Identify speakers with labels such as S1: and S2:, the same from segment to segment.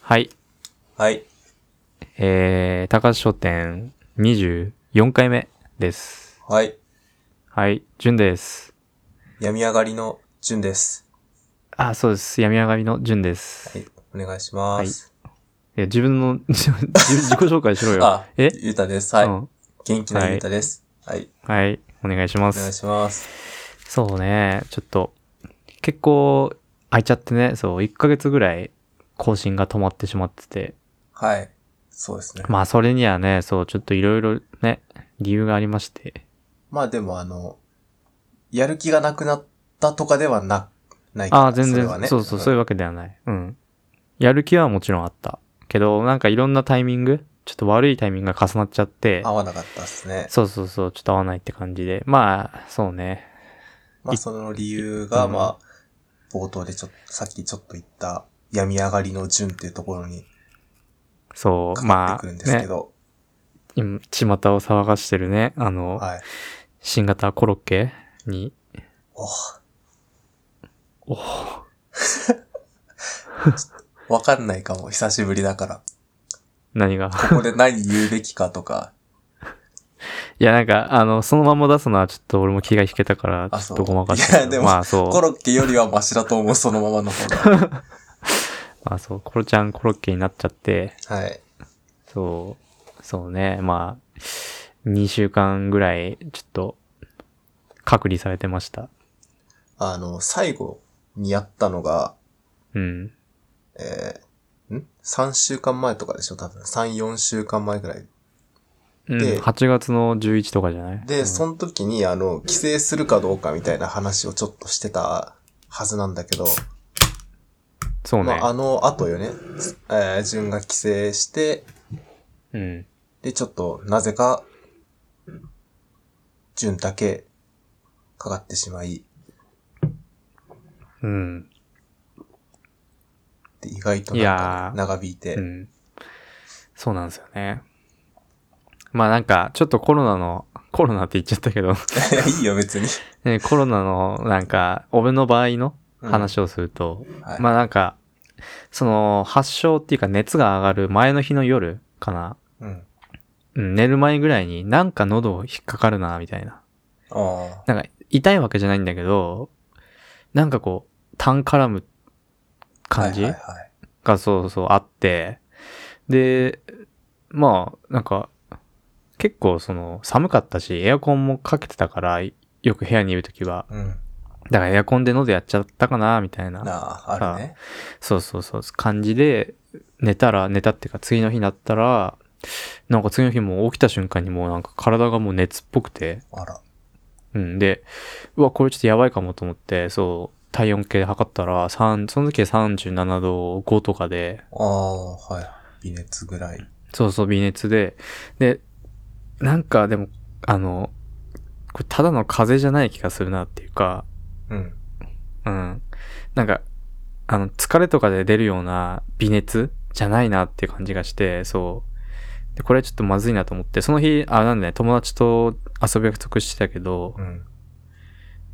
S1: はい。
S2: はい。
S1: えー、高橋書店24回目です。
S2: はい。
S1: はい、淳です。
S2: 病み上がりの順です。
S1: あ、そうです。病み上がりの淳です。
S2: はい。お願いします。
S1: え自分の、 自自己紹介しろよ。
S2: あ、
S1: え
S2: ゆうたです。は
S1: う
S2: い。
S1: ん
S2: 元気なゆうたです。はい。
S1: はい、お願いしま
S2: お願い
S1: す。
S2: します。
S1: そうね、ちょっと、結構、空いちゃってね、そう、1ヶ月ぐらい更新が止まってしまってて、
S2: はい。そうですね。
S1: まあ、それにはね、そう、ちょっといろいろね、理由がありまして、
S2: まあでもあの、やる気がなくなったとかではな、ないから
S1: ああ、全然
S2: れはね
S1: そうそう、そういううわけではない。うん。やる気はもちろんあった。けど、なんかいろんなタイミング、ちょっと悪いタイミングが重なっちゃって
S2: ん、合わなかったですね。
S1: そうそうそう、ちょっと合わないって感じで。まあ、そうね。
S2: まあその理由が、
S1: うん
S2: まあ、冒頭でちょっと、さっきちょっと言った、病み上がりの順っていうところに
S1: そう、
S2: かか
S1: ま
S2: って
S1: あ、
S2: くるんですけ
S1: ね、
S2: ど、
S1: 今、巷を騒がしてるね、あの、
S2: はい。
S1: 新型コロッケに、
S2: お
S1: お
S2: わかんないかも、久しぶりだから。
S1: 何が。
S2: ここで何言うべきかとか、
S1: いや、なんか、あの、そのまま出すのはちょっと俺も気が引けたから、
S2: あ
S1: ち
S2: そ
S1: ょっ
S2: う
S1: とごまかしたけど。
S2: いやでも
S1: まあ、そう。
S2: コロッケよりはマシだと思う、そのままの方が。
S1: まあ、そう、コロちゃんコロッケになっちゃって、
S2: はい。
S1: そう、そうね。まあ、2週間ぐらい、ちょっと、隔離されてました。
S2: あの、最後にやったのが、
S1: うん。
S2: えー、ん ?3 週間前とかでしょ多分。3、4週間前ぐらい。
S1: うん、
S2: で
S1: 8月の11とかじゃない
S2: で、
S1: うん
S2: その時に、あの、帰省するかどうかみたいな話をちょっとしてたはずなんだけど、
S1: そう
S2: ま
S1: ね、
S2: あ、あの後よね、えー、順が帰省して、
S1: うん。
S2: で、ちょっと、なぜか、順だけ、かかってしまい、
S1: うん。
S2: で意外となんか
S1: いや
S2: ね
S1: ー
S2: 長引いて、
S1: うん。そうなんですよね。まあなんか、ちょっとコロナの、コロナって言っちゃったけど、
S2: い や、いいよ、別に。
S1: ねコロナの、なんか、俺の場合の
S2: うん
S1: 話をすると、
S2: はい
S1: まあなんか、その、発症っていうか熱が上がる前の日の夜かな。
S2: うん。
S1: うん、寝る前ぐらいになんか喉を引っかかるな、みたいな。
S2: あ
S1: なんか痛いわけじゃないんだけど、なんかこう、痰絡む
S2: あ。
S1: 感じ
S2: はいはいはい
S1: がそうそうあって、で、まあ、なんか、結構その寒かったし、エアコンもかけてたから、よく部屋にいるときは。
S2: うん。
S1: だからエアコンで喉やっちゃったかな、みたい
S2: な
S1: な。
S2: あ、あるね。
S1: そうそうそう、感じで、寝たら、寝たっていうか次の日になったら、なんか次の日もう起きた瞬間にもうなんか体がもう熱っぽくて、
S2: あら。
S1: うん。で、うわ、これちょっとやばいかもと思って、そう、体温計測ったら、三その時は37度5とかで、
S2: ああ、はい。微熱ぐらい。
S1: そうそう、微熱で、で、なんかでも、あの、これただの風邪じゃない気がするなっていうか、
S2: うん。
S1: うん。なんか、あの、疲れとかで出るような微熱じゃないなっていう感じがして、そう。で、これちょっとまずいなと思って、その日、あ、なんでね、友達と遊び約束してたけど
S2: う、ん。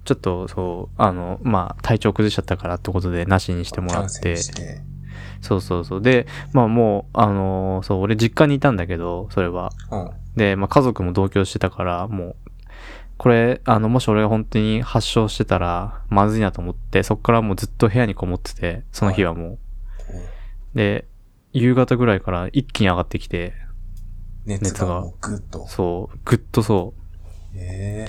S1: ちょっと、そう、あの、まあ、体調崩しちゃったからってことで、なしにしても
S2: キ
S1: ら
S2: ャ
S1: っ
S2: ンセル
S1: て。
S2: して。
S1: そうそうそう。で、まあもう、あのーそう、俺実家にいたんだけど、それは。
S2: うん。
S1: で、まあ家族も同居してたから、もう、これ、あの、もし俺が本当に発症してたら、まずいなと思って、そっからもうずっと部屋にこもってて、その日はも
S2: こう
S1: う。で、夕方ぐらいから一気に上がってきて、
S2: 熱
S1: 熱が
S2: がもうぐっと。
S1: そう、ぐっとそ
S2: え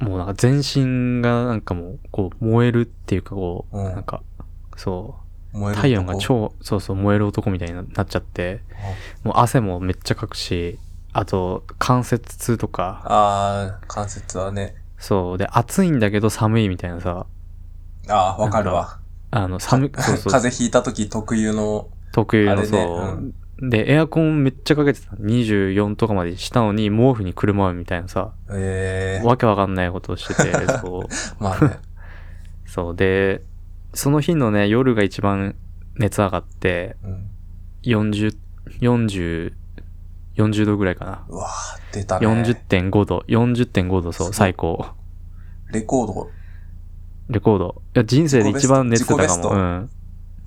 S2: え。
S1: う、もうなんか全身がなんかもう、こう、燃えるっていうか、こう、
S2: うん
S1: なんか、そう、
S2: 燃えるとこ
S1: 体温が。超、そうそう、燃える男みたいになっちゃって、もう汗もめっちゃかくし、あと、関節痛とか、
S2: ああ、関節はね。
S1: そう、で、暑いんだけど寒いみたいなさ、
S2: ああ、わかるわ。
S1: あの、寒、そう
S2: 風
S1: そう、
S2: 邪ひいた時特有の。
S1: 特有
S2: あれ
S1: の
S2: ね
S1: そう。で、エアコンめっちゃかけてた。24とかまでしたのに、毛布にくるまうみたいなさ、
S2: ええ。
S1: わけわかんないことをして て、そう、
S2: まあね。
S1: そう、で、その日のね、夜が一番熱上がって、
S2: うん。
S1: 40、40、40度ぐらいかな。
S2: うわあ、出たね。
S1: 40.5度、40.5度、そう、最高。
S2: レコード。
S1: レコード。いや、人生で一番熱出たか
S2: 自己ベス
S1: も。
S2: ト
S1: うん。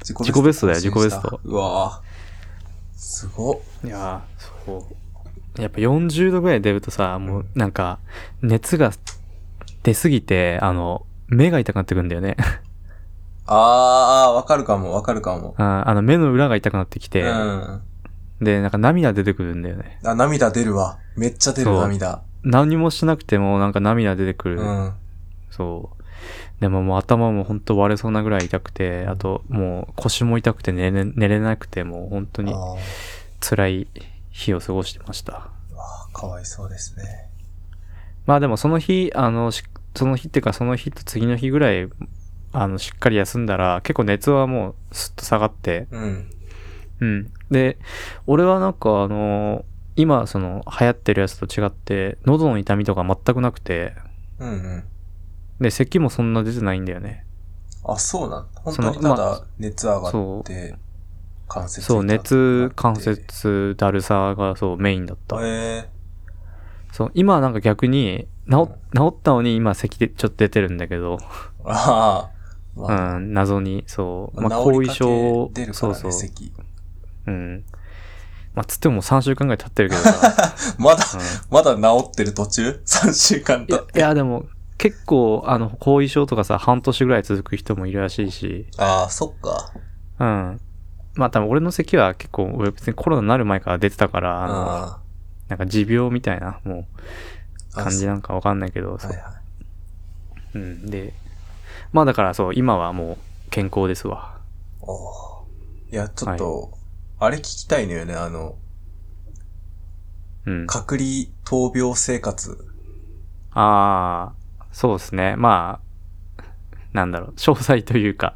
S2: 自己
S1: 自己ベストだよ自己ベスト
S2: 更新したうわぁ。すごっ。
S1: いやーそう。やっぱ40度ぐらい出るとさ、もうなんか、熱が出すぎて、あの、目が痛くなってくるんだよね。
S2: あー、わかるかも、わかるかも。
S1: あーあの、目の裏が痛くなってき
S2: う
S1: て、
S2: ん。あ、
S1: で、なんか涙出てくるんだよね。
S2: 涙出るわ。めっちゃ出る
S1: そう
S2: 涙。
S1: 何もしなくてもなんか涙出てくる。
S2: うん。
S1: そう。でももう頭も本当割れそうなぐらい痛くて、あともう腰も痛くて寝れ寝れなくて、もう本当に
S2: あー
S1: 辛い日を過ごしてました。
S2: あー、かわいそうですね。
S1: まあでもその日、あの、しその日っていうかその日と次の日ぐらい、あの、しっかり休んだら、結構熱はもうすっと下がって、
S2: うん。
S1: うん。で、俺はなんかあの、今その流行ってるやつと違って、喉の痛みとか全くなくて、
S2: うんうん。
S1: で、咳もそんな出てないんだよね。
S2: あ、そうなんだ。本
S1: そ
S2: 当
S1: の
S2: にた
S1: ま
S2: だ
S1: あ
S2: 熱上が
S1: そ
S2: って、関節痛
S1: そう、
S2: くなって
S1: 熱、関。節、だるさがそう、メインだった。
S2: え
S1: そう、今はなんか逆に、治っ治ったのに今咳でちょっと出てるんだけど、
S2: ー、ああ、
S1: う
S2: まあ、
S1: ん、謎に、そう、まあ、
S2: 治
S1: 後
S2: り
S1: 遺
S2: かけ
S1: 症を
S2: 出、るか
S1: そ
S2: ら
S1: う
S2: ね、
S1: そう、
S2: 咳
S1: うん。まあ、つっても3週間ぐらい経ってるけど さ。
S2: まだ、
S1: うん
S2: まだ治ってる途中 ?3 週間
S1: い
S2: 経っ
S1: や、いやでも、結構、あの、後遺症とかさ、半年ぐらい続く人もいるらしいし、
S2: ああ、そっか。
S1: うん。まあ、多分俺の咳は結構、俺別にコロナになる前から出てたから、あの、
S2: あ
S1: なんか持病みたいな、もう、
S2: あ
S1: 感じなんかわかんないけど、
S2: あ
S1: そ
S2: は
S1: う
S2: いは
S1: うん。で、まあだからそう、今はもう健康ですわ。
S2: い。おーいや、ちょっと、あれ聞きたいのよね、あの、
S1: うん。
S2: 隔離闘病生活。
S1: ああ、そうですね。まあ、なんだろう、詳細というか、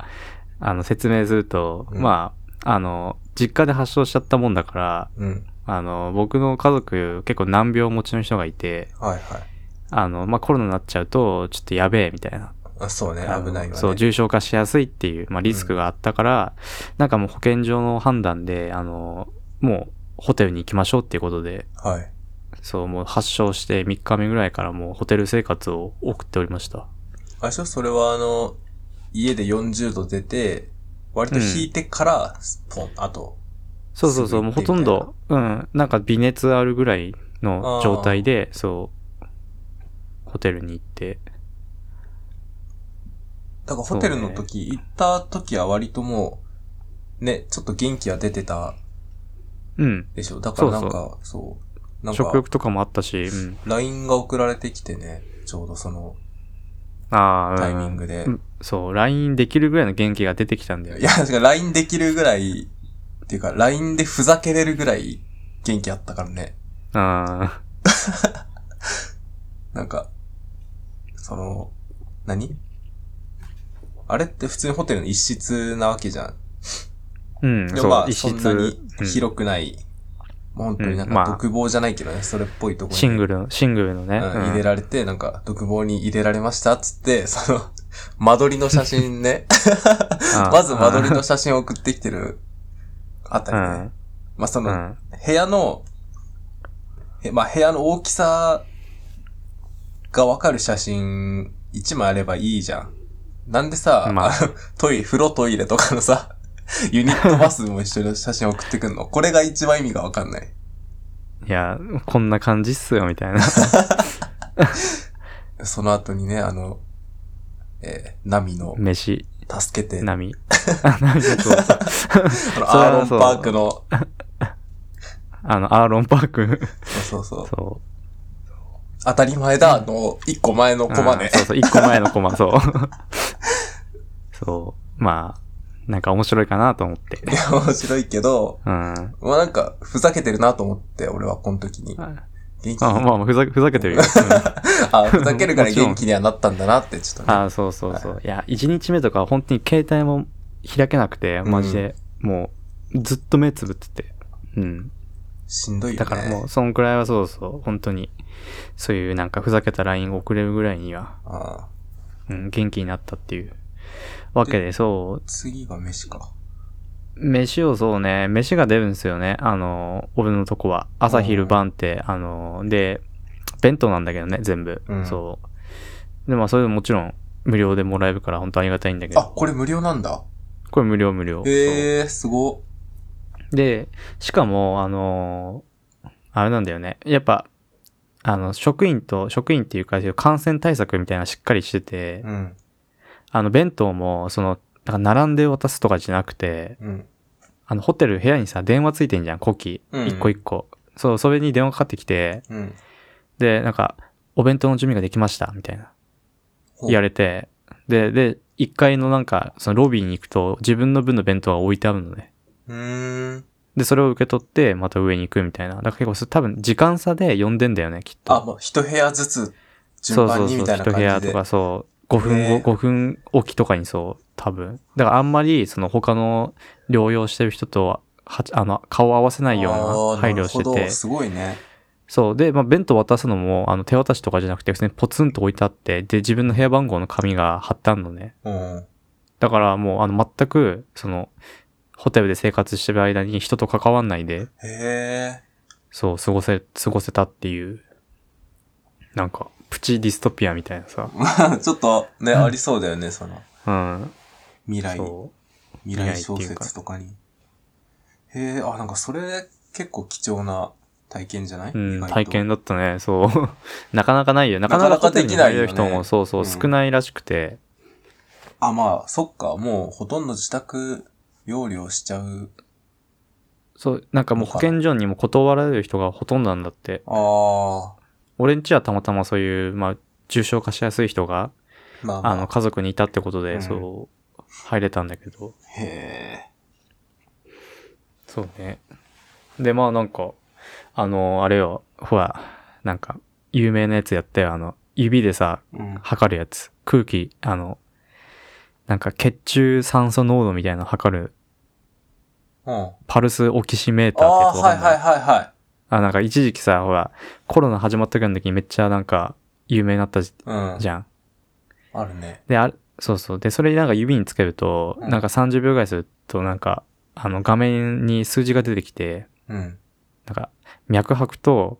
S1: あの、説明すると、
S2: うん
S1: まあ、あの、実家で発症しちゃったもんだから、
S2: うん。
S1: あの、僕の家族結構難病持ちの人がいて、
S2: はいはい。
S1: あの、まあ、コロナになっちゃうと、ちょっとやべえみたいな。
S2: あそうね、
S1: あの
S2: 危ないわね。
S1: そう、重症化しやすいっていう、まあ、リスクがあったから、なんかもう保健所の判断で、あの、もう、ホテルに行きましょうっていうことで、
S2: はい。
S1: そう、もう発症して3日目ぐらいからもうホテル生活を送っておりました。
S2: あれでしょそれはあの、家で40度出て、割と引いてから、ポン、あと。
S1: そうそうそう、
S2: すぐ
S1: もう
S2: 行っ
S1: ほ
S2: て
S1: とんど、うん、なんか微熱あるぐらいの状態で、そう、ホテルに行って、
S2: だからホテルの時、行った時は割ともう、ね、ちょっと元気は出てた
S1: うん、
S2: でしょだからなんか、そう。なん
S1: 食
S2: か
S1: 欲、とかもあったし、うん、
S2: LINE が送られてきてね、ちょうどその
S1: ああ、うん
S2: タイミングで
S1: う。んそう、LINE できるぐらいの元気が出てきたんだよ
S2: い
S1: ね。
S2: や、だから LINE できるぐらい、っていうか、LINE でふざけれるぐらい元気あったからね。
S1: あ
S2: なんか、その、何あれって普通にホテルの一室なわけじゃん。
S1: ーうん、
S2: で
S1: そ
S2: も
S1: う、
S2: まあ、
S1: 一
S2: そん
S1: 室、
S2: なに
S1: うん
S2: 広くない、もう本当になん
S1: うんま
S2: か
S1: あ
S2: 独房じゃないけどね、それっぽいところに。
S1: シングルの、シングルのね、
S2: うん
S1: うん
S2: 入れられて、なんか、独房に入れられましたっつって、その、間取りの写真ね。
S1: あー
S2: まず間取りの写真を送ってきてるあたりね。まあ、そ
S1: うん、う
S2: の、
S1: ん、
S2: 部屋の、へまあ、部屋の大きさがわかる写真1枚あればいいじゃん。なんでさ、
S1: まあ
S2: あのトイレ、風呂トイレとかのさ、 ユニットバスも一緒に写真送ってくんのこれが一番意味がわかんない。
S1: いや、こんな感じっすよ、みた いな。
S2: その後にね、あの、えー、ナミの、
S1: 飯、
S2: 助けて、あ
S1: 波。 あ波そうそう
S2: の、
S1: それは
S2: アーロン
S1: そう
S2: パークの、
S1: あの、アーロンパー ク。
S2: そうそうそう、
S1: そう。
S2: 当たり前だの、一個前のコマ
S1: あー
S2: ね。
S1: そうそう、一個前のコマ、そう。 そう。まあ、なんか面白いかなと思って。
S2: いや、面白いけど、
S1: うん。
S2: まあなんか、ふざけてるなと思って、俺はこの時に。
S1: あ
S2: 元気
S1: まあ
S2: に、
S1: まあ、ふざけ、ふざけてる よ。うん
S2: あ、ふざけるから
S1: もちろん
S2: 元気にはなったんだなって、ちょっとね。
S1: ああ、そうそうそう。いや、一日目とか本当に携帯も開けなくて、マジで、もう、ずっと目つぶってて。うん。
S2: しんどいよ
S1: だ
S2: ね。
S1: からもう、そんくらいはそうそう、本当に、そういうなんかふざけた LINE 送れるぐらいには、
S2: ああ
S1: うん、元気になったっていうわけで、そう、
S2: 次が飯か。
S1: 飯をそうね、飯が出るんですよね。あの、俺のとこは。朝昼晩って、あの、で、弁当なんだけどね、全部。
S2: うん
S1: そう。で、まあ、それでもちろん無料でもらえるから本当ありがたいんだけ
S2: あ、
S1: ど。
S2: これ無料なんだ。
S1: これ無料無料。
S2: へえー、すご。
S1: そうで、しかも、あのーあれなんだよね。やっぱ、あの、職員と、職員っていうか、感染対策みたいなのしっかりしてて、
S2: うん。
S1: あの、弁当も、その、なんか並んで渡すとかじゃなくて、
S2: うん。
S1: あの、ホテル、部屋にさ、電話ついてんじゃん、コキ。
S2: うん
S1: 一個一個。そう、それに電話かかってきて、
S2: うん。
S1: で、なんか、お弁当の準備ができました、みたいな。言わ
S2: れ。
S1: れて、で、で、1階のなんか、そのロビーに行くと、自分の分の弁当が置いてあるのね。
S2: うーん。
S1: で、それを受け取って、また上に行くみたいな。だから結構それ、多分、時間差で呼んでんだよね、きっと。
S2: あ、もう一部屋ずつ、順番にみたいな
S1: そうそうそう、一部
S2: 感
S1: 屋と
S2: じで。
S1: かそう、5分
S2: へえ
S1: 後、5分おきとかにそう、多分。だからあんまり、その他の療養してる人とは、はあの、顔を合わせないよう
S2: あ
S1: な
S2: ー
S1: 配慮をして
S2: なるほ
S1: て
S2: ど。すごいね。
S1: そう。で、まあ、弁当渡すのも、あの、手渡しとかじゃなくて、普通にポツンと置いてあって、で、自分の部屋番号の紙が貼ってあるのね。
S2: うん。
S1: だからもう、あの、全く、その、ホテルで生活してる間に人と関わんないで、
S2: へえ。
S1: そう、過ごせ、過ごせたっていう、なんか、プチディストピアみたいなさ。
S2: まあ、ちょっとね、ありそうだよね、その、
S1: うん。
S2: 未来、
S1: そう。
S2: 未来小説とかに。へえ、あ、なんかそれ、結構貴重な体験じゃない、
S1: う
S2: 意
S1: ん、
S2: 外と
S1: 体験だったね。そう。 なかなかないよ。なかな
S2: な
S1: か
S2: かなか
S1: ホテ
S2: で
S1: ルに
S2: きない
S1: 入れ
S2: よね
S1: る人も、そうそうう、
S2: ん
S1: 少ないらしくて。
S2: あ、まあ、そっか、もうほとんど自宅料理をしちゃう。
S1: そう、なんかもう保健所にも断られる人がほとんどなんだって。
S2: ああ、
S1: 俺んちはたまたまそういう、まあ、重症化しやすい人が、
S2: まあ、まあ
S1: あの、家族にいたってことで、
S2: うん
S1: そう、入れたんだけど。
S2: へ
S1: そうね。で、まあなんか、あの、あれよ、ほら、なんか、有名なやつやったよ。あの、指でさ、
S2: え。うん。
S1: 測るやつ。空気、あの、なんか血中酸素濃度みたいなの測る、
S2: うん。
S1: パルスオキシメー
S2: あ
S1: ターってや
S2: あ
S1: つ
S2: ー、
S1: わか
S2: は
S1: ん
S2: い
S1: ない
S2: はいはいはい。
S1: あ、なんか一時期さ、ほら、コロナ始まった時の時にめっちゃなんか、有名になったじ
S2: うん。
S1: じゃん。
S2: あるね。
S1: で、あれ、そうそう。で、それになんか指につけると、
S2: うん
S1: なんか30秒ぐらいすると、なんか、あの、画面に数字が出てきて、
S2: うん。
S1: なんか、脈拍と、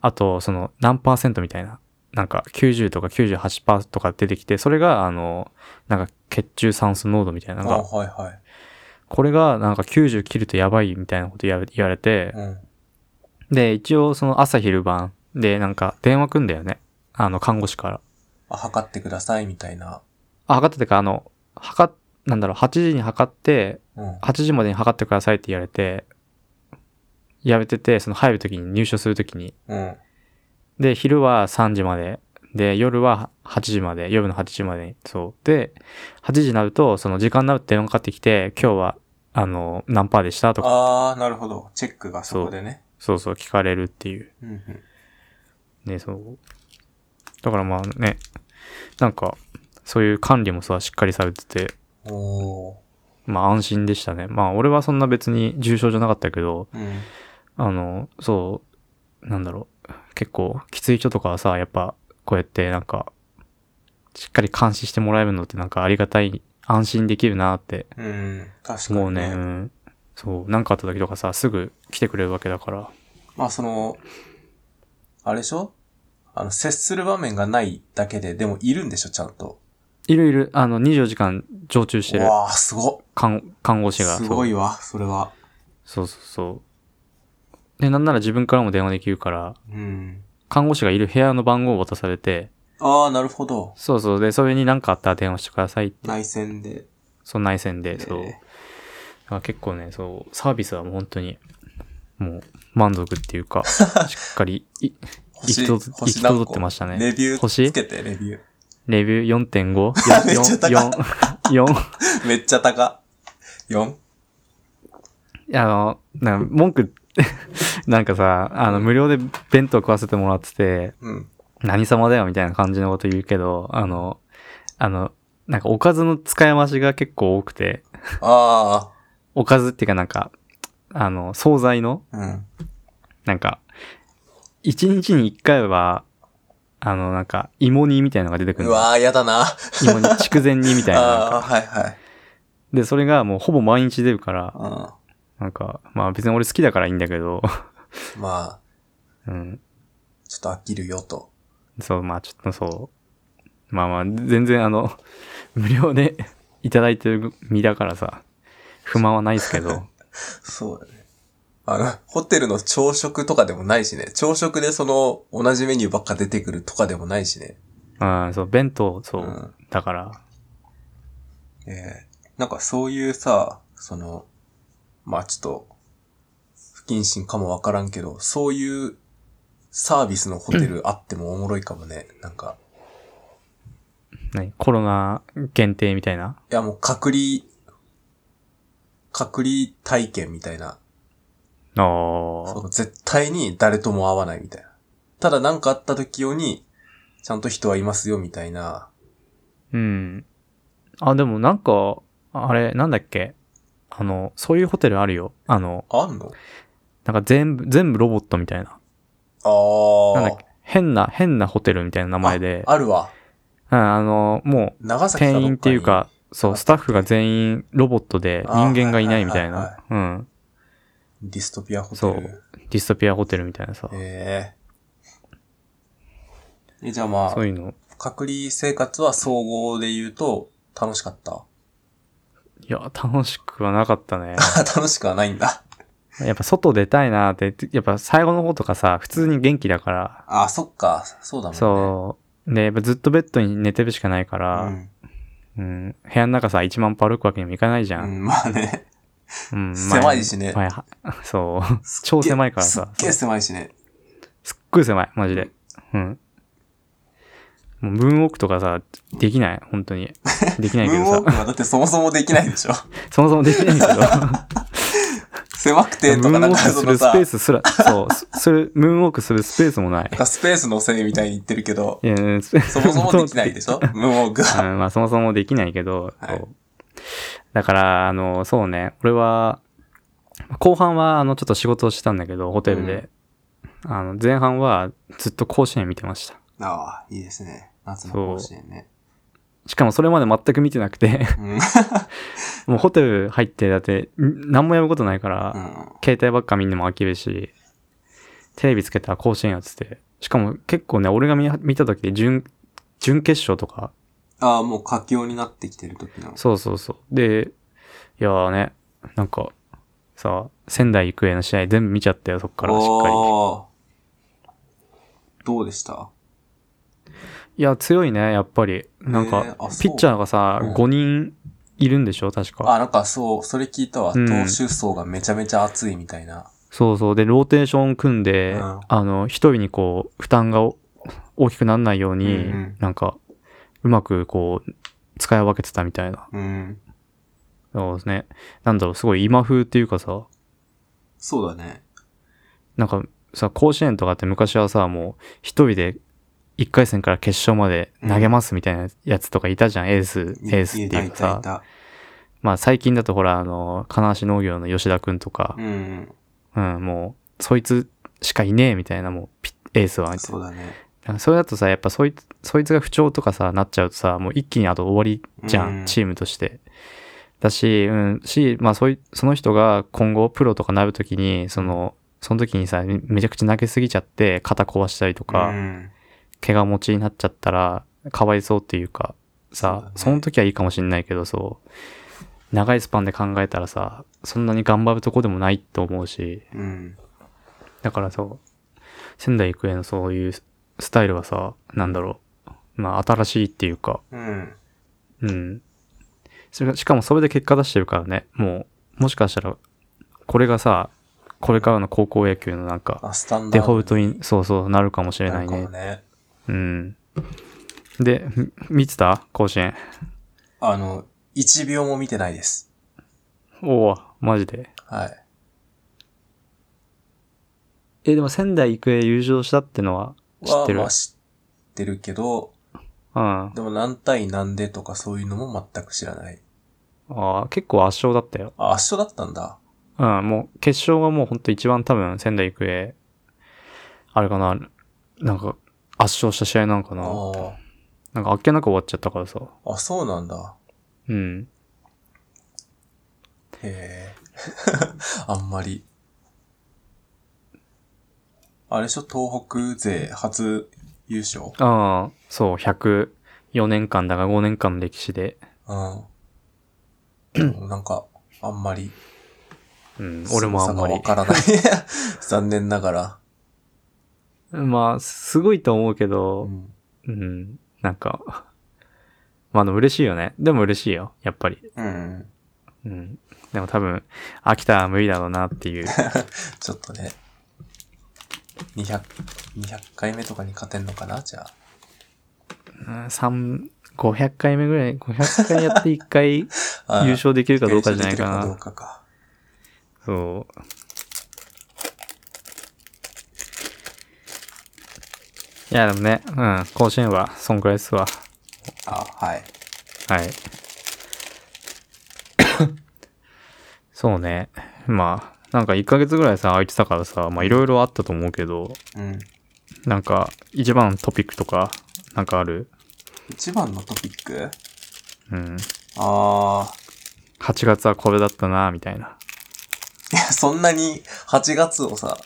S1: あと、その、何パーセントみたいな。なんか、90とか98%パーとか出てきて、それが、あの、なんか、血中酸素濃度みたいな。
S2: あ
S1: なん
S2: あ
S1: か、
S2: はいはい。
S1: これが、なんか90切るとやばいみたいなこと言われ言われて、
S2: うん。
S1: で、一応、その、朝昼晩で、なんか、電話来んだよね。あの、看護師から。
S2: あ、測ってくださいみたいな。
S1: あ、測っててか、あの、測っ、なんだろう、8時に測って、
S2: うん。
S1: 8時までに測ってくださいって言われて、やめてて、その入るときに、入所するときに、
S2: うん。
S1: で、昼は3時まで。で、夜は8時まで。夜の8時までに。そう。で、8時になると、その時間になるって電話かかってきて、今日は、あの、何パーでしたとか、
S2: ああ、なるほど。チェックがそこでね。
S1: そうそう聞かれるっていう。
S2: うんうん。
S1: ね、そう。だからまあね、なんか、そういう管理もさ、しっかりされてて、
S2: おー。
S1: まあ安心でしたね。まあ俺はそんな別に重症じゃなかったけど、
S2: うん。
S1: あの、そう、なんだろう、結構きつい人とかはさ、やっぱこうやってなんか、しっかり監視してもらえるのってなんかありがたい、安心できるなって
S2: うん。確か
S1: 思う
S2: に
S1: ね。
S2: ね。
S1: うんそう、なんかあった時とかさ、すぐ来てくれるわけだから。
S2: まあその、あれでしょあの、接する場面がないだけで、でもいるんでしょちゃんと。
S1: いるいる、あの、24時間常駐してる
S2: うわあ、すごっ。
S1: 看看護師が。
S2: すごい
S1: そう
S2: わ、それは。
S1: そうそうそう。で、なんなら自分からも電話できるから、
S2: うん。
S1: 看護師がいる部屋の番号を渡されて、
S2: ああ、なるほど。
S1: そうそう、で、それに何かあったら電話してくださいって、
S2: 内戦で。
S1: その内線で、そう。
S2: え
S1: あ結構ね、そう、サービスはもう本当に、もう、満足っていう か、しっかり、い
S2: ー
S1: 行き届行き
S2: 何個
S1: 届ってましたね
S2: レビュー
S1: 星
S2: つけて、レビュ
S1: レビュー 4.5?
S2: めっちゃ高い
S1: 4 4
S2: ー。 めっちゃ高。4?
S1: 4あの、なんか文句、 なんかさ、あの、無料で弁当食わせてもらってて、
S2: うん。
S1: 何様だよみたいな感じのこと言うけど、あの、あの、なんかおかずの使い回しが結構多くて、
S2: あ
S1: おかずっていうかなんか、あの、惣菜の
S2: あ、うん。
S1: なんか、一日に一回は、あの、なんか、芋煮みたいなのが出てくる
S2: う
S1: の。
S2: わあ、やだな。あ
S1: 芋煮、筑前煮みたいななん か。
S2: あー、はいはい。
S1: で、それがもうほぼ毎日出るから、
S2: う
S1: なんか、まあ別に俺好きだからいいんだけど、
S2: ん。まあ、
S1: うん。
S2: ちょっと飽きるよと。
S1: そう、まあちょっとそう。まあまあ、全然あの、無料で いただいてる身だからさ、不満はないですけ ど、
S2: そうだね。あの、ホテルの朝食とかでもないしね。朝食でその、同じメニューばっか出てくるとかでもないしね。
S1: うん、そう、弁当、そう、
S2: うん
S1: だから、
S2: ええなんかそういうさ、その、まあちょっと、不謹慎かもわからんけど、そういうサービスのホテルあってもおもろいかもね。なんか、
S1: 何コロナ限定みたいない
S2: やもう隔離、隔離体験みたいな。
S1: あ
S2: そ
S1: ー
S2: の絶対に誰とも会わないみたいな。ただなんかあった時用に、ちゃんと人はいますよみたいな。
S1: うん。あ、でもなんか、あれ、なんだっけあの、そういうホテルあるよ。あの、
S2: あんの
S1: なんか全部、全部ロボットみたいな。
S2: ああ。
S1: なんだっけ変な、変なホテルみたいな名前で、
S2: ああるわ。
S1: うん、あの、も
S2: 長
S1: う、
S2: 崎かど
S1: 店
S2: かに
S1: 員っていうか、そ
S2: あ
S1: う、
S2: った
S1: スタッフが全員ロボットで人間がいないみたい
S2: あはいはい
S1: な。うん。
S2: ディストピアホテル。
S1: そうディストピアホテルみたいなさ。
S2: えええ、じゃあまあ
S1: そ、ういうの。
S2: 隔離生活は総合で言うと、楽しかった。
S1: いや、楽しくはなかったね。
S2: 楽しくはないんだ。
S1: やっぱ外出たいなって、やっぱ最後の方とかさ、普通に元気だから、
S2: あ、そっか。そうだもんね。
S1: そう。で、やっぱずっとベッドに寝てるしかないか
S2: う
S1: ら、うん
S2: ん。
S1: 部屋の中さ、1万歩歩くわけにもいかないじゃ。
S2: うんん、まあね。
S1: うん。
S2: 狭いしね
S1: 前はそう。超狭いからさ
S2: すっげえ狭いしね。
S1: すっごい狭い、マジで。うん。もうムーンウォークとかさ、できない、本当に。でき
S2: ム
S1: な
S2: ー
S1: いけ
S2: ンウ
S1: ど
S2: ォ
S1: さ
S2: ー。クはだってそもそもできな いでしょ。
S1: そもそもできない けど。
S2: 狭くてと
S1: ムー
S2: か
S1: ンウ
S2: な
S1: ォ
S2: ん
S1: ー
S2: か
S1: ク
S2: そ
S1: す
S2: の
S1: るスペ
S2: さ、
S1: ースすら、 そう、すする、ムーンウォークするスペースもない
S2: なん。かスペースのせいみたいに言ってるけど、
S1: いや スペース
S2: そもそもできない でしょムーンウォーク
S1: う
S2: は。
S1: ん、まあそもそもできないけど、
S2: はい
S1: そうだから、あの、そうね、俺は、後半は、あの、ちょっと仕事をしてたんだけど、ホテルで。あの、前半は、ずっと甲子園見てました。
S2: ああ、いいですね。夏の甲子園ね。
S1: しかもそれまで全く見てなくて、
S2: うん。
S1: もうホテル入って、だって、ん何もやることないから、
S2: うん
S1: 携帯ばっか見んのも飽きるし、テレビつけたら甲子園やってて、しかも結構ね、俺が見見た時で準、準決勝とか、
S2: ああ、もう佳境になってきてる時の。
S1: そうそうそう。で、いやーね、なんか、さ、仙台育英の試合全部見ちゃったよ、そっからしっかり。
S2: おーどうでした
S1: いや、強いね、やっぱり。なん
S2: えー
S1: か
S2: あ、そう
S1: ピッチャーがさ、
S2: うん
S1: 5人いるんでしょ、確か。
S2: あ、なんかそう、それ聞いたわ。
S1: うん
S2: 投手層がめちゃめちゃ熱いみたいな。
S1: そうそう。で、ローテーション組んで、
S2: うん
S1: あの、一人にこう、負担がお大きくならないように、
S2: うんうん
S1: なんか、うまくこう、使い分けてたみたいな。
S2: うん。
S1: そうですね。なんだろう、すごい今風っていうかさ、
S2: そうだね。
S1: なんかさ、甲子園とかって昔はさ、もう一人で1回戦から決勝まで投げますみたいなやつとかいたじゃん、エース、
S2: い
S1: エースっていうかさ
S2: い。たい
S1: まあ最近だとほら、あの、金足農業の吉田くんとか
S2: たいた、うん。
S1: うん、もう、そいつしかいねえみたいな、もうピ、エースは。
S2: そうだね。
S1: なんかそれだとさ、やっぱそいつ、そいつが不調とかさ、なっちゃうとさ、もう一気にあと終わりじゃん、
S2: うん
S1: チームとして。だし、うん、し、まあそうい、その人が今後プロとかなるときに、その、その時にさ、めめちゃくちゃ投げすぎちゃって、肩壊したりとか、
S2: うん。
S1: 怪我持ちになっちゃったら、かわいそうっていうか、
S2: そうだ
S1: さ
S2: ね、
S1: そ,、の時はいいかもしんないけど、そう、長いスパンで考えたらさ、そんなに頑張るとこでもないと思うし、
S2: うん。
S1: だからそう、仙台育英のそういうススタイルはさ、なんだろう。まあ、新しいっていうか、
S2: うん。
S1: うん。それがしかもそれで結果出してるからね、もう、もしかしたら、これがさ、これからの高校野球のなんか、
S2: あ、スタンダード。
S1: デフォルトに、そうそう、なるかもしれ
S2: な
S1: なんい
S2: かも
S1: ね。
S2: ね。
S1: うん。で、み見てた甲子園。
S2: あの、1秒も見てないです。
S1: おおマジで。
S2: はい。
S1: え、でも仙台育英優勝したってのは知ってる、
S2: はまあ知ってるけど、
S1: うん。
S2: でも何対何でとかそういうのも全く知らない。
S1: ああ、結構圧勝だったよ。
S2: あ、圧勝だったんだ。
S1: うん、もう決勝はもうほんと一番多分仙台育英、あれかな、なんか圧勝した試合なんか
S2: あ
S1: な。
S2: ー
S1: なんかあっけなく終わっちゃったからさ。
S2: あ、そうなんだ。
S1: うん。
S2: へえ。 あんまり。あれでしょ東北勢初優勝。
S1: ああ、そう、104年間だが5年間の歴史で
S2: うん。うんなんか、あんまり、
S1: うん、俺もあんまり
S2: 凄。さがわからない。 残念ながら。
S1: まあ、すごいと思うけ
S2: う
S1: ど、
S2: ん
S1: うん、なんか、まあ、あの、嬉しいよね。でも嬉しいよ、やっぱり。
S2: うん。
S1: うん。でも多分、秋田は無理だろうなっていう。
S2: ちょっとね。200、200回目とかに勝てんのかなじゃあ。
S1: うん三500回目ぐらい、500回やって1回優
S2: あー
S1: 勝できるかどうかじゃないか
S2: 優勝できるどう
S1: な。
S2: かか。
S1: そう。いや、でもね、うん、甲子園は、そんくらいですわ。
S2: あ、はい。
S1: はい。 そうね。まあ、なんか1ヶ月ぐらいさ、空いてたからさ、まあいろいろあったと思うけど、
S2: うん。
S1: なんか、一番のトピックとか、なんかある
S2: 一番のトピック
S1: うん。
S2: あー。
S1: 8月はこれだったな、みたいな。
S2: いや、そんなに8月をさ、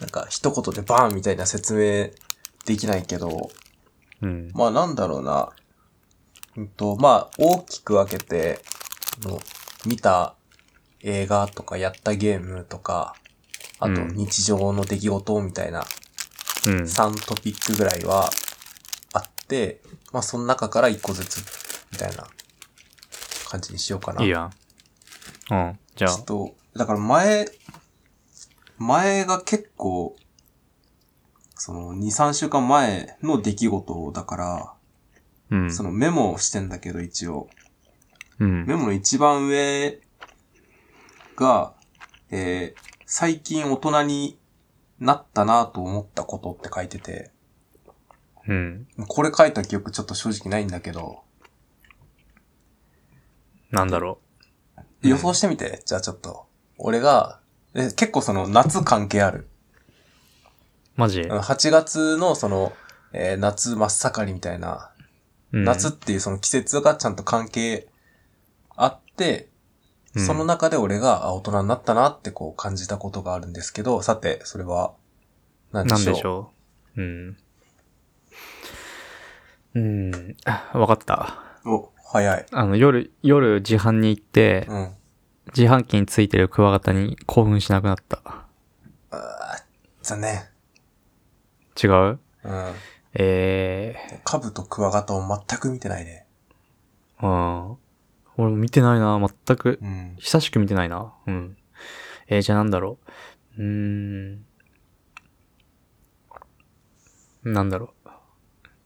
S2: なんか一言でバーンみたいな説明できないけど、
S1: うん。
S2: まあなんだろうな。うんと、まあ大きく分けて、あの見た映画とかやったゲームとか、あと
S1: うん
S2: 日常の出来事みたいな
S1: うん。
S2: 3トピックぐらいはあって、まあその中から1個ずつみたいな感じにしようかな。
S1: いいや。うん。じゃ
S2: ちょっと、だから前、前が結構、その2、3週間前の出来事だから、
S1: あ。うん。
S2: そのメモをしてんだけど、一応。
S1: うん
S2: メ。モの一番上が、えー最近大人になったなと思ったことって書いてて、
S1: うん。
S2: これ書いた記憶ちょっと正直ないんだけど、
S1: なんだろうん
S2: 予想してみて、じゃあちょっと。俺が、え結構その夏関係ある。
S1: う。マジ、
S2: うん8月のその、えー夏真っ盛りみたいな、
S1: うん、
S2: 夏っていうその季節がちゃんと関係あって、
S1: うん
S2: その中で俺があ大人になったなってこう感じたことがあるんですけど、さて、それは何で
S1: なん
S2: しょう
S1: でしょう。うん。うん。あわかった。
S2: お、早い。
S1: あの、夜、夜自販に行って、
S2: うん。
S1: 自販機についてるクワガタに興奮しなくなった。
S2: 残念。
S1: 違う
S2: うん。
S1: え
S2: カブとクワガタを全く見てないね。
S1: えー、うん。俺も見てないな、全く。
S2: うん。
S1: 久しく見てないな。うん。えー、じゃあなんだろう。うーん。なんだろう。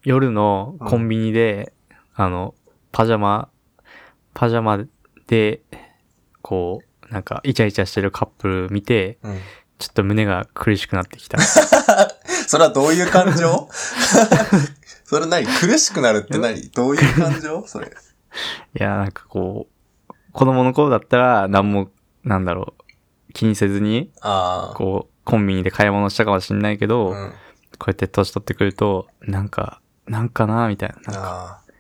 S1: 夜のコンビニで、あの、パジャマ、パジャマで、こう、なんか、イチャイチャしてるカップル見て、
S2: うん。
S1: ちょっと胸が苦しくなって きた。
S2: それはどういう 感情それ何苦しくなるって何どういう感情それ。
S1: いや、なんかこう、子供の頃だったら、なんも、なんだろう、気にせずに、
S2: ああ。
S1: こう、コンビニで買い物したかもしんないけど、
S2: うん。
S1: こうやって年取ってくると、なんか、なんかなみたいな。なんか
S2: あ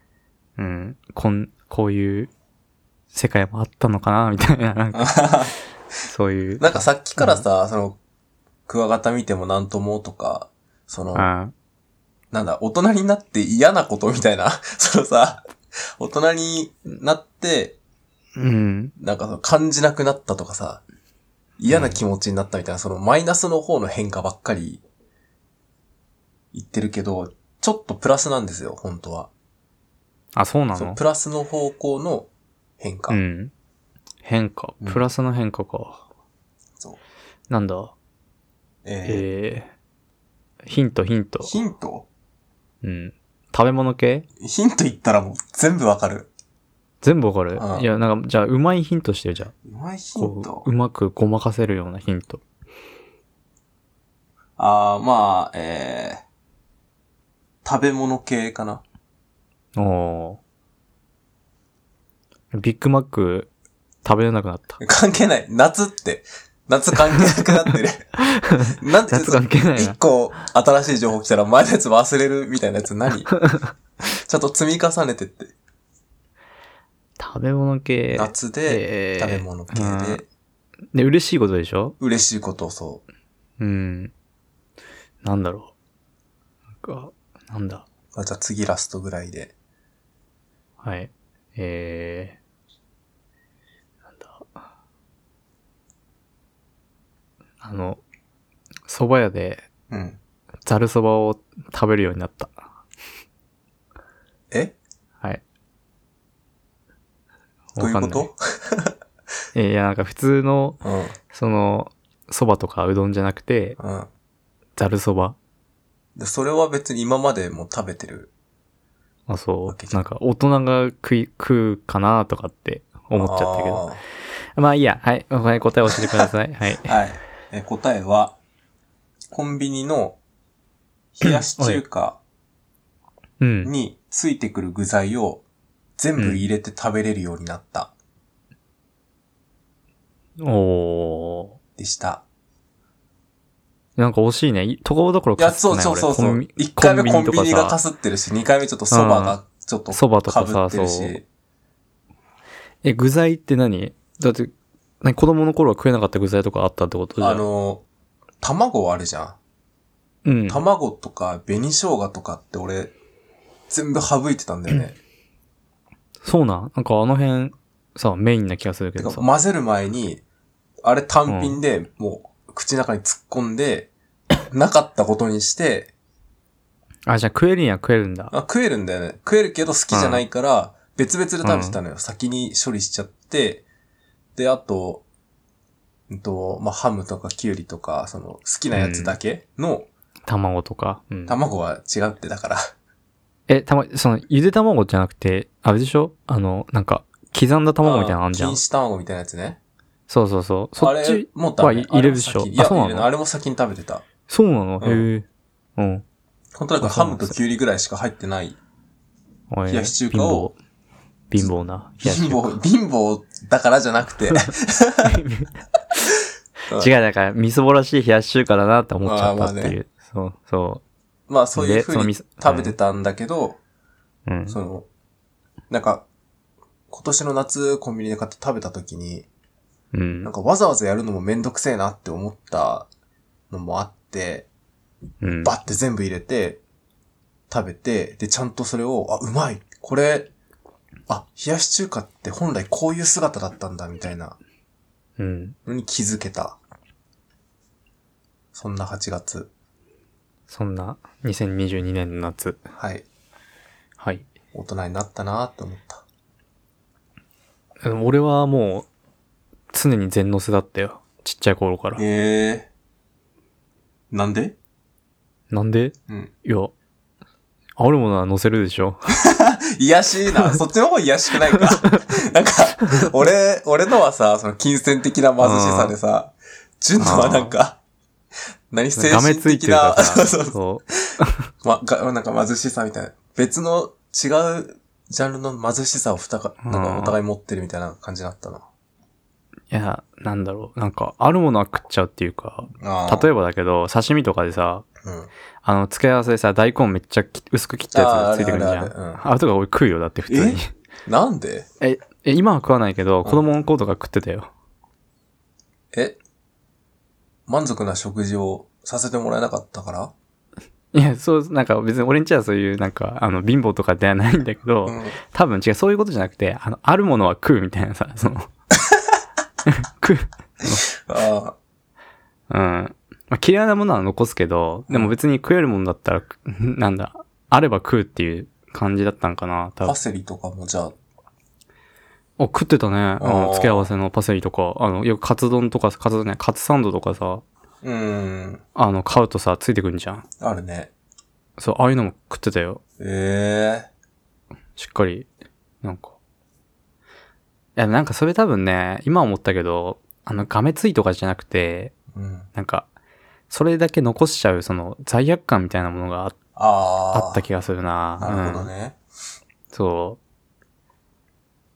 S1: うん。こん、こういう世界もあったのかなみたいな。 なんか、
S2: あ。
S1: そういう。
S2: なんかさっきからさ、その、クワガタ見てもなんともとか、その、
S1: うん。
S2: なんだ、大人になって嫌なことみたいな、 そのさ、大人になって、
S1: うん。
S2: なんかその感じなくなったとかさ、嫌な気持ちになったみたいな、そのマイナスの方の変化ばっかり言ってるけど、ちょっとプラスなんですよ、本当は。
S1: あ、そうな
S2: そう
S1: の
S2: プラスの方向の変化。
S1: うん。変化
S2: う。ん
S1: プラスの変化か。
S2: そう
S1: なんだ
S2: え
S1: えー、ヒント、ヒント
S2: ー、。ヒント
S1: うん。食べ物系
S2: ヒント言ったらもう全部わかる。
S1: 全部わかる
S2: うん
S1: いや、なんか、じゃあ、うまいヒントしてよ、じゃあ。
S2: うまいヒン
S1: こ
S2: ト
S1: う、うまくごまかせるようなヒント。
S2: ああ、まあ、えー、食べ物系かな。
S1: おービッグマック食べれなくなった。
S2: 関係ない。夏って。夏関係なくな ってる。なんで、
S1: 夏関係ない
S2: 一
S1: な。
S2: 個新しい情報来たら前のやつ忘れるみたいなや つ何ちゃんと積み重ねてって。
S1: 食べ物系。
S2: 夏で、
S1: えー
S2: 食べ物系
S1: うん
S2: で、
S1: で、嬉しいことでしょ
S2: 嬉しいことをそう。
S1: うん。なんだろう。なんか、なんだ。
S2: まあじゃあ次ラストぐらいで。
S1: はい。えあの、蕎麦屋で
S2: うん。
S1: ざるそばを食べるようになった。
S2: え
S1: はい。
S2: どういうこ
S1: わか
S2: と
S1: んないいや、なんか普通の、
S2: うん。
S1: その、蕎麦とかうどんじゃなくて、
S2: うん
S1: ざるそば。
S2: で。それは別に今までも食べてる。
S1: あ、そ
S2: わけ
S1: う。
S2: じゃ
S1: なん
S2: ん
S1: か大人が食い、食うかなとかって思っちゃったけど。まあいいや。はい。お前答え教えてください。はい。
S2: あー。 はい。え、答えは、コンビニの冷やし中華
S1: うん。
S2: についてくる具材を全部入れて食べれるようになった。
S1: おー。
S2: でした。
S1: なんか惜しいね。いところどころ
S2: いや、
S1: かす
S2: そ
S1: ってな
S2: う
S1: い
S2: そうそう
S1: 俺
S2: そ
S1: コン
S2: う
S1: ビ。
S2: 一回目コンビ
S1: コンビ
S2: ニ
S1: ニ
S2: が
S1: と
S2: か
S1: か
S2: す
S1: さ、
S2: ってるし、二回目ちょっと蕎麦がちょっと
S1: 蕎麦と
S2: か
S1: か
S2: ぶ
S1: さ
S2: ってる
S1: そう
S2: し。
S1: え、具材って何だって、何子供の頃は食えなかった具材とかあったってことじゃん。
S2: あの、卵あるじゃ
S1: うん
S2: ん。。卵とか紅生姜とかって俺、全部省いてたんだよね。
S1: そうなんなんかあの辺、さ、メインな気がするけ
S2: て
S1: ど
S2: か
S1: さ。
S2: 混ぜる前に、あれ単品でもう口の中に突っ込んで、なかったことにして、
S1: あ、じゃあ食えるんや食えるんだ
S2: あ。食えるんだよね。食えるけど好きじゃないから、別々で食べてたのよ。先に処理しちゃって、で、あと、うんと、まあ、ハムとかキュウリとか、その、好きなやつだけの、
S1: 卵とか。うん。
S2: 卵は違うってだから。
S1: え、たま、その、ゆで卵じゃなくて、あれでしょあの、なんか、刻んだ卵みたいなのあんじゃ
S2: あ
S1: ん。
S2: 錦糸卵みたいなやつね。
S1: そうそうそう。
S2: あ
S1: そっ
S2: れ
S1: ち、、
S2: もうダメ
S1: は入れるでしょ
S2: あれも先にいや、
S1: あそうなの
S2: 入れないあれも先に食べてた。
S1: そうなの、
S2: うん
S1: へえ。うん。
S2: 本当だから
S1: あそ
S2: ハ
S1: うなん
S2: ム
S1: です
S2: と
S1: よ
S2: キュウリぐらいしか入ってない。
S1: おい
S2: 冷やし中華を。
S1: 貧乏貧乏な。冷やし
S2: 貧
S1: 中華
S2: 乏、貧乏だからじゃなくて。乏
S1: 違う、だから、みそぼらしい冷やし中華だなって思っちゃったっていう。
S2: まあまあね
S1: そう、そ
S2: まあそういう風に
S1: でそ
S2: 食
S1: の味噌
S2: べてたんだけど、
S1: う。うん。
S2: その、なんか、今年の夏コンビニで買って食べた時に、
S1: うん
S2: なん。かわざわざやるのもめんどくせえなって思ったのもあって、
S1: うん。
S2: バッて全部入れて、食べて、で、ちゃんとそれを、あ、うまいこれ、あ、冷やし中華って本来こういう姿だったんだ、みたいな
S1: うん。
S2: のに気づけた。そんな8月。
S1: そんな、2022年の夏。
S2: はい。
S1: はい。
S2: 大人になったなーって思った。
S1: うん俺はもう、常に全乗せだったよ。ちっちゃい頃から。
S2: えー。なんで
S1: なんで
S2: うん。
S1: いや、あるものは乗せるでしょ。
S2: 癒やしい な。そっちの方癒やしく ないか。なんか、俺、俺のはさ、その金銭的な貧しさでさ、純のはなんか、何精
S1: がめ
S2: 神
S1: ついて
S2: 的
S1: るか
S2: な、
S1: ら
S2: そ
S1: さ。
S2: うそうそう
S1: そう。
S2: ま、が、なんか貧しさみたいな。別の違うジャンルの貧しさをふたか、なんかお互い持ってるみたいな感じだったな。
S1: いや、なんだろう。なんか、あるものは食っちゃうっていうか、
S2: あ
S1: 例えばだけど、刺身とかでさ、
S2: ば、うん。
S1: あの、付け合わせでさ、大根めっちゃき薄く切ったやつがついてくるじゃ
S2: あーあ
S1: ん。
S2: るあるあるうん
S1: あれとか俺食うよ、だって普通に。
S2: なんで
S1: え、え今は食わないけど、子供の頃とか食ってたよ。
S2: え満足な食事をさせてもらえなかったから
S1: いや、そう、なんか別に俺んちはそういう、なんか、あの、貧乏とかではないんだけど、
S2: うん。
S1: 多分違う、そういうことじゃなくて、あの、あるものは食うみたいなさ、そ の、 食う。
S2: あ
S1: うん。まあ、嫌いなものは残すけど、でも別に食えるもんだったら、 なんだ、あれば食うっていう感じだったんかな、
S2: あ、
S1: 多分
S2: パ。セリとかもじゃあ、
S1: あ、食ってたね。あの
S2: あー
S1: 付け合わせのパセリとか、あの、よくカツ丼とか、カツ丼ね、カツサンドとかさ、
S2: うーん、
S1: あの、買うとさ、ついてくんじゃん。
S2: あるね。
S1: そう、ああいうのも食ってたよ。
S2: え
S1: しっかり。なんか。いや、なんかそれ多分ね、今思ったけど、あの、がめついとかじゃなくて、
S2: えうん。
S1: なんか、それだけ残しちゃう、その、罪悪感みたいなものがあ
S2: ああ。
S1: あった気がするな
S2: なるほど
S1: うん。
S2: ね。
S1: そう。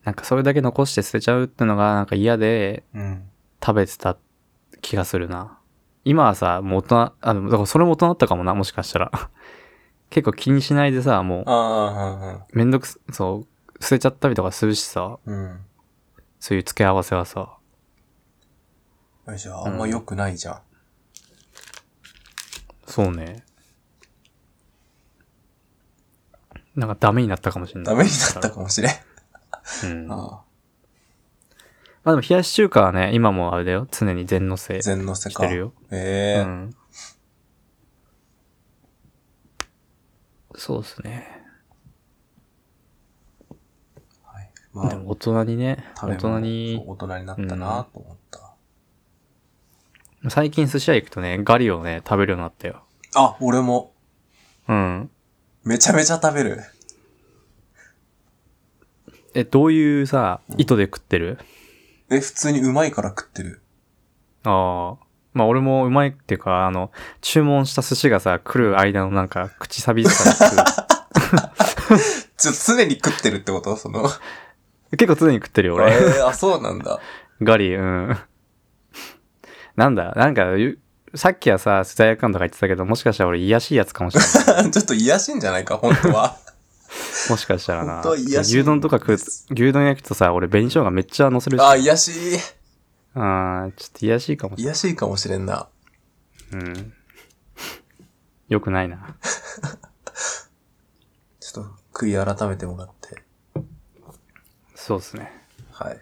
S1: なんかそれだけ残して捨てちゃうってのが、なんか嫌で、
S2: うん。
S1: 食べてた気がするな。今はさ、もう大人、あ、でもだからそれも大人だったかもな、もしかしたら。 結構気にしないでさ、も
S2: あ
S1: う、めんどくす、そう、捨てちゃったりとかするしさ、
S2: あ、うん、うん。うん
S1: そういう付け合わせはさ。
S2: え。じゃあ、あんま良くないじゃん。
S1: そうね。なんかダメになったかもしれない。
S2: ダメになったかもしれん。
S1: うん。
S2: あ
S1: まあでも冷やし中華はね、今もあれだよ。常に全のせし
S2: 全のせか。
S1: てるよ。う
S2: ええ
S1: ん。そうですね。
S2: ま
S1: で
S2: あ、
S1: も大人にね、大人に
S2: そう、大人になったなと思った。
S1: 最近寿司屋行くとね、ガリをね、食べるようになったよ。
S2: あ、俺も、
S1: うん。
S2: めちゃめちゃ食べる。
S1: え、どういうさ、意図で食ってる、
S2: え、普通にうまいから食ってる。
S1: ああ。まあ俺もうまいっていうか、あの、注文した寿司がさ、来る間のなんか、口寂しさが来
S2: ちょ、常に食ってるってことその。
S1: る結構常に食ってるよ、俺。
S2: え ー、あ、そうなんだ。
S1: ガリ、うん。なんだ、なんか、ゆさっきはさ、世代役感とか言ってたけど、もしかしたら俺、癒やしいやつかもしれない。
S2: ちょっと癒やしいんじゃないか、本当は。
S1: もしかしたら
S2: 本
S1: な。
S2: 当は癒やしい
S1: 牛丼とか食うと、牛丼焼くとさ、俺、紅生姜めっちゃ乗せるし。
S2: あ、癒やしい。
S1: ああ、ちょっと癒やしいかもし
S2: 癒やしいかもしれんな。
S1: れない。うん。よくないな。
S2: ちょっと、悔い改めてもらって。
S1: そうですね。
S2: はい。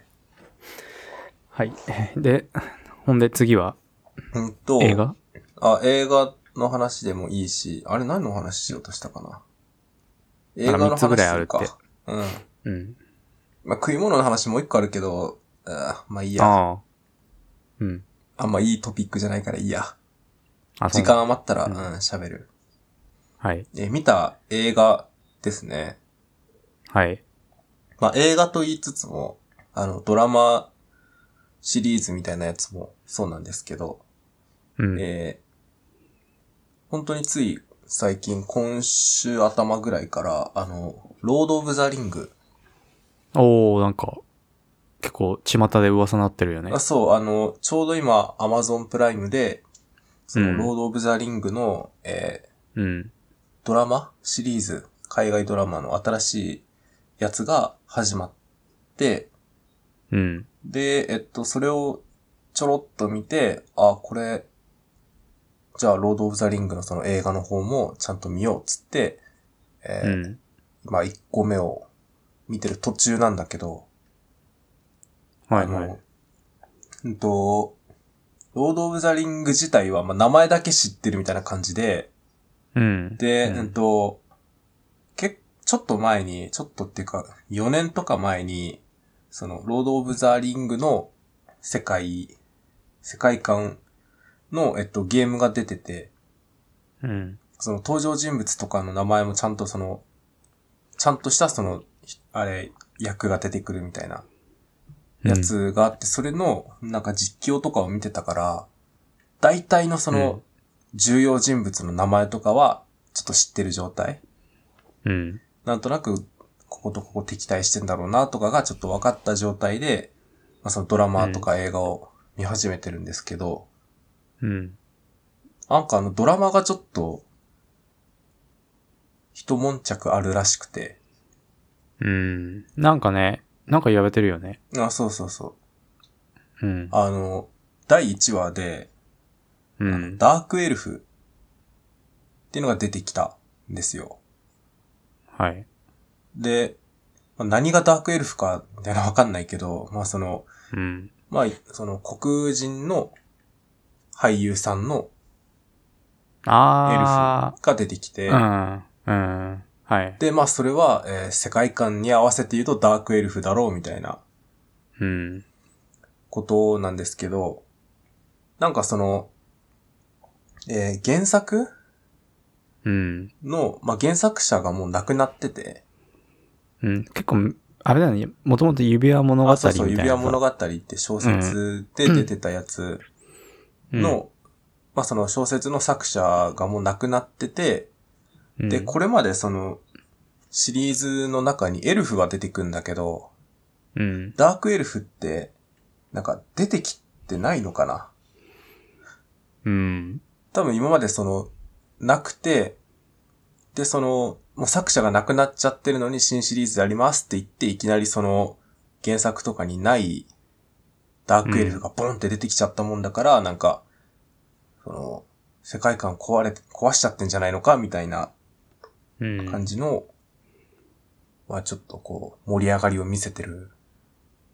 S1: はい。で、ほんで次は、
S2: うんと、
S1: 映画
S2: あ、映画の話でもいいし、あれ何の話しようとしたかな。映画の
S1: 三
S2: 話
S1: つぐらいあ
S2: す
S1: る
S2: る
S1: って
S2: か。うん。
S1: うん。
S2: まあ、食い物の話もう一個あるけど、あまあいいや。あ
S1: ああ。うん。
S2: んまいいトピックじゃないからいいや。
S1: あ、そう
S2: 時間余ったら、
S1: う
S2: うんん、喋る。
S1: はい。
S2: え、見た映画ですね。
S1: はい。
S2: まあ、映画と言いつつも、あの、ドラマシリーズみたいなやつもそうなんですけど、
S1: うん。
S2: えー本当につい最近、今週頭ぐらいから、あの、ロード・オブ・ザ・リング。
S1: おー、なんか、結構、巷で噂なってるよね
S2: あ。そう、あの、ちょうど今、アマゾンプライムで、そうの、
S1: ん
S2: ロード・オブ・ザ・リングの、えー
S1: うん。
S2: ドラマシリーズ、海外ドラマの新しいやつが始まって、
S1: うん。
S2: で、えっと、それをちょろっと見て、あ、これ、じゃあ、ロード・オブ・ザ・リングのその映画の方もちゃんと見ようっつって、え
S1: う
S2: ー
S1: ん。
S2: まあ、1個目を見てる途中なんだけど、
S1: はい
S2: あ
S1: はい。
S2: の、うんと、ロード・オブ・ザ・リング自体は、まあ、名前だけ知ってるみたいな感じで、
S1: うん。
S2: で、
S1: う
S2: うん
S1: ん、
S2: と、けちょっと前に、ちょっとっていうか、4年とか前に、その、ロード・オブ・ザ・リングの世界、世界観の、えっと、ゲームが出てて、
S1: うん。
S2: その登場人物とかの名前もちゃんとその、ちゃんとしたその、ひあれ、役が出てくるみたいなやつがあって、それの、なんか実況とかを見てたから、大体のその、重要人物の名前とかは、ちょっと知ってる状態
S1: うん。
S2: なんとなく、こことここ敵対してんだろうなとかがちょっと分かった状態で、まあ、そのドラマとか映画を見始めてるんですけど、
S1: うん。
S2: なんかあのドラマがちょっと、一悶着あるらしくて、
S1: うん。なんかね、なんか言われてるよね。
S2: あ、そうそうそう。
S1: うん。
S2: あの、第1話で、
S1: う
S2: あ
S1: ん
S2: の。ダークエルフっていうのが出てきたんですよ。
S1: はい。
S2: で、まあ何がダークエルフかみたいなのわかんないけど、まあその、
S1: うん。
S2: まあ、その黒人の俳優さんの
S1: あ
S2: が出てきて、
S1: ー。うん。うん。はい。
S2: で、まあそれは、えー世界観に合わせて言うとダークエルフだろうみたいな
S1: うん。
S2: ことなんですけど、なんかその、えー原作
S1: うん。
S2: の、まあ原作者がもう亡くなってて、
S1: うん。結構、あれだよね。もともと指輪物語
S2: あ
S1: みた
S2: そう
S1: いなさ。
S2: そう、指輪物語って小説で出てたやつの、まあその小説の作者がもう亡くなってて、
S1: うん、
S2: で、
S1: うん
S2: これまでその、シリーズの中にエルフが出てくんだけど、
S1: うん。
S2: ダークエルフって、なんか出てきてないのかな
S1: うん。
S2: 多分今までその、なくて、で、その、もう作者がなくなっちゃってるのに新シリーズやりますって言って、いきなりその、原作とかにない、ダークエルフがボンって出てきちゃったもんだから、なんか、その、世界観壊れて、壊しちゃってんじゃないのかみたいな
S1: うん。
S2: 感じの、まあちょっとこう、盛り上がりを見せてる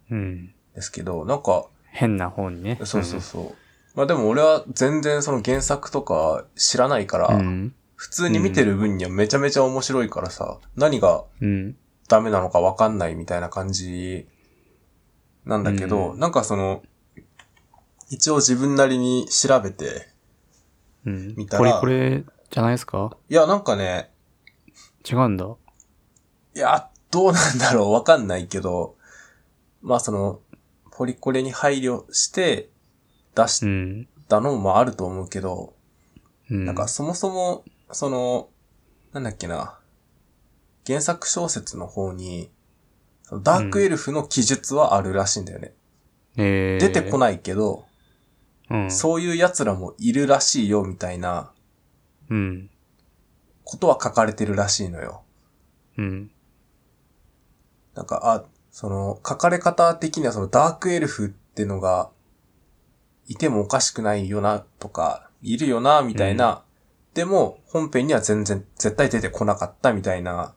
S1: うん。
S2: ですけど、なんか、
S1: 変な方にね。
S2: そうそうそう。まあでも俺は全然その原作とか知らないから、
S1: うん。
S2: 普通に見てる分にはめちゃめちゃ面白いからさ、何が
S1: うん。
S2: ダメなのかわかんないみたいな感じなんだけど、
S1: う
S2: なんかその、一応自分なりに調べて、
S1: うん。
S2: 見た
S1: これ
S2: ら
S1: これじゃないですか
S2: いや、なんかね、
S1: 違うんだ。
S2: いや、どうなんだろうわかんないけど、まあその、ポリコレに配慮して出
S1: う
S2: し
S1: ん。
S2: たのもあると思うけど、
S1: うん。
S2: なんかそもそも、その、なんだっけな、原作小説の方に、そのダークエルフの記述はあるらしいんだよね。
S1: えー、
S2: 出てこ
S1: な
S2: ないけど、
S1: い。うん。
S2: そういう奴らもいるらしいよみたいな
S1: うん。
S2: ことは書かれてるらしいのよ。
S1: うん。
S2: なんか、あ、その、書かれ方的にはそのダークエルフってのが、いてもおかしくないよな、とか、いるよな、みたいな。でも、本編には全然、絶対出てこなかったみたいな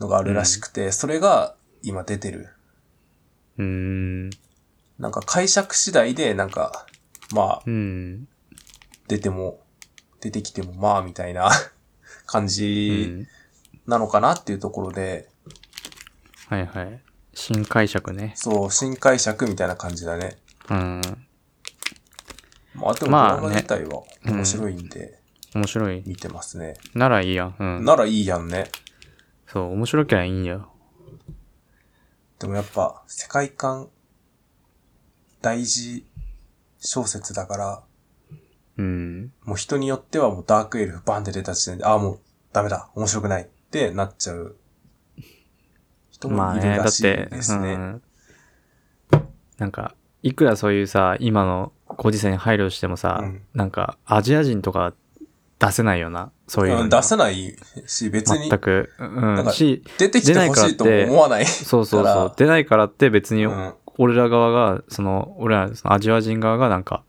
S2: のがあるらしくて、それが今出てる。
S1: うーん。
S2: なんか解釈次第で、なんか、まあ、
S1: うん。
S2: 出ても、出てきてもまあ、みたいな 感
S1: う
S2: じ
S1: ん。
S2: なのかなっていうところで、
S1: はいはい。新解釈ね。
S2: そう、新解釈みたいな感じだね。
S1: うん。
S2: まあ、でもド
S1: まあ
S2: ラマ
S1: ね
S2: 自体は面白いんで、
S1: 面白い。
S2: 見てますね。
S1: ならいいやん。うん。
S2: ならいいやんね。
S1: そう、面白きゃいいんや。
S2: でもやっぱ、世界観、大事小説だから、
S1: うん。
S2: もう人によってはもうダークエルフバンって出た時点で、ああ、もうダメだ、面白くないってなっちゃう人
S1: ま
S2: も
S1: あ
S2: いる
S1: ね、だ
S2: ら
S1: っ
S2: しい
S1: て、
S2: です
S1: う
S2: ね。
S1: ん。なんか、いくらそういうさ、今のご時世に配慮してもさ、
S2: うん
S1: なんか、アジア人とか出せないよな、そういうの
S2: う
S1: に
S2: ん出せないし、別に
S1: 全く。
S2: な
S1: うんん。
S2: か
S1: し、
S2: 出てきてほしいとも思わない。
S1: そうそう
S2: だか
S1: そ
S2: ら
S1: う。出ないからって別に、
S2: うん
S1: 俺ら側が、その、俺ら、そのアジア人側がなんか、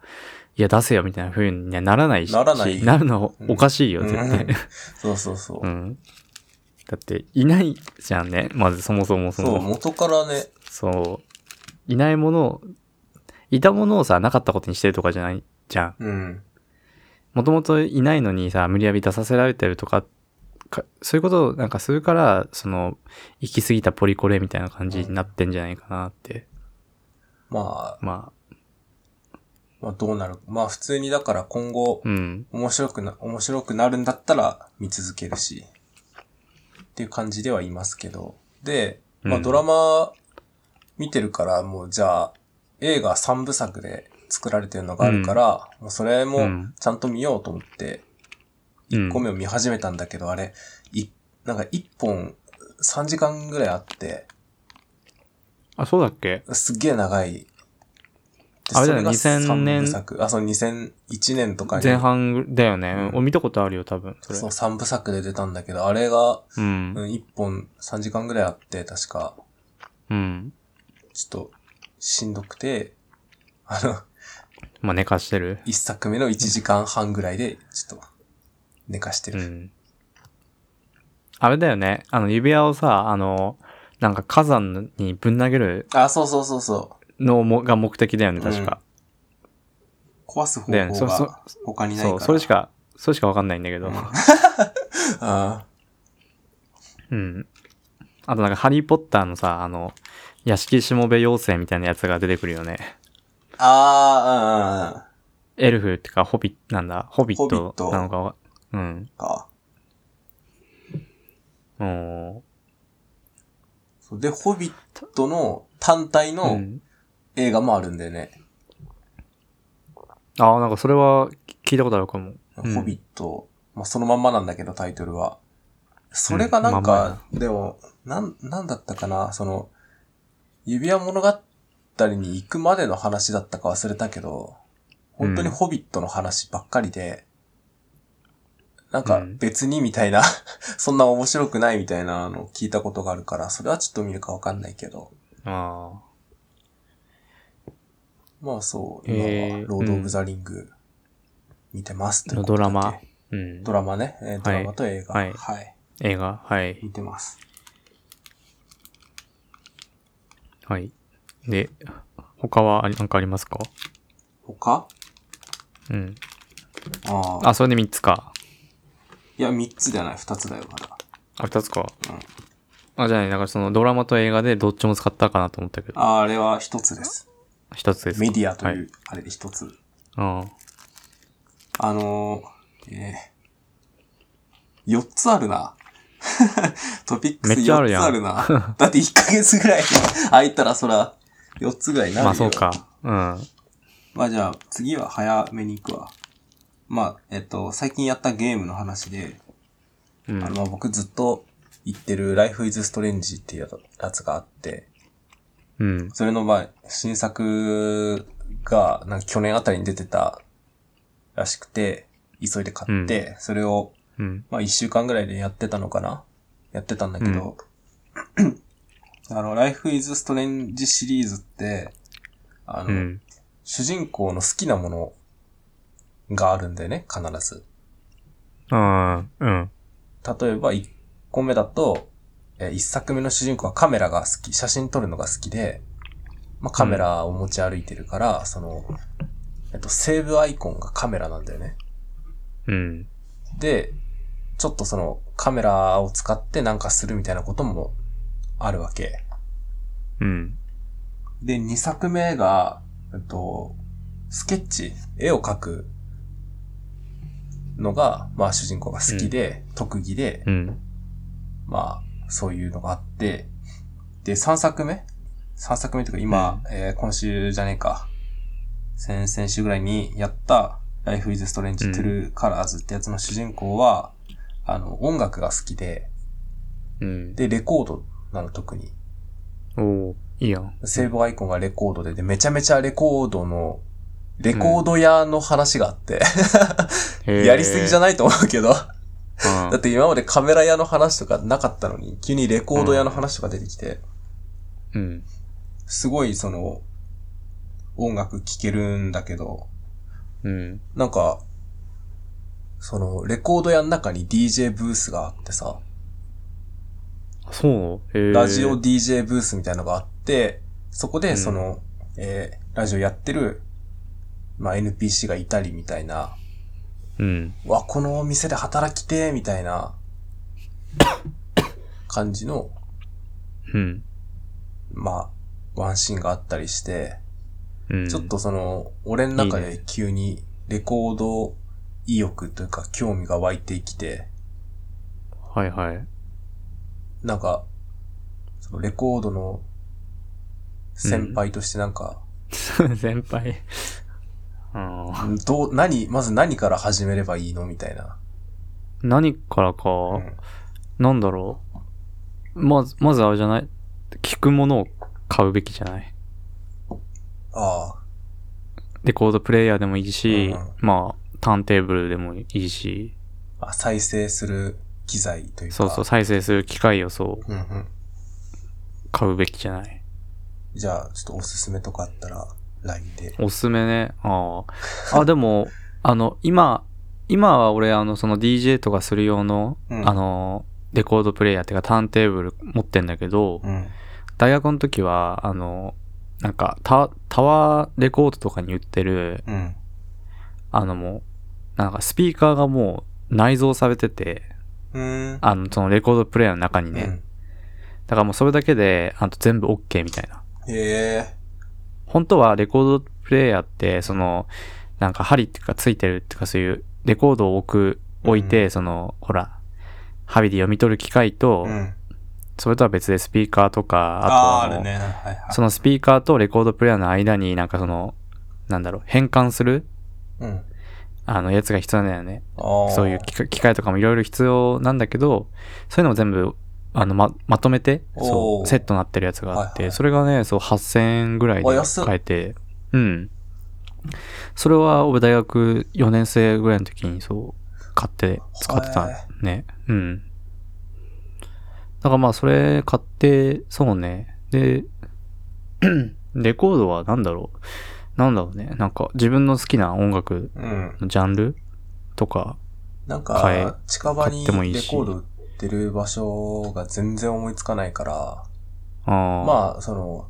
S1: いや、出せよみたいな風にはならないし、
S2: ならない
S1: なるのおかしいよ、
S2: うん
S1: 絶対。
S2: そうそうそう
S1: う。ん。だって、いないじゃんね。まず、そもそもそも
S2: そ、
S1: そう
S2: 元からね、
S1: う。いないものを、いたものをさ、なかったことにしてるとかじゃないじゃん。
S2: うん。
S1: もともといないのにさ、無理やり出させられてるとか、かそういうことをなんかするから、その、行き過ぎたポリコレみたいな感じになってんじゃないかなって。
S2: まあ、
S1: ま
S2: まあどうなる。まあ普通にだから今後
S1: あ、、うん。
S2: 面白くな、面白くなるんだったら見続けるし、っていう感じではいますけど。で、まあ
S1: うん
S2: ドラマ見てるから、もうじゃあ、映画3部作で作られてるのがあるから、もうそれ
S1: う
S2: も
S1: ん
S2: ちゃんと見ようと思って、
S1: うん
S2: 1個目を見始めたんだけど、あれ、い、なんか1本3時間ぐらいあって、
S1: あ、そうだっけ
S2: すっげえ長い。で
S1: あれだよ
S2: そが
S1: 2000年
S2: 三部作。あ、その2001年とかに。
S1: 前半だよね。
S2: うん
S1: 俺見たことあるよ、多分。それ
S2: そう、。3部作で出たんだけど、あれが、
S1: うん
S2: う。ん、1本3時間ぐらいあって、確か、
S1: うん。
S2: ちょっと、しんどくて、あの、
S1: まあ、寝かしてる。
S2: 1作目の1時間半ぐらいで、ちょっと、寝かして
S1: う
S2: る。
S1: ん。あれだよね。あの、指輪をさ、あの、なんか火山にぶん投げる
S2: あ、そうそうそうそう。
S1: のもが目的だよね、確か。
S2: 壊す方
S1: だよね
S2: 法
S1: そそ
S2: が他にないか
S1: そ
S2: ら。
S1: う、それし。か、それしかわかんないんだけど。
S2: あ
S1: うん。あとなんか、ハリーポッターのさ、あの、屋敷しもべ妖精みたいなやつが出てくるよね。
S2: ーあー、うんうんうん。
S1: エルフってか、ホビッ、なんだ、ホビッ
S2: ホビッ
S1: ト
S2: ト
S1: なのかわ、うん。
S2: あ
S1: お
S2: そうで、ホビットの単体
S1: ーう
S2: の
S1: ん。
S2: 映画もあるんだよね。
S1: ああ、なんかそれは聞いたことあるかも。うん
S2: ホビット、まあ、そのまんまなんだけど、タイトルは。それがなん
S1: うんまん
S2: か、でも、なん、なんだったかな、その、指輪物語に行くまでの話だったか忘れたけど、本当に
S1: うん
S2: ホビットの話ばっかりで、なんか
S1: うん
S2: 別にみたいな、 そんな面白くないみたいなのを聞いたことがあるから、それはちょっと見るかわかんないけど、
S1: ああ。
S2: まあそう、
S1: へ
S2: 今
S1: ー
S2: は、ロード・オブ・ザ・リング、見てますって
S1: の
S2: こと
S1: ドラ
S2: だけ
S1: マ。うん
S2: ド。ラマね、えードラマと映画。
S1: はい
S2: はい、
S1: 映画はい。
S2: 見てます。
S1: はい。で、他はありなんかありますか
S2: 他
S1: うん。
S2: ああ。
S1: あ、それで3つか。
S2: いや、三つじゃない、二つだよ、まだ。
S1: あ、2つか。
S2: うん
S1: あ、じゃあね、なんかそのドラマと映画でどっちも使ったかなと思ったけど、
S2: ああれは一つです。
S1: 1つですか。
S2: メディアと
S1: はい
S2: いう、あれで一つ。
S1: うん。
S2: あのー、えー、4つあるな。 トピックス
S1: めっちゃある
S2: 4
S1: やん
S2: つあるな。だって1ヶ月ぐらい 空いたらそら、4つぐらいになるよ。
S1: まあそう。か。うん。
S2: まあじゃあ、次は早めに行くわ。まあ、えっと、最近やったゲームの話で、
S1: う
S2: あの、
S1: ん。
S2: まあ僕ずっと言ってる Life is Strange っていうやつがあって、
S1: うん。
S2: それのまあ、新作が、なんか去年あたりに出てたらしくて、急いで買って、それを
S1: うん。
S2: まあ一週間ぐらいでやってたのかなやってたんだけど、 あの、Life is Strange シリーズって、あの、
S1: うん。
S2: 主人公の好きなものがあるんだよね、必ず。
S1: うん。うん。
S2: 例えば1個目だと、え1作目の主人公はカメラが好き、写真撮るのが好きで、まあカメラを持ち歩いてるから、その、えっと、セーブアイコンがカメラなんだよね。
S1: うん。
S2: で、ちょっとそのカメラを使ってなんかするみたいなこともあるわけ。
S1: うん。
S2: で、2作目が、えっと、スケッチ、絵を描くのが、まあ主人公が好きで、特技で、
S1: うん。
S2: まあそういうのがあって、で、3作目 ?3 作目というか今、えー今週じゃねえか。先々週ぐらいにやった Life is Strange
S1: う
S2: True Colors ってやつの主人公は、あの、音楽が好きで、
S1: うん。
S2: で、レコードなの特に。
S1: おおーいいやん。
S2: セーブアイコンがレコードで、で、めちゃめちゃレコードの、レコード屋の話があって、やりすぎじゃ
S1: ない
S2: ないと思うけど、だ
S1: うん。
S2: って今までカメラ屋の話とかなかったのに、急にレコード屋の話とか出てきて、
S1: うん。
S2: すごいその、音楽聴けるんだけど、
S1: うん。
S2: なんか、その、レコード屋の中に DJ ブースがあってさ、
S1: あそうへえ。
S2: ラジオ DJ ブースみたいなのがあって、そこでその、えーラジオやってる、まあ、NPC がいたりみたいな、
S1: うん。
S2: うわ、このお店で働きてーみたいな、感じの、
S1: うん。
S2: まあ、ワンシーンがあったりして、
S1: うん。
S2: ちょっ。とその、俺の中で急にレコード意欲というか興味が湧いてきて、
S1: はいはい。
S2: なんか、そのレコードの先輩としてなんか、
S1: 先輩。ああ。
S2: どう、何、まず何から始めればいいのみたいな。
S1: 何からか、
S2: うん
S1: なんだろう。まず、まずあれじゃない聞くものを買うべきじゃない
S2: ああ、
S1: レコードプレイヤーでもいいし、
S2: うんうん
S1: まあ、ターンテーブルでもいいし、
S2: あ再生する機材というか。
S1: そうそう、再生する機械をそう、
S2: うんうん。
S1: 買うべきじゃない
S2: じゃあ、ちょっとおすすめとかあったら、LINE で。
S1: おすすめね。ああ。あ、でも、 あの、今、今は俺、あの、その DJ とかする用の、
S2: うん
S1: あの、レコードプレイヤーっていうかターンテーブル持ってんだけど、
S2: うん。
S1: 大学の時は、あの、なんかタ、タワーレコードとかに売ってる、
S2: うん。
S1: あのもう、なんかスピーカーがもう内蔵されてて、
S2: うーん。
S1: あの、そのレコードプレイヤーの中にね。だからもうそれだけで、あと全部 OK みたいな。
S2: うん。へえ。
S1: 本当はレコードプレイヤーって、その、なんか針っていうかついてるっていうかそういうレコードを置く、置いて、その、ほら、針で読み取る機械と、
S2: うん。
S1: それとは別でスピーカーとか、
S2: ああ
S1: あ
S2: ー、
S1: と
S2: あ
S1: は
S2: る
S1: もう
S2: ね。はいはい。
S1: そのスピーカーとレコードプレイヤーの間になんかその、なんだろう、変換する
S2: うん。
S1: あの、やつが必要なんだよね。
S2: ああ。
S1: そういう機械機械とかもいろいろ必要なんだけど、そういうのも全部、あの、ま、まとめて、そ
S2: おー
S1: う、セットになってるやつがあって、
S2: はいはい
S1: それがね、そう、8000円ぐらいで
S2: あ安っ
S1: 買えて、うん。それは、俺大学4年生ぐらいの時に、そう、買って、使ってた
S2: へ
S1: ね。うん。だからまあ、それ買って、そうね。で、 レコードは何だろう。なんだろうね。なんか、自分の好きな音楽
S2: うん。
S1: のジャンルとか、
S2: なん
S1: 買え
S2: か、近場
S1: 買っ
S2: にレ
S1: て
S2: コ
S1: もいいし
S2: ード売ってる場所が全然思いつかないから、
S1: ああ。
S2: まあ、その、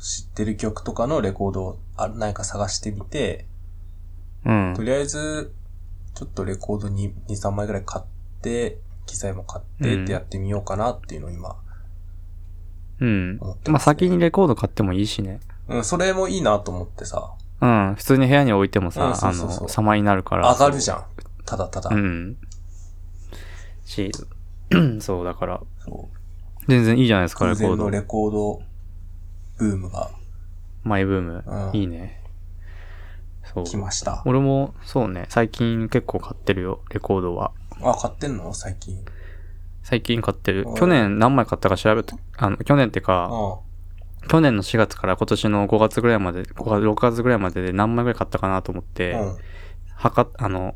S2: 知ってる曲とかのレコードをあ何か探してみて、
S1: うん
S2: と。りあえず、ちょっとレコードに2、3枚ぐらい買って、機材も買ってってやってみようかなっていうのを今
S1: うん。
S2: 思って
S1: まあ
S2: ます、
S1: 先にレコード買ってもいいしね。
S2: うん、それもいいなと思ってさ、
S1: うん。普通に部屋に置いても
S2: う
S1: さ
S2: ん、そう
S1: あ
S2: そうそう
S1: の、様になるから。
S2: 上がるじ
S1: ゃ
S2: ゃん。ただただ。
S1: うん。し、 そう、だから、
S2: そう
S1: 全然いいじゃないですか、レ
S2: 空
S1: コー
S2: 前の
S1: ド。
S2: レコードブームが
S1: マイブーム。
S2: うん
S1: いいね。そう。
S2: 来ました。
S1: 俺も、そうね、最近結構買ってるよ、レコードは。
S2: あ、買ってんの最近。
S1: 最近買ってる
S2: うん。
S1: 去年何枚買ったか調べた、あの、去年ってか、
S2: あ
S1: 去年の4月から今年の5月ぐらいまで、5月6月ぐらいまでで何枚ぐらい買ったかなと思って、
S2: うん。うん。
S1: はか、あの、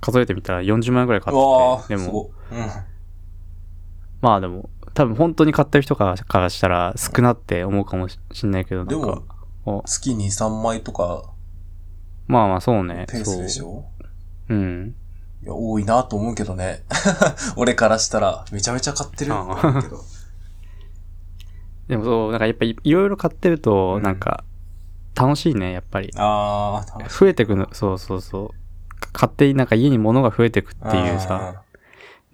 S1: 数えてみたら40枚ぐらい買
S2: うわ
S1: ってて、
S2: ー
S1: ですも、
S2: ごい。うん。
S1: まあでも、多分本当に買ってる人からからしたら少なって思うかもししんないけど、
S2: で
S1: なんか
S2: も、、
S1: お
S2: 月2、3枚とか、
S1: まあまあそうね。
S2: ペースでし
S1: そ
S2: ょ
S1: う。うん。
S2: いや、多いなと思うけどね。 俺からしたら、めちゃめちゃ買ってると思う けど。
S1: でもそう、なんかやっぱいいろいろ買ってる
S2: う
S1: と、
S2: ん
S1: なんか、楽しいね、やっぱり。
S2: あー、楽し
S1: 増えてくの、そうそうそう。か勝手になんか家に物が増えてくっていうさ、
S2: あ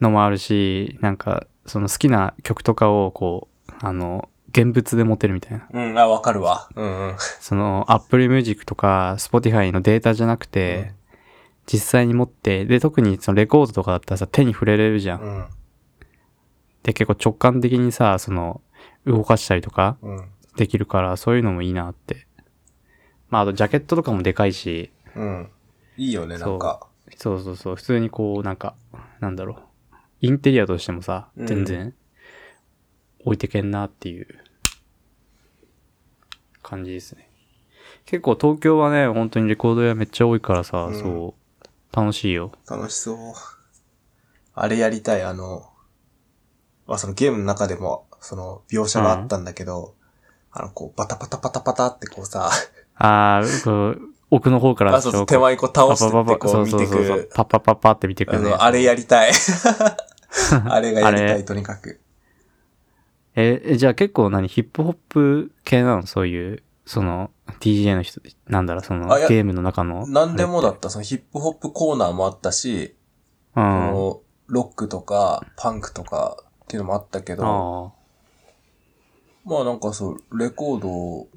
S1: のもあるし、なんか、その好きな曲とかをこう、あの、現物で持てるみたいな。
S2: ー。うん、あ、わかるわ。うんうん。
S1: その、Apple Music とか Spotify のデータじゃなくて、実際に持って、で、特にそのレコードとかだったらさ、手に触れれるじゃ。
S2: うんん、
S1: で、結構直感的にさ、その、動かしたりとか
S2: うん、
S1: できるから、そういうのもいいなって。まあ、あと、ジャケットとかもでかいし、
S2: うん。いいよね、なんか。
S1: そうそうそう、普通にこう、なんか、なんだろう、インテリアとしてもさ、
S2: うん
S1: 全然、置いてけんなっていう、感じですね。結構東京はね、本当にレコード屋めっちゃ多いからさ、
S2: うん
S1: そう、楽しいよ。
S2: 楽しそう。あれやりたい、あの、まあそのゲームの中でも、その描写があったんだけど、あの、こう、パタパタパタパタってこうさ、
S1: あー、こう奥の方から
S2: あ、そうそう手前こう倒してって
S1: パパパパ
S2: こう見て
S1: そうそうそう
S2: く
S1: そう。パッパッパッパって見てく
S2: あ
S1: るね。
S2: の、あれやり たい。あれがやり
S1: あ
S2: た
S1: れ
S2: い、とにかく。
S1: え、えじゃあ結構何ヒップホップ系なのそういう、その、DJ の人、なんだろう、その、
S2: あいや
S1: ゲームの中の。
S2: 何でもだ
S1: あれっ
S2: った、そのヒップホップコーナーもあったし、
S1: て。う
S2: こ
S1: ん。
S2: のロックとか、パンクとかっていうのもあったけど、
S1: あ
S2: まあなんかそう、レコードを、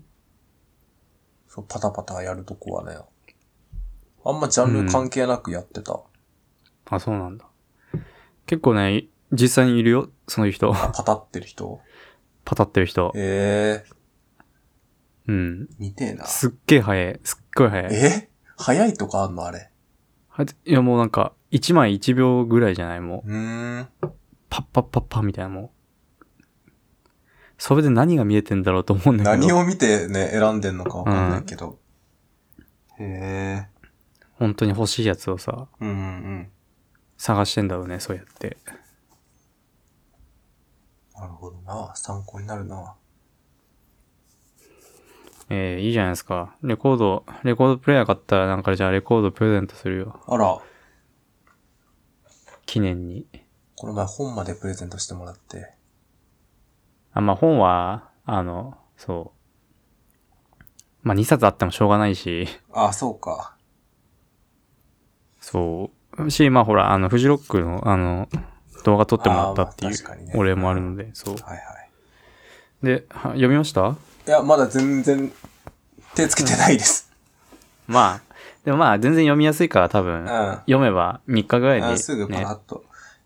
S2: そう、パタパタやるとこはね、あんまジャンル関係なくやってた。
S1: あ。あ、そうなんだ。結構ね、い実際にいるよ、そういう人。
S2: あパタってる人。
S1: パタってる人。
S2: ええ
S1: うん。
S2: 見てえな。
S1: すっげえ早い。すっごい早い。
S2: え早いとかあんのあれ。
S1: はいや、もうなんか、1枚1秒ぐらいじゃないもう、
S2: うーん。
S1: パッパッパッパみたいな、もう。それで何が見えてんだろうと思うんだけど。
S2: 何を見てね、選んでんのかわかんないけど。へえ。
S1: 本当に欲しいやつをさ、
S2: うんうん。
S1: 探してんだろうね、そうやって。
S2: なるほどな。参考になるな。
S1: えー、いいじゃないですか。レコード、レコードプレイヤー買ったらなんかじゃあレコードプレゼントするよ。
S2: あら、
S1: 記念に。
S2: この前本までプレゼントしてもらって。
S1: あ、まあ、本は、あの、そう。まあ、2冊あってもしょうがないし、
S2: あ、そうか。
S1: そう。し、まあ、ほら、あの、フジロックの、あの、動画撮ってもらったってい
S2: あ
S1: う
S2: ーまあ確かにね
S1: お礼もあるので、そう。
S2: はいはい。
S1: で、は読みました
S2: いや、まだ全然手つけてないです。
S1: まあ、でもまあ、全然読みやすいから多
S2: う
S1: 分
S2: ん。、あ
S1: 読めば3日ぐらいで、ね、
S2: すぐパラッと。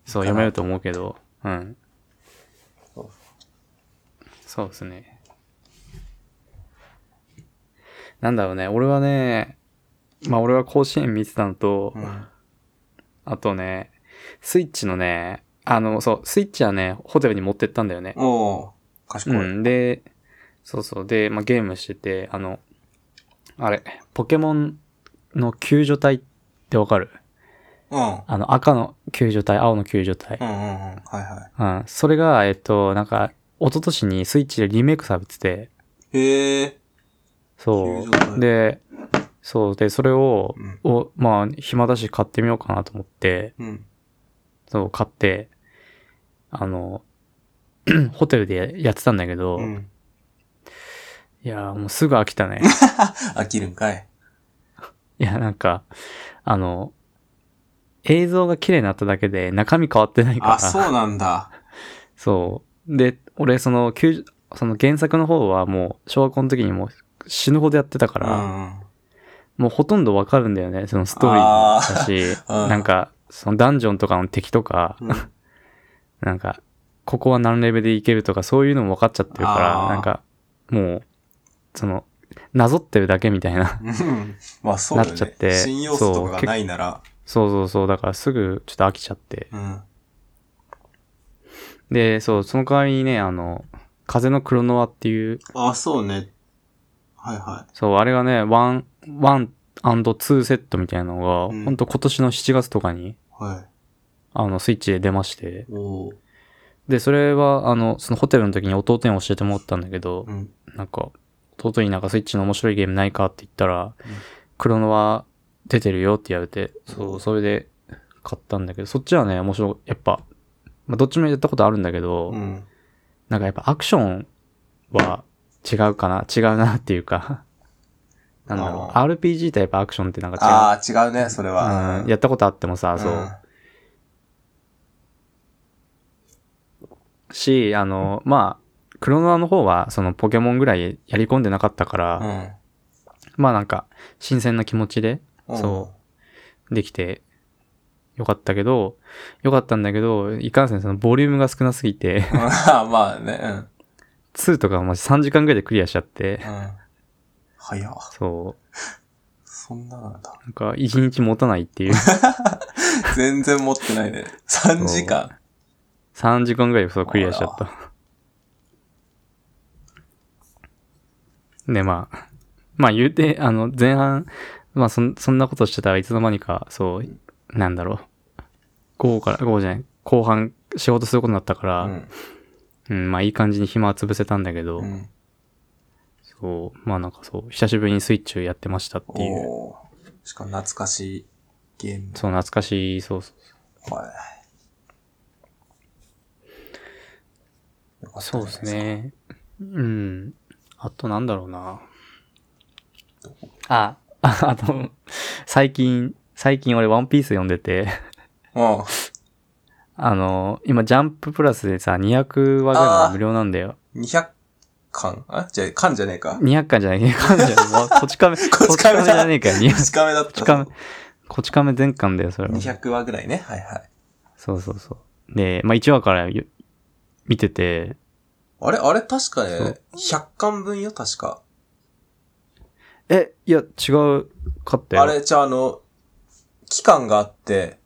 S1: そう、
S2: かな
S1: 読めると思うけど、うん。
S2: そう
S1: そうですね。なんだろうね、俺はね、まあ俺は甲子園見てたのと、
S2: うん。
S1: あとね、スイッチのね、あの、そう、スイッチはね、ホテルに持ってったんだよね。
S2: おー賢
S1: う
S2: い。
S1: ん、で、そうそう、で、まあゲームしてて、あの、あれ、ポケモンの救助隊ってわかる
S2: うん。
S1: あの、赤の救助隊、青の救助隊
S2: う。んうんうん。はいは
S1: うん、それが、えっと、なんか、一昨年にスイッチでリメイクされてて、
S2: い。へえ。
S1: そ
S2: 球場だね
S1: う。で、そう。で、それを、
S2: うん
S1: をまあ、暇だし買ってみようかなと思って、
S2: うん。
S1: そう、買って、 あの、ホテルでやってたんだけど、
S2: う
S1: い
S2: ん。
S1: いやー、もうすぐ飽きたね。
S2: 飽きるんかい。
S1: いや、なんか、あの、映像が綺麗になっただけで中身変わってないから。
S2: あ、そうなんだ。
S1: そう。で、俺、その、90その原作の方はもう、小学校の時にもう死ぬほどやってたか
S2: う
S1: ら、
S2: ん。
S1: もうほとんどわかるんだよね。そのストーリーだし、
S2: あーうん
S1: なんか、そのダンジョンとかの敵とか、
S2: うん
S1: なんか、ここは何レベルでいけるとか、そういうのも分かっちゃってるから
S2: あ、ー
S1: なんか、もう、その、なぞってるだけみたいな。
S2: うんまあそうだよ
S1: なっちゃっ
S2: ね。
S1: て
S2: 新要素とかがないなら。
S1: そうそうそう、だからすぐちょっと飽きちゃって。
S2: うん。
S1: で、そう、その代わりにね、あの、風のクロノアっていう、
S2: あ、そうね。はいは
S1: そう、あれがね、ワン、ワンツーセットみたいなのが、
S2: うん
S1: ほんと今年の7月とかに、
S2: い。は
S1: あの、スイッチで出まして
S2: い。、おー
S1: で、それは、あの、そのホテルの時に弟に教えてもらったんだけど
S2: う、ん。
S1: なんか、弟になんかスイッチの面白いゲームないかって言ったら、
S2: うん
S1: クロノは出てるよって言われて、そう、それで買ったんだけど、そっちはね、面白い、やっぱ、まあ、どっちもやったことあるんだけど、
S2: うん。
S1: なんかやっぱアクションは違うかな、違うなっていうか、なんだろう、
S2: あ
S1: RPG とやっぱアクションってなんか違う。
S2: ああ、違うね、それは。
S1: うんやったことあってもさ、
S2: うん
S1: そう、し、あの、まあ、クロノアの方は、そのポケモンぐらいやり込んでなかったから、まあなんか、新鮮な気持ちで
S2: うん。
S1: そできて、よかったけど、よかったんだけど、いかんせんそのボリュームが少なすぎて、
S2: うん。 まあまあね、うん。
S1: 2とかマジ3時間ぐらいでクリアしちゃって、
S2: うん。早っ。
S1: そ
S2: そんななんだ
S1: う、。なんか1日持たないっていう、
S2: 全然持ってないね。3時間。
S1: 3時間ぐらいそうクリアしちゃった。で、まあ、まあ言うて、あの、前半、まあそんそんなことしてたらいつの間にか、そう、なんだろう、午後から、午後じゃない、後半仕事することになったから、
S2: うん。
S1: うん、まあいい感じに暇は潰せたんだけど、
S2: うん。
S1: そう、まあなんかそう、久しぶりにスイッチをやってましたっていう。
S2: おーしかも懐かしいゲーム。
S1: そう、懐かしい、そうそうそう。
S2: はい。よかったじゃ
S1: そう
S2: な
S1: で
S2: い
S1: す。ね。うん。あとなんだろうな。あ、ああと、最近、最近俺ワンピース読んでて、
S2: うん。
S1: あの、今ジャンププラスでさ、200話ぐらいまで無料なんだよ。
S2: 200巻あじゃあ、巻じゃねえか。
S1: 200巻じゃない、200巻じゃないも う、こち亀、こ
S2: こ
S1: ち
S2: ち亀
S1: 亀
S2: だ
S1: じゃねえかよ、200
S2: 2日目だっ
S1: こち
S2: た
S1: 亀
S2: ぞ。、
S1: こち亀全巻だよ、それは。
S2: 200話ぐらいね。はいはい。
S1: そうそうそう。で、まあ1話からよ見てて、
S2: あれあれ確か
S1: そ
S2: ね
S1: う、
S2: 100巻分よ、確か。
S1: え、いや、違うかったよ。
S2: あれ、じゃあ、あの、期間があって、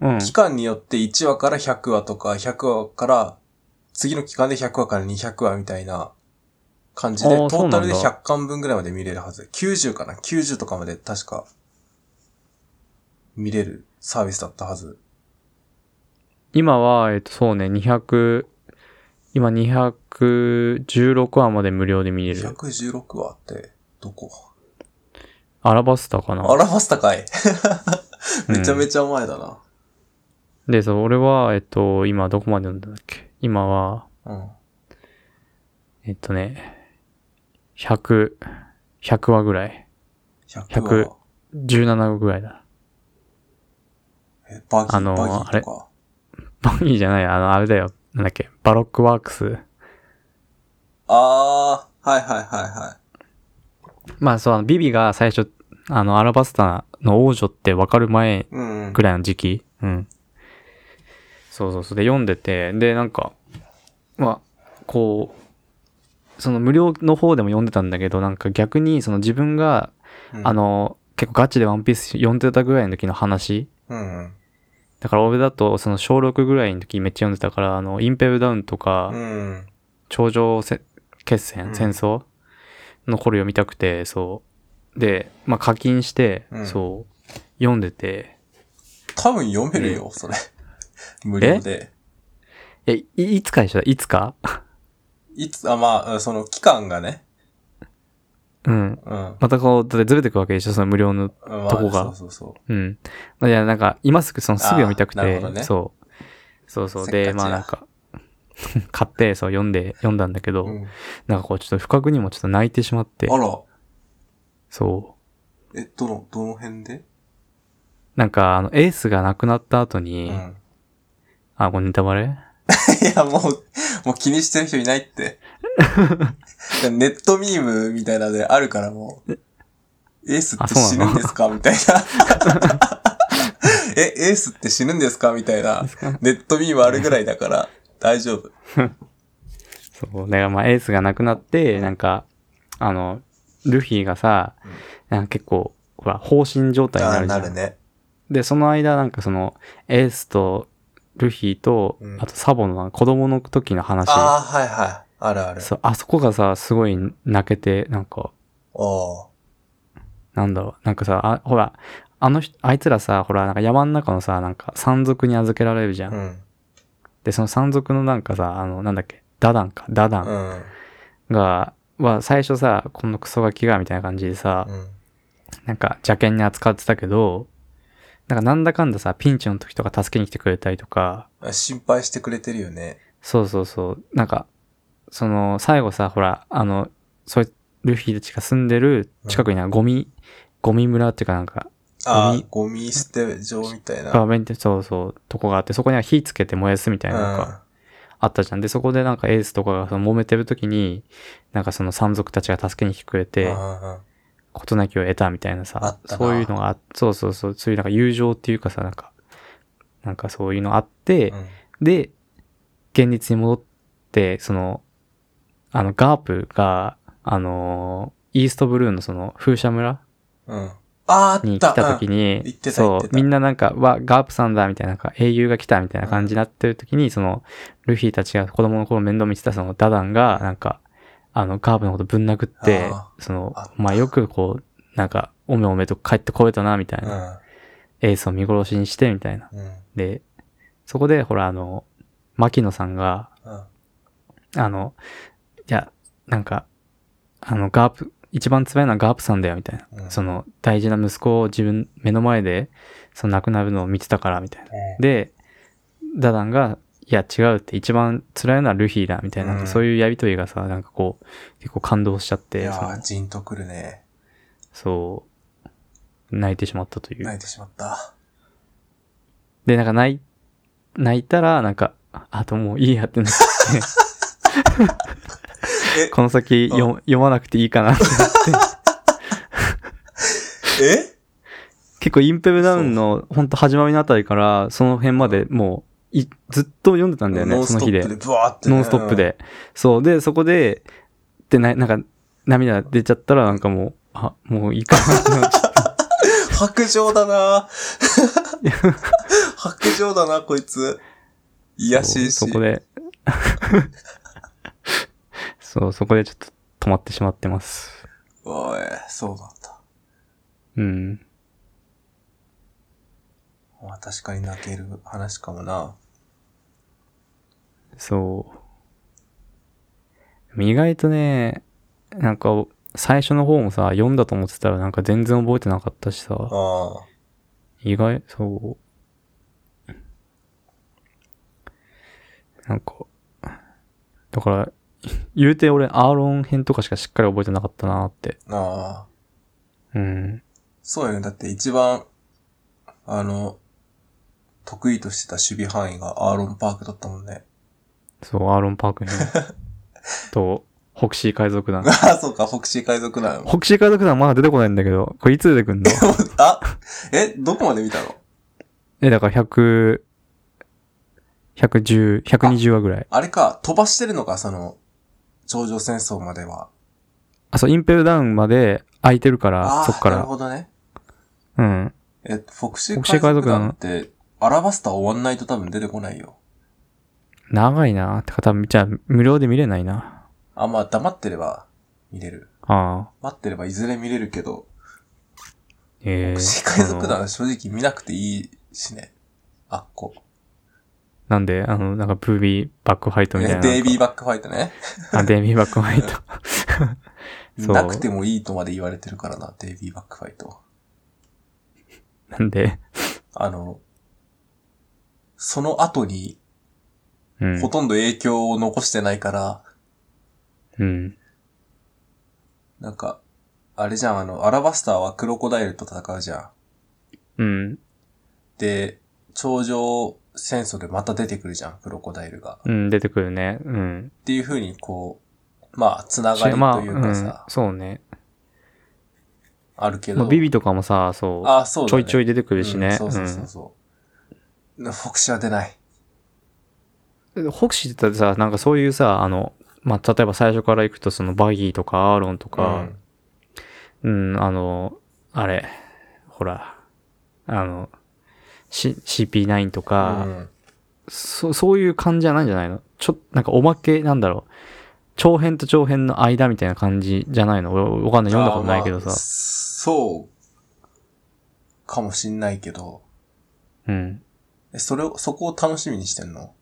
S1: うん。
S2: 期間によって1話から100話とか、100話から、次の期間で100話から200話みたいな感じで、
S1: あー
S2: トータルで
S1: そうなんだ
S2: 100巻分ぐらいまで見れるはず。90かな ?90 とかまで確か、見れるサービスだったはず。
S1: 今は、えっと、そうね、200、今216話まで無料で見れる。
S2: 116話って、どこ
S1: アラバスタかな
S2: あ。ら、マスタかい。 めちゃめ
S1: ち
S2: ちゃ前だな。
S1: ゃ。で、そう、俺は、えっと、今どこまで読んだんだっけ今は、
S2: うん。
S1: えっとね、100、100話ぐらい。
S2: 100
S1: 100
S2: 話。
S1: 17話ぐらいだ。
S2: えバギー、
S1: あのー
S2: バギーとか。
S1: バギーじゃない、あの、あれだよ。なんだっけ、バロックワークス。
S2: あー、はいはいはいはい。
S1: まあ、そう、あのビビが最初、あの、アラバスタの王女ってわかる前
S2: うんうん
S1: ぐ。らいの時期。うん。そうそうそう。で、読んでて、で、なんか、まあ、こう、その無料の方でも読んでたんだけど、なんか逆に、その自分が、
S2: うん
S1: あ、の、結構ガチでワンピース読んでたぐらいの時の話。
S2: うんうん。
S1: だから俺だと、その小6ぐらいの時めっちゃ読んでたから、あの、インペルダウンと
S2: う
S1: か、
S2: ん。
S1: 頂上せ決戦、
S2: うん
S1: 戦争の頃読みたくて、そう。で、まあ課金して、
S2: うん
S1: そう、読んでて、
S2: 多分読めるよ、それ。 無料で。
S1: え、いいつかでしたいつか
S2: いつ、あ、まあうん、その期間がね。
S1: うん。
S2: うん。
S1: またこう、だってずれてくわけでしょ、その無料の。
S2: まあ、
S1: どこが
S2: そうそうそ
S1: うん。まあいや、なんか、今すぐ、そのすぐ読みたく
S2: あーなる
S1: て
S2: ほど、ね
S1: そう。そうそう。
S2: せっ
S1: で、
S2: かちや
S1: まあなんか、 買って、そう読んで、読んだんだけど、
S2: うん。
S1: なんかこうちょっと深くにもちょっと泣いてしまって
S2: あ、ら、
S1: そ
S2: え、どの、どの辺で
S1: う。なんかあの、エースが亡くなった後
S2: うん。
S1: に、
S2: い
S1: あ、これネタバレ
S2: や、もう、もう気にしてる人いないって。ネットミームみたいなのであるからもう、エースって死ぬんですかみたいな。え、エースって死ぬんですかみたいな。ネットミームあるぐらいだから、大丈夫。
S1: そう。だからまあエースが亡くなって、なんか、あの、ルフィがさ、なんか結構、ほら、放心状態に
S2: あ
S1: な
S2: あ、
S1: るじゃ。
S2: なんるね。
S1: で、その間、なんかその、エースとルフィと
S2: う、ん
S1: あとサボのなんか子供の時の話。
S2: ああ、はいはい。あるある。
S1: そうあそこがさ、すごい泣けて、なんか、
S2: おー
S1: なんだろう、なんかさ、あほら、あの人、あいつらさ、ほら、なんか山の中のさ、なんか山賊に預けられるじゃん。
S2: うん。
S1: で、その山賊のなんかさ、あの、なんだっけ、ダダンか、ダダ
S2: う
S1: ン
S2: ん。
S1: が、は最初さ、このクソガキが、みたいな感じでさ、
S2: うん。
S1: なんか邪険に扱ってたけど、なんかなんだかんださ、ピンチの時とか助けに来てくれたりとか、
S2: あ心配してくれてるよね。
S1: そうそうそう。なんか、その、最後さ、ほら、あの、そういう、ルフィたちが住んでる近くにな、ゴミ、ゴミ村っていうかなんか、
S2: あ
S1: ゴ
S2: あ
S1: ミ、
S2: ゴミ捨て場みたいな。
S1: 場面って、そうそう、とこがあって、そこには火つけて燃やすみたいなのがあったじゃん。で、そこでなんかエースとかがその揉めてる時に、なんかその山賊たちが助けに来てくれ
S2: うん
S1: て
S2: う、んうん
S1: 事なきを得たみたいな
S2: あ
S1: さ
S2: っ、たな
S1: そういうのがあ、そうそうそう、そういうなんか友情っていうかさ、なんか、なんかそういうのあって、
S2: うん
S1: で、現実に戻って、その、あの、ガープが、あのー、イーストブルーのその、風車村
S2: うん。あーあっ
S1: に来
S2: た
S1: た時に
S2: うん行って、た行
S1: そ
S2: って
S1: う、
S2: た
S1: みんななんか、わ、ガープさんだ、みたいな、なんか、英雄が来た、みたいな感じになってる時に、その、ルフィたちが子供の頃面倒見てたその、ダダンが、なんか、あの、ガープのことぶん殴って
S2: あ、
S1: その
S2: あっ、た
S1: まあ、よくこう、なんか、おめおめと帰ってこれたな、みたいな。エースを見殺しにして、みたいな。
S2: うん。うん。
S1: で、そこで、ほら、あの、牧野さんが、
S2: うん。
S1: あの、いや、なんか、あの、ガープ、一番辛いのはガープさんだよ、みたいな。
S2: うん
S1: その、大事な息子を自分、目の前で、その亡くなるのを見てたから、みたいな。で、ダダンが、いや、違うって、一番辛いのはルフィだ、みたいな、
S2: うん
S1: そういうやりとりがさ、なんかこう、結構感動しちゃっ
S2: い
S1: て、
S2: や
S1: その
S2: ー、じんとくるね。
S1: そう、泣いてしまったという。
S2: 泣いてし まった。
S1: で、なんか泣い、泣いたら、なんか、あともういいやってなって
S2: え
S1: この先読
S2: う
S1: 読まなくていいかなってなって。
S2: え
S1: 結構インペルダウンのほんと始まりのあたりから、その辺までもうい、ずっと読んでたんだよ
S2: ノ
S1: ね、
S2: ン
S1: そ
S2: ス
S1: の
S2: ト
S1: 日
S2: ッ
S1: で
S2: プで、。ブワーってね。
S1: ノンストップで。そう。で、そこで、で、な、なんか、涙出ちゃったらなんかもう、あ、もういいかなってなっちゃっ
S2: うん。白状だな 白状だな、こいつ。癒や
S1: て
S2: しいし。
S1: そこで。 そう、そこでちょっと止まってしまってます。
S2: おい、そうだった。
S1: うん。
S2: まあ確かに泣ける話かもな。
S1: そう。意外とね、なんか、最初の方もさ、読んだと思ってたらなんか全然覚えてなかったしさ。
S2: ああ。
S1: 意外、そう。なんか、だから、言うて俺、アーロン編とかしかしっかり覚えてなかったなって。
S2: ああ。
S1: うん。
S2: そうよね。だって一番、あの、得意としてた守備範囲がアーロン・パークだったもんね。
S1: そう、アーロンパーク編。と、ホクシー海賊団。
S2: ああ、そうか、フォクシー海賊なの。
S1: ホクシー海賊団まだ出てこないんだけど、これいつ出てくんの
S2: あ、え、どこまで見たの
S1: え、だから100、110、120話ぐらい。
S2: あれか、飛ばしてるのか、その、頂上戦争までは。
S1: あ、そう、インペルダウンまで空いてるか
S2: あ
S1: ら、
S2: あ、
S1: そっか
S2: なる
S1: ら。
S2: ほどね。
S1: うん。
S2: え、フォクシー
S1: フォクシー
S2: 海
S1: 海
S2: 賊
S1: 賊
S2: 団
S1: 団
S2: って、アラバスタ終わんないと多分出てこないよ。
S1: 長いなてか多分、じゃあ、無料で見れないな。
S2: あ、まあ、黙ってれば見れる。
S1: ああ。
S2: 待ってればいずれ見れるけど、
S1: ええ
S2: フォクシー海賊団は正直見なくていいしね。あっこ。
S1: なんで、あの、なんか、ブービーバックファイトみたいな。
S2: デイビーバックファイトね。
S1: あ、デイビーバックファイ ト。そう
S2: なくてもいいとまで言われてるからな、デイビーバックファイト。
S1: なんで、
S2: あの、その後に、
S1: うん
S2: ほ。とんど影響を残してないから、
S1: うん。
S2: なんか、あれじゃん、あの、アラバスターはクロコダイルと戦うじゃん。
S1: うん。
S2: で、頂上戦争でまた出てくるじゃん、クロコダイルが。
S1: うん。出てくるね。うん。
S2: っていう風に、こう、まあ、つながり
S1: まあ、
S2: というかさ、
S1: うん、そうね。
S2: あるけ
S1: ま
S2: ど。
S1: あ、ビビとかもさ、そう、
S2: あ、そう
S1: ち
S2: だ、
S1: ょ
S2: ね。
S1: いちょい
S2: 出
S1: 出てくるしね。
S2: そうそうそうそう。なフォクシは出ない。
S1: うん。ホクシーってさ、なんかそういうさ、あの、まあ、例えば最初から行くと、そのバギーとかアーロンとか、うん、あの、あれ、ほら、あの、C、CP9 と
S2: う
S1: か、
S2: ん。
S1: そそういう感じじゃないんじゃないのちょ、なんかおまけなんだろう。長編と長編の間みたいな感じじゃないの俺、わかんない。読んだことないけど
S2: あーま
S1: さ
S2: あ。そう、かもしんないけど、
S1: うん。
S2: えそれを、そこを楽しみにしてんの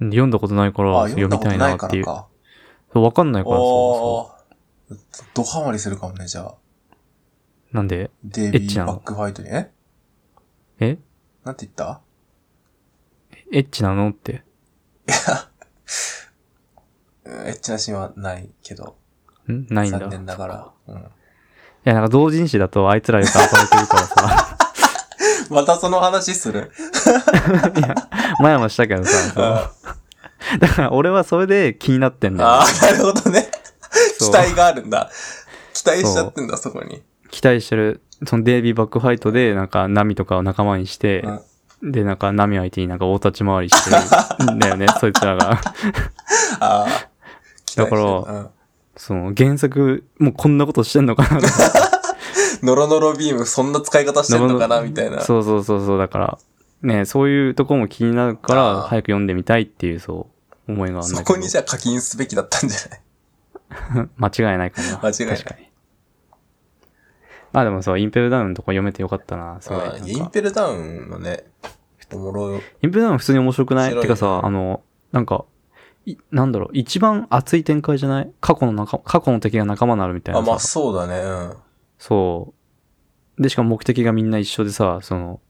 S1: 読んだことないか
S2: あ
S1: ら、
S2: 読
S1: 読
S2: んだ
S1: み
S2: こと
S1: たい
S2: な
S1: ない
S2: か
S1: ってい
S2: ら
S1: う。
S2: か。
S1: そうわかんないからさ、
S2: お
S1: そ
S2: ー。ドハマりするかもね、じゃあ。
S1: う。なんで、
S2: デイ
S1: エ
S2: ビ
S1: ッチな
S2: ー
S1: の
S2: バックファイトに。え
S1: え
S2: なんて言った
S1: エッチなのって。
S2: うんエッチなシーンはないけど。
S1: んないんだ。
S2: 残念なが
S1: そっ
S2: ら
S1: か。
S2: うん。
S1: いや、なんか同人誌だとあいつらよく暴れてるから さ。
S2: またその話する。
S1: 前もしたけどさ。そう
S2: あ
S1: だから俺はそれで気になってんだよ、
S2: あー、なるほどね。
S1: そう
S2: 期待があるんだ。期待しちゃってんだ、そこに。
S1: 期待してる、そのデイビーバックファイトで、なんか、ナミとかを仲間にして、で、なんか、ナミ相手になんか大立ち回りしてるんだ よね、そいつらが。
S2: ああ。期
S1: だか
S2: 待してる
S1: ら
S2: うん
S1: その、原作、もうこんなことしてんのかなとか
S2: ノロノロビーム、そんな使い方してんのかな、みたいな。
S1: そうそうそうそう、だから、ね、そういうとこも気になるか
S2: あ
S1: ら、
S2: ー
S1: 早く読んでみたいっていう、そう、思いがあるんだけど。
S2: そこにじゃあ課金すべきだったんじゃない
S1: 間違いないかな。
S2: 間違いない
S1: 確かに。まあでもそう、インペルダウンとか読めてよかったな、すごい。なん
S2: あ
S1: か
S2: ーインペルダウンのね、おもろい。
S1: インペルダウン普通に面白くない
S2: 面白い
S1: てかさ、あの、なんか、いなんだろう、一番熱い展開じゃない過去の仲、過去の敵が仲間になるみたいな
S2: あ、
S1: さ。
S2: まあそうだね。うん。
S1: そう。で、しかも目的がみんな一緒でさ、その、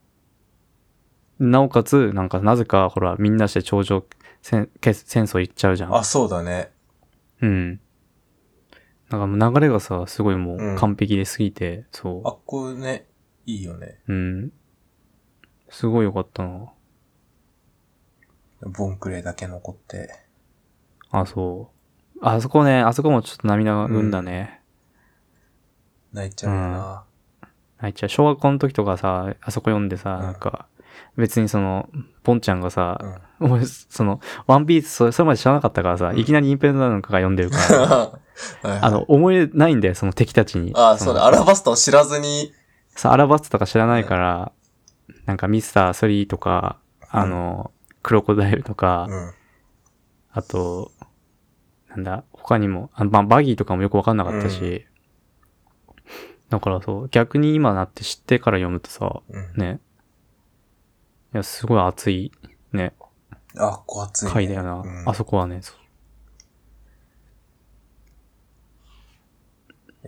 S1: なおかつ、なんか、なぜか、ほら、みんなして頂上戦、決戦争行っちゃうじゃん
S2: あ、。そうだね。
S1: うん。なんかもう流れがさ、すごいも
S2: うん
S1: う完璧ですぎて、そ
S2: あっこね、いいよね。
S1: う。うん。すごいよかったな。
S2: ボンクレーだけ残って。
S1: あ、そう。あそこね、あそこもちょっと涙がぐんだね。
S2: 泣いちゃうよな。
S1: 泣いちゃう。小学校の時とかさ、あそこ読んでさ、
S2: うん
S1: なんか、別にその、ポンちゃんが
S2: う
S1: さ、
S2: ん。
S1: 俺、その、ワンピース、それそれまで知らなかったからさ、
S2: うん
S1: いきなりインペルダーなんかが読んでる から、
S2: はいはい
S1: あの、思い入れないんだよ、その敵たちに。
S2: ああ、
S1: そ
S2: そ
S1: の
S2: うだ、アラバスタを知らずに、
S1: さ、アラバスタとか知らないから、なんかミスタースリーとか、あの、クロコダイルとか、
S2: うん。
S1: あと、なんだ、他にも、あまあ、バギーとかもよくわかんなかったし、
S2: う
S1: だからそう、逆に今なって知ってから読むとさ、
S2: うん、
S1: ね。いや、すごい熱い、ね、
S2: あ、ここ熱い、ね。
S1: 回だよな。
S2: うん
S1: あそこはね、そう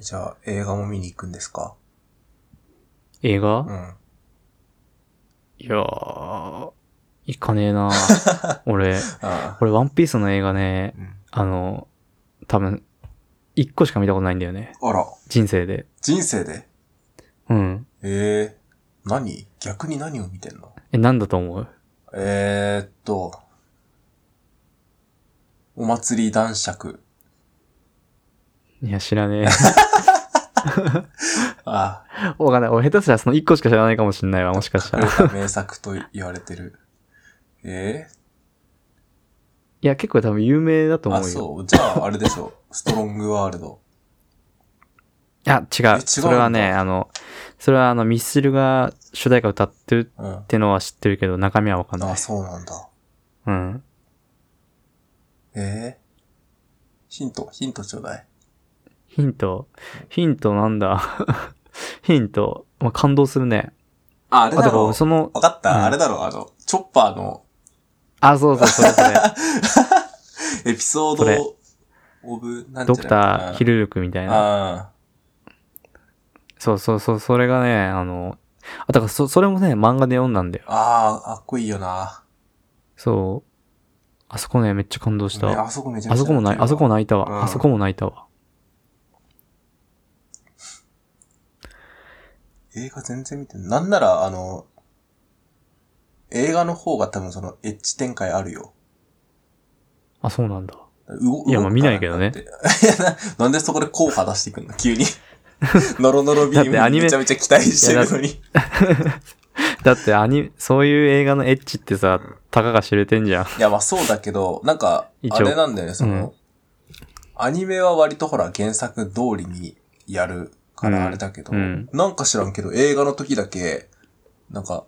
S2: じゃあ、映画も見に行くんですか
S1: 映画、
S2: うん。
S1: いやー、いかねえ な俺、
S2: あ
S1: 俺、ワンピースの映画ね
S2: ー、うん
S1: あの、多分、一個しか見たことないんだよね。
S2: あら、
S1: 人生で。
S2: 人生で
S1: うん。
S2: ええー、何逆に何を見てんの
S1: え、なんだと思う
S2: えー、っと、お祭り男爵。
S1: いや、知らねえ。
S2: あ
S1: わかんない。俺下手すらその一個しか知らないかもしんないわ、もしかした
S2: あ、
S1: ら。い
S2: 隠れた名作と言われてる。え
S1: や、結構多分有名だと
S2: ー、
S1: 思
S2: あ、
S1: うよ。
S2: そう。じゃあ、あれでしょ。 ストロングワールド。
S1: いや、違
S2: え違うん
S1: う。
S2: だ
S1: それはね、あの、それはあの、ミスチルが主題歌歌ってる
S2: うん。
S1: ってのは知ってるけど、中身はわかんない
S2: あ、。そうなんだ。
S1: うん。
S2: ええヒント、ヒントちょうだい。
S1: ヒント、ヒントなんだ。 ヒント、まあ、感動するね。
S2: あ、あ
S1: あ、だからその、
S2: わかった、
S1: うん
S2: あれだろう、あの、チョッパーの
S1: あ、そうそう、それそ れ。
S2: エピソ
S1: こ
S2: ー
S1: れ
S2: ド、オブ、なんて
S1: ドクター、ヒルルクみたいな。
S2: あ
S1: そうそうそう、それがね、あの、あ、だからそ、それもね、漫画で読んだんだよ
S2: あー、あー、かっこいいよな。
S1: そあそこね、めっちゃ感動し
S2: ね
S1: た。
S2: あそこめちゃ
S1: あ
S2: めちゃ
S1: そこもない、あそこも
S2: な
S1: 泣
S2: い。
S1: いたわ。
S2: うん
S1: あそこも泣いたわ。
S2: 映画全然見てないなんなら、あの、映画の方が多分そのエッジ展開あるよ。
S1: あ、そうなんだ。
S2: うご
S1: いやまあ
S2: 動
S1: 見
S2: くから
S1: ないけどね
S2: だっていやな、 なんでそこで効果出していくんだ、急に。 ノロノロビ
S1: だってア
S2: ー
S1: ニメ
S2: ムめちゃめちゃ期待してるのに。
S1: だってアニ、そういう映画のエッチってさ、たかが知れてんじゃん。
S2: いや、まあそうだけど、なんか、
S1: 一応
S2: あれなんだよね、その、アニメは割とほら原作通りにやるか
S1: うん
S2: らあれだけど、
S1: うん
S2: なんか知らんけど映画の時だけ、なんか、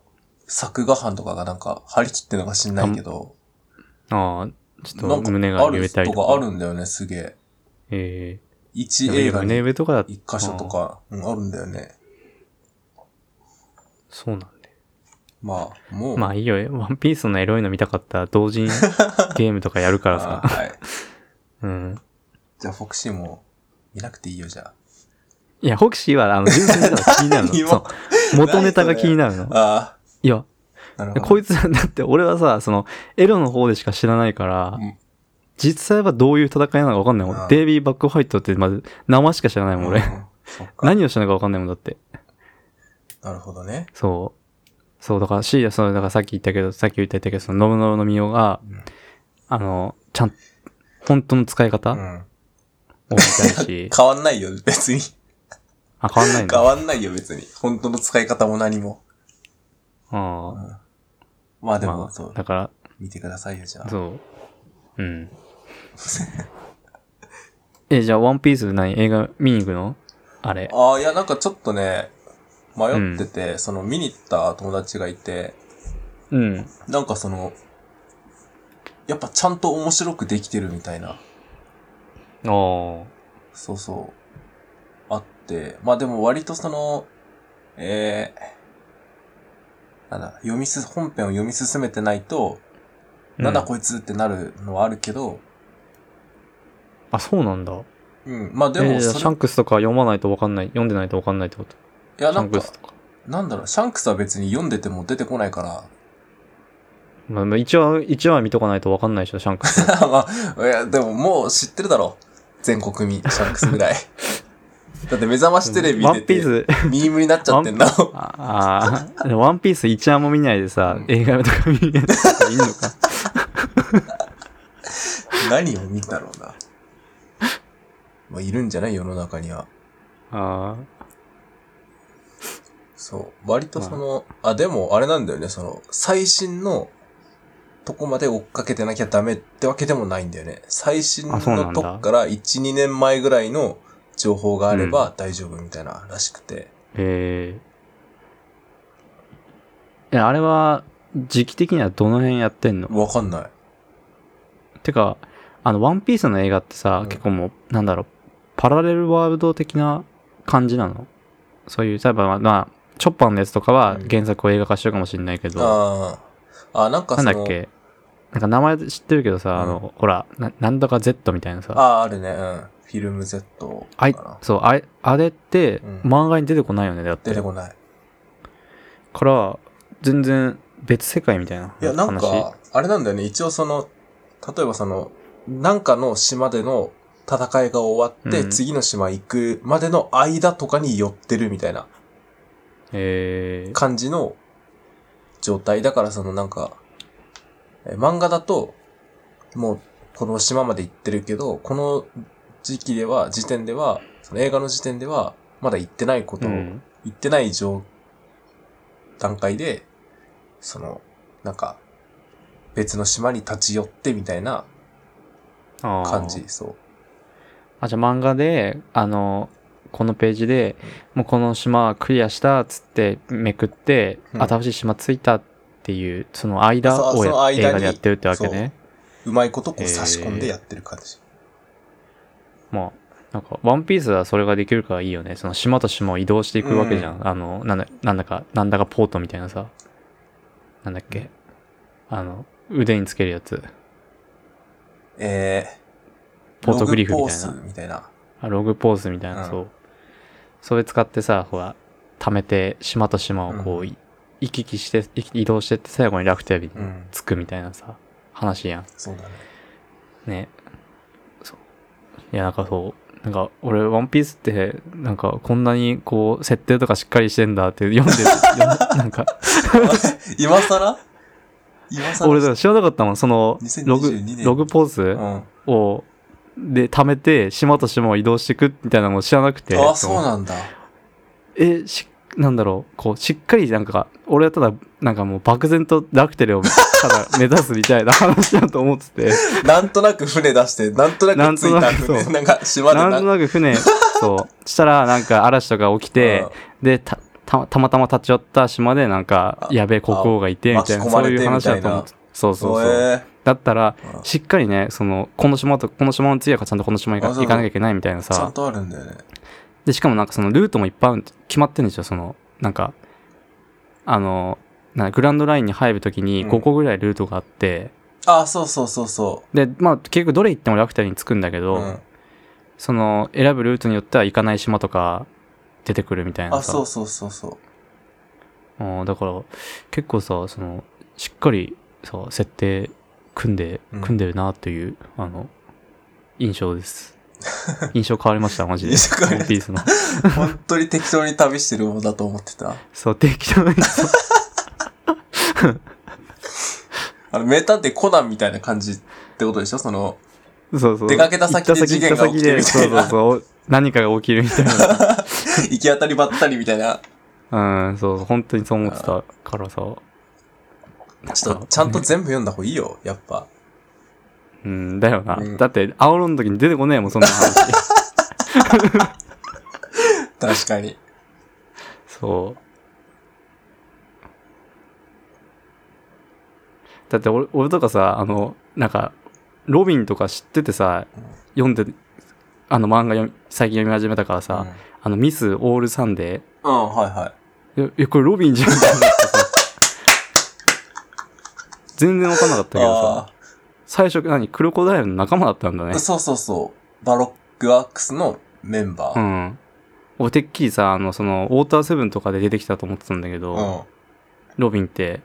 S2: 作画班とかがなんか張り切ってるのか知んないけど、
S1: ああ、ちょ
S2: な
S1: っ
S2: ん
S1: と
S2: か
S1: 胸が
S2: あ
S1: 揺
S2: る
S1: れたり
S2: と
S1: とか。
S2: かあるんだよね、すげえ。
S1: ええ
S2: 一映画
S1: 胸
S2: に
S1: 上とかだ
S2: 一箇所と。
S1: ああ
S2: か、うんあるんだよね。
S1: そうなんだよ。
S2: まあ、もう。
S1: まあいいよ。ワンピースのエロいの見たかったら同 人ゲームとかやるから
S2: あ
S1: さ。
S2: ーはい。
S1: うん。
S2: じゃあ、フォクシーも見なくていいよ、じゃ
S1: いや、ホクシーは、あの、純粋だから気になるの。
S2: 何も
S1: そう。元ネタが気になる
S2: あ。
S1: の。
S2: あ
S1: いや、
S2: あ、なるほ
S1: こ
S2: ど。
S1: いつ、だって俺はさ、その、エロの方でしか知らないから、
S2: うん
S1: 実際はどういう戦いなのかわかんないもん。
S2: うん
S1: デイビー・バック・ファイトって、まず、名前しか知らないもん、俺。
S2: うんそっか。
S1: 何をしたのかわかんないもんだって。
S2: なるほどね。
S1: そう。そう、だから、シーラ、その、だからさっき言ったけど、さっき言ったけど、その、ノブノブのミオが、
S2: うん
S1: あの、ちゃん、本当の使い方
S2: う
S1: を
S2: ん。、
S1: 見たいし
S2: 変わんないよ、別に。
S1: あ、変わんないん
S2: 変
S1: だ。
S2: わんないよ、別に。本当の使い方も何も。
S1: あ
S2: まあ
S1: あ、
S2: でも、
S1: ま
S2: そ
S1: あ、
S2: う、
S1: だか
S2: 見てくださいよ、じゃ
S1: ら、
S2: あ。
S1: そう。 うん。え、じゃあ、ワンピース何映画見に行くのあれ。
S2: ああ、いや、なんかちょっとね、迷ってて、その、見に行った友達がいて、
S1: うん。
S2: なんかその、やっぱちゃんと面白くできてるみたいな。
S1: ああ。
S2: そうそう。あって、まあでも割とその、えー、なんだ、読みす、本編を読み進めてないと、
S1: うん
S2: なんだこいつってなるのはあるけど、
S1: あ、そうなんだ。
S2: うん、まあで
S1: でも、
S2: も
S1: じゃあ
S2: そ
S1: シ
S2: れ、
S1: ャンクスとか読まないとわかんない、読んでないとわかんないってこと
S2: いや
S1: シ
S2: な
S1: ャン
S2: ん
S1: ク
S2: か、
S1: スとか。
S2: なんだろう、シャンクスは別に読んでても出てこないから、
S1: まあまあ、一話、一話見とかないとわかんないでしょ、シャンク ス。
S2: まあ、いや、でももう知ってるだろう。全国民、シャンク スぐらい。だって目覚ましテレビ
S1: ワ
S2: 出
S1: ンピ
S2: て
S1: ー、ス、
S2: ミームになっちゃってんだもん。
S1: ああ、でもワンピース一話も見ないでさ
S2: うん、
S1: 映画とか見ないとかいいのか。
S2: 何を見たろうな。まあ、いるんじゃない世の中には。
S1: あ
S2: そう。割とその、あ、でもあれなんだよね、その、最新のとこまで追っかけてなきゃダメってわけでもないんだよね。最新
S1: あそうなん
S2: の
S1: だ
S2: とこから1、2年前ぐらいの情報があれば大丈夫みたいならしくて。
S1: あ、ええいや、あれは、時期的にはどの辺やってんの
S2: わかんない。
S1: てか、あの、ワンピースの映画ってさ、
S2: うん
S1: 結構もう、なんだろう、パラレルワールド的な感じなのそういう、例えば、まあ、チョッパーのやつとかは
S2: うん
S1: 原作を映画化してるかもしれないけど、
S2: ああ。あ、なんか
S1: なん
S2: その、
S1: だっけなんか名前知ってるけどさ、
S2: うん
S1: あの、ほら、ななんとか Z みたいな
S2: あ
S1: さ、
S2: あ、あるね、うん。フィルム Z か
S1: あい
S2: な。
S1: そう、あれ、あれって
S2: うん
S1: 漫画に出てこないよね、だって。
S2: 出てこない。
S1: から、全然別世界みたいな話。
S2: いや、なんか、あれなんだよね。一応その、例えばその、なんかの島での戦いが終わって、
S1: うん
S2: 次の島行くまでの間とかに寄ってるみたいな
S1: えー、
S2: 感じの状態。だからそのなんか、え漫画だと、もうこの島まで行ってるけど、この時期では、時点では、その映画の時点では、まだ行ってないこと
S1: う
S2: を
S1: ん。
S2: 行ってない状、段階で、その、なんか、別の島に立ち寄ってみたいな
S1: あー
S2: 感じ、そう。
S1: あ、じゃあ漫画で、あの、このページで、もうこの島クリアしたっつってめくって、
S2: うん
S1: 新しい島着いたっていう、その間を
S2: そうその
S1: や
S2: 間に
S1: 映画でやってるってわけね。
S2: うまいことこう差し込んでやってる感じ。
S1: まあ、なんか、ワンピースはそれができるからいいよね。その島と島を移動していくわけじゃん。あの、なんだ、なんだか、なんだかポートみたいなさ。なんだっけ。あの、腕につけるやつ。
S2: えー、
S1: ポートグリフみたいな
S2: ログポー。スみたいな。
S1: あログポーズみたいな、
S2: うん
S1: そう。それ使ってさ、ほら、貯めて、島と島をこう、い行き来して、い移動してって最後にラフテービに
S2: うん
S1: 着くみたいなさ、話やん。
S2: そうだね。
S1: ね。そう。いや、なんかそう。なんか、俺、ワンピースって、なんか、こんなに、こう、設定とかしっかりしてんだって読ん で、読んなんか、
S2: 今更今更
S1: 俺、知らなかったもん、その、ログ
S2: 2022年、
S1: ログポーズ
S2: うん。
S1: を、で、貯めて、島と島を移動していくみたいなのを知らなくて。
S2: あ、そうなんだ。
S1: え、し、なんだろう、こう、しっかりなんか、俺はただ、なんかもう漠然とラクテルを、 ただ目指すみたいな話だと思ってて、
S2: なんとなく船出して、なんとなく着いた船、
S1: なんとなく
S2: な
S1: そ
S2: んか島で
S1: なんと
S2: な
S1: なく船、 そう、したらなんか嵐とか起きて、で、た、たたまたま立ち寄った島でなんか
S2: あ、
S1: やべえ国王がいて、みたいな、
S2: 巻き込
S1: そ
S2: ま
S1: う
S2: れ
S1: い
S2: て
S1: う話だと思って。そう
S2: そ
S1: そう
S2: う
S1: そう。
S2: え
S1: だったら
S2: う、ん
S1: しっかりね、その、この島と、この島の次はちゃんとこの島行か
S2: あそうそう
S1: 行かなきゃいけないみたいな
S2: ーちゃ
S1: さ
S2: ん。とあるんだよね。
S1: で、しかもなんかそのルートもいっぱいあるん決まってるんですよ、その、なんか、あの、なグランドラインに入るときに
S2: うん
S1: 5個ぐらいルートがあって、
S2: あ、そうそうそうそ
S1: で、まあ結局どれ行ってもラクタルに着くんだけ
S2: う。
S1: ど、
S2: うん。
S1: その選ぶルートによっては行かない島とか出てくるみたいな
S2: あ、
S1: さ。
S2: そうそうそうそう。
S1: うんだから結構さ、その、しっかりさ、設定組んで、
S2: うん
S1: 組んでるなっていう、あの、印象 です。印象変わりました、マジで。
S2: 印象変わりました
S1: ワンピースの。
S2: 本当に適当に旅してるものだと思ってた。
S1: そう、適当に。
S2: あの、名探偵コナンみたいな感じってことでしょその、
S1: そうそう。
S2: 出かけた先で
S1: 行った
S2: 事件が起きて
S1: 行
S2: みたいな
S1: った先でそ うそうそう。何かが起きるみたい
S2: 行き当たりばったりみたいな。
S1: な。うん、そう、本当にそう思ってたからさ。
S2: ちょっと、ちゃんと全部読んだ方がいいよ、やっぱ。
S1: うん、だよな。
S2: うん
S1: だって、青論の時に出てこねえもん、そんな話。
S2: 確かに。
S1: そう。だって俺、俺とかさ、あの、なんか、ロビンとか知っててさ、読んで、あの漫画読み、最近読み始めたから
S2: うん、う
S1: さ
S2: ん、、
S1: あの、ミス・オール・サンデ
S2: はいはい。
S1: ー。え、えこれロビンじゃんみたいになってさ全然わかんなかったけどさ、
S2: あ
S1: 最初、何、クロコダイルの仲間だったんだね
S2: あ、。そうそうそう。バロックアックスのメンバ
S1: う
S2: ー。
S1: ん。俺、てっきりさ、あの、その、ウォーターセブンとかで出てきたと思ってたんだけど、
S2: うん。
S1: ロビンって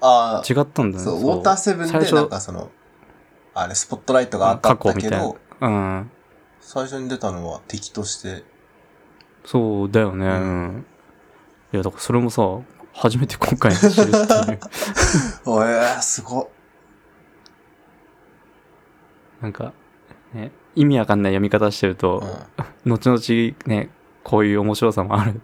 S2: ああ、
S1: 違ったんだね。
S2: そう、ウォーターセブン
S1: 最
S2: で、
S1: 初
S2: なんかその、あれ、スポットライトが当たったけ
S1: 過去み
S2: ど、
S1: うん。
S2: 最初に出たのは敵として、
S1: そうだよね。う
S2: うん
S1: ん。いや、だからそれもさ、初めて今回知るって いう。
S2: おえー、すごっ。
S1: なんか、ね、意味わかんない読み方してる
S2: う
S1: と、
S2: ん。
S1: 後々ね、こういう面白さもあ る。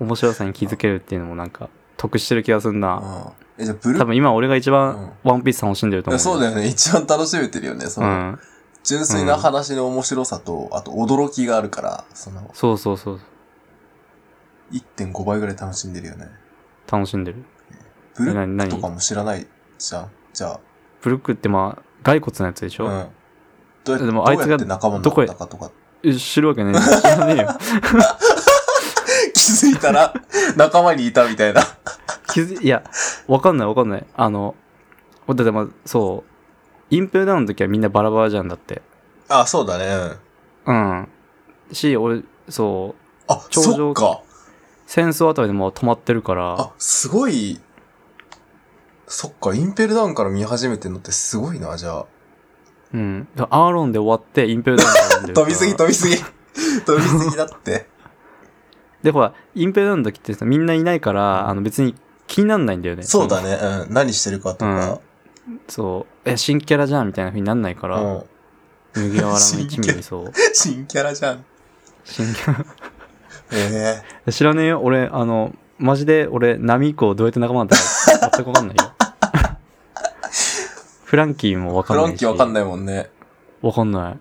S1: 面白さに気づけるっていうのもなんか、得してる気がすんな。
S2: うんえ、じゃあ、ブル
S1: 多分今俺が一番ワンピース楽しんでると思
S2: いや
S1: う。
S2: そう
S1: だ
S2: だよね。一番楽しめてるよね。その、
S1: うん。
S2: 純粋な話の面白さと、あと驚きがあるから、その、
S1: そうそうそう。
S2: 1.5倍ぐらい楽しんでるよね。
S1: 楽しんでる。
S2: ブル
S1: え何
S2: ック
S1: 何
S2: とかも知らないじゃん。じゃ
S1: ブルックってまあ、骸骨のやつでし
S2: あ、
S1: ょ、
S2: うん。どうや
S1: でも
S2: ど
S1: あ
S2: う
S1: いつが
S2: やって仲間になったかとか。
S1: え知るわけねえじゃん。知らねえよ。
S2: 気づいたら、仲間にいたみたいな。
S1: 気づいや、わかんないわかんない。あの、だってまあ、そう、インペルダウンの時はみんなバラバラじゃんだって。
S2: あ、そうだね。うん
S1: うん。し、俺、そう、
S2: あ、
S1: 頂上
S2: そっか。
S1: 戦争あたりでもう止まってるから、
S2: あ、すごい、そっか、インペルダウンから見始めてんのってすごいな、じゃあ。
S1: うん。だからアーロンで終わってインペルダウンから読んでるから
S2: 飛びすぎ、飛びすぎ。飛びすぎだって。
S1: で、ほら、インペルダウンの時ってさ、みんないないから、あの別に気になんないんだよね。
S2: そうだね、うん。何してるかとか。
S1: そう。え、新キャラじゃんみたいな風になんないから、
S2: うん。
S1: 麦わらの一
S2: 新キ
S1: 味
S2: ャ
S1: にそう。
S2: 新キャラじゃん。
S1: 新キャ
S2: ええ
S1: ラ。知らねえよ。俺、あの、マジで俺、波以降どうやって仲間になったか全くわかんない よ。フランキーもわか
S2: フ
S1: んない
S2: ラ
S1: し。
S2: ンキーわかんないもんね。
S1: わかんない。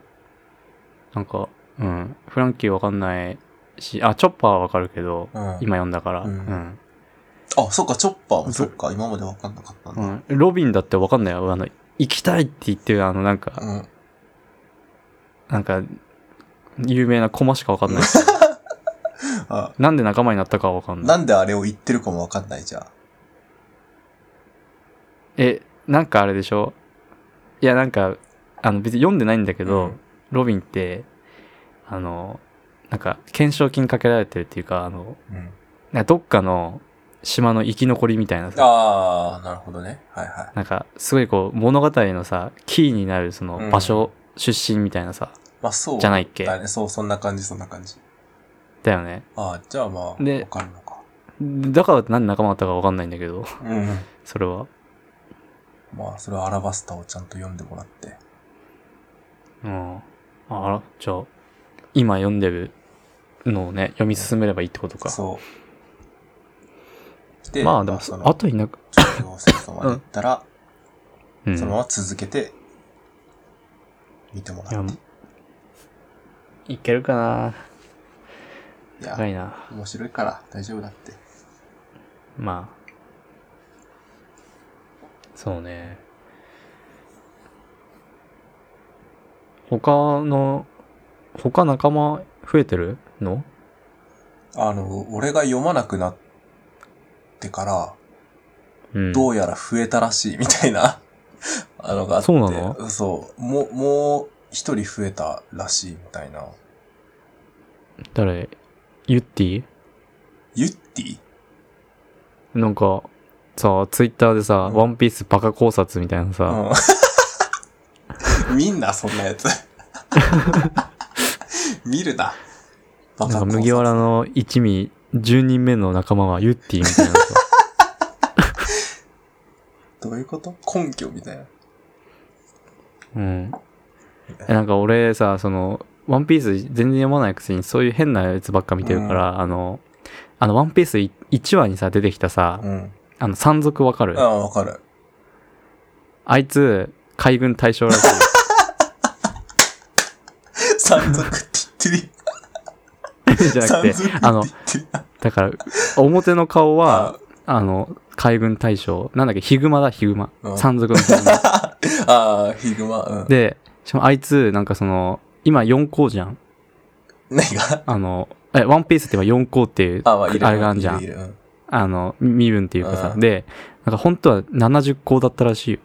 S1: なんか、うん。フランキーわかんないし、あ、チョッパーはわかるけど、
S2: うん。
S1: 今読んだから、う
S2: うん
S1: ん、
S2: あ、そっか、チョッパー
S1: ぶ
S2: もそっか、今までわかんなかったん
S1: う
S2: だ。
S1: ん。ロビンだってわかんないよ。あの、行きたいって言ってる、あの、なんか、
S2: うん。
S1: なんか、有名なコマしかわかんない。
S2: あ、
S1: なんで仲間になったかはわかんない。
S2: なんであれを言ってるかもわかんないじゃん。
S1: え、なんかあれでしょいや、なんか、あの、別に読んでないんだけど、
S2: うん
S1: ロビンって、あの、なんか、懸賞金かけられてるっていうか、あの、
S2: うん。
S1: なんかどっかの、島の生き残りみたいなさ、
S2: ああ、なるほどね。はいは
S1: なんか、すごいこう、物語のさ、キーになるその場所、出身みたいなさ、
S2: い。まあそう。
S1: じゃないっけ
S2: だね。そう、そんな感じ、そんな感じ。
S1: だよね。
S2: ああ、じゃあまあ、
S1: で
S2: わかるのか。
S1: だからって何で仲間だったかわかんないんだけど、
S2: うんうん。
S1: それは。
S2: まあ、それはアラバスタをちゃんと読んでもらって。
S1: うん。あら、じゃあ、今読んでるのをね、読み進めればいいってことか。
S2: そう。で、
S1: まあでも、
S2: その、
S1: あといなく、
S2: 卒業生とまで行ったら、
S1: うん。
S2: そのまま続けて、見てもらって。
S1: いやいけるかない
S2: や、
S1: 長いな。
S2: 面白いから大丈夫だって。
S1: まあ。そうね。他の、他仲間増えてるの
S2: あの、俺が読まなくなってから、
S1: うん。
S2: どうやら増えたらしいみたいな、 あのがあって。
S1: そうなの
S2: そう。もう、もう一人増えたらしいみたいな。
S1: 誰ユッティ
S2: ユッティ
S1: なんか、さ、ツイッターでさ、
S2: うん
S1: ワンピースバカ考察みたいなさ、
S2: うん。 みんなそんなやつ。見るな。バ
S1: なんか
S2: 考察
S1: 麦わらの一味、10人目の仲間はユッティみたいなさ。
S2: どういうこと根拠みたいな。
S1: うん。えなんか俺さ、その、ワンピース全然読まないくせにそういう変なやつばっか見てるから、あの、あの、ワンピース1話にさ、出てきたさ、
S2: うん。
S1: あの、山賊わかる
S2: ああ、わかる。
S1: あいつ、海軍大将らしい。
S2: 山賊って言ってる
S1: じゃ
S2: やん。
S1: なくて、
S2: 山賊って
S1: あの、
S2: 言ってる
S1: だから、表の顔
S2: やん
S1: は、。あの、海軍大将、なんだっけ、ヒグマだ、ヒグマ
S2: う。ん
S1: 山賊のヒグマ。
S2: ああ、ヒグマ。うん。
S1: で、しかもあいつ、なんかその、今4校じゃん。
S2: 何が
S1: あの、え、ワンピースって今4校っていう、
S2: ああ、まあ、いる。
S1: あれがあんじゃん
S2: いるいるうん
S1: あの、身分っていうかさ、
S2: うん
S1: で、なんか本当は70校だったらしいよ。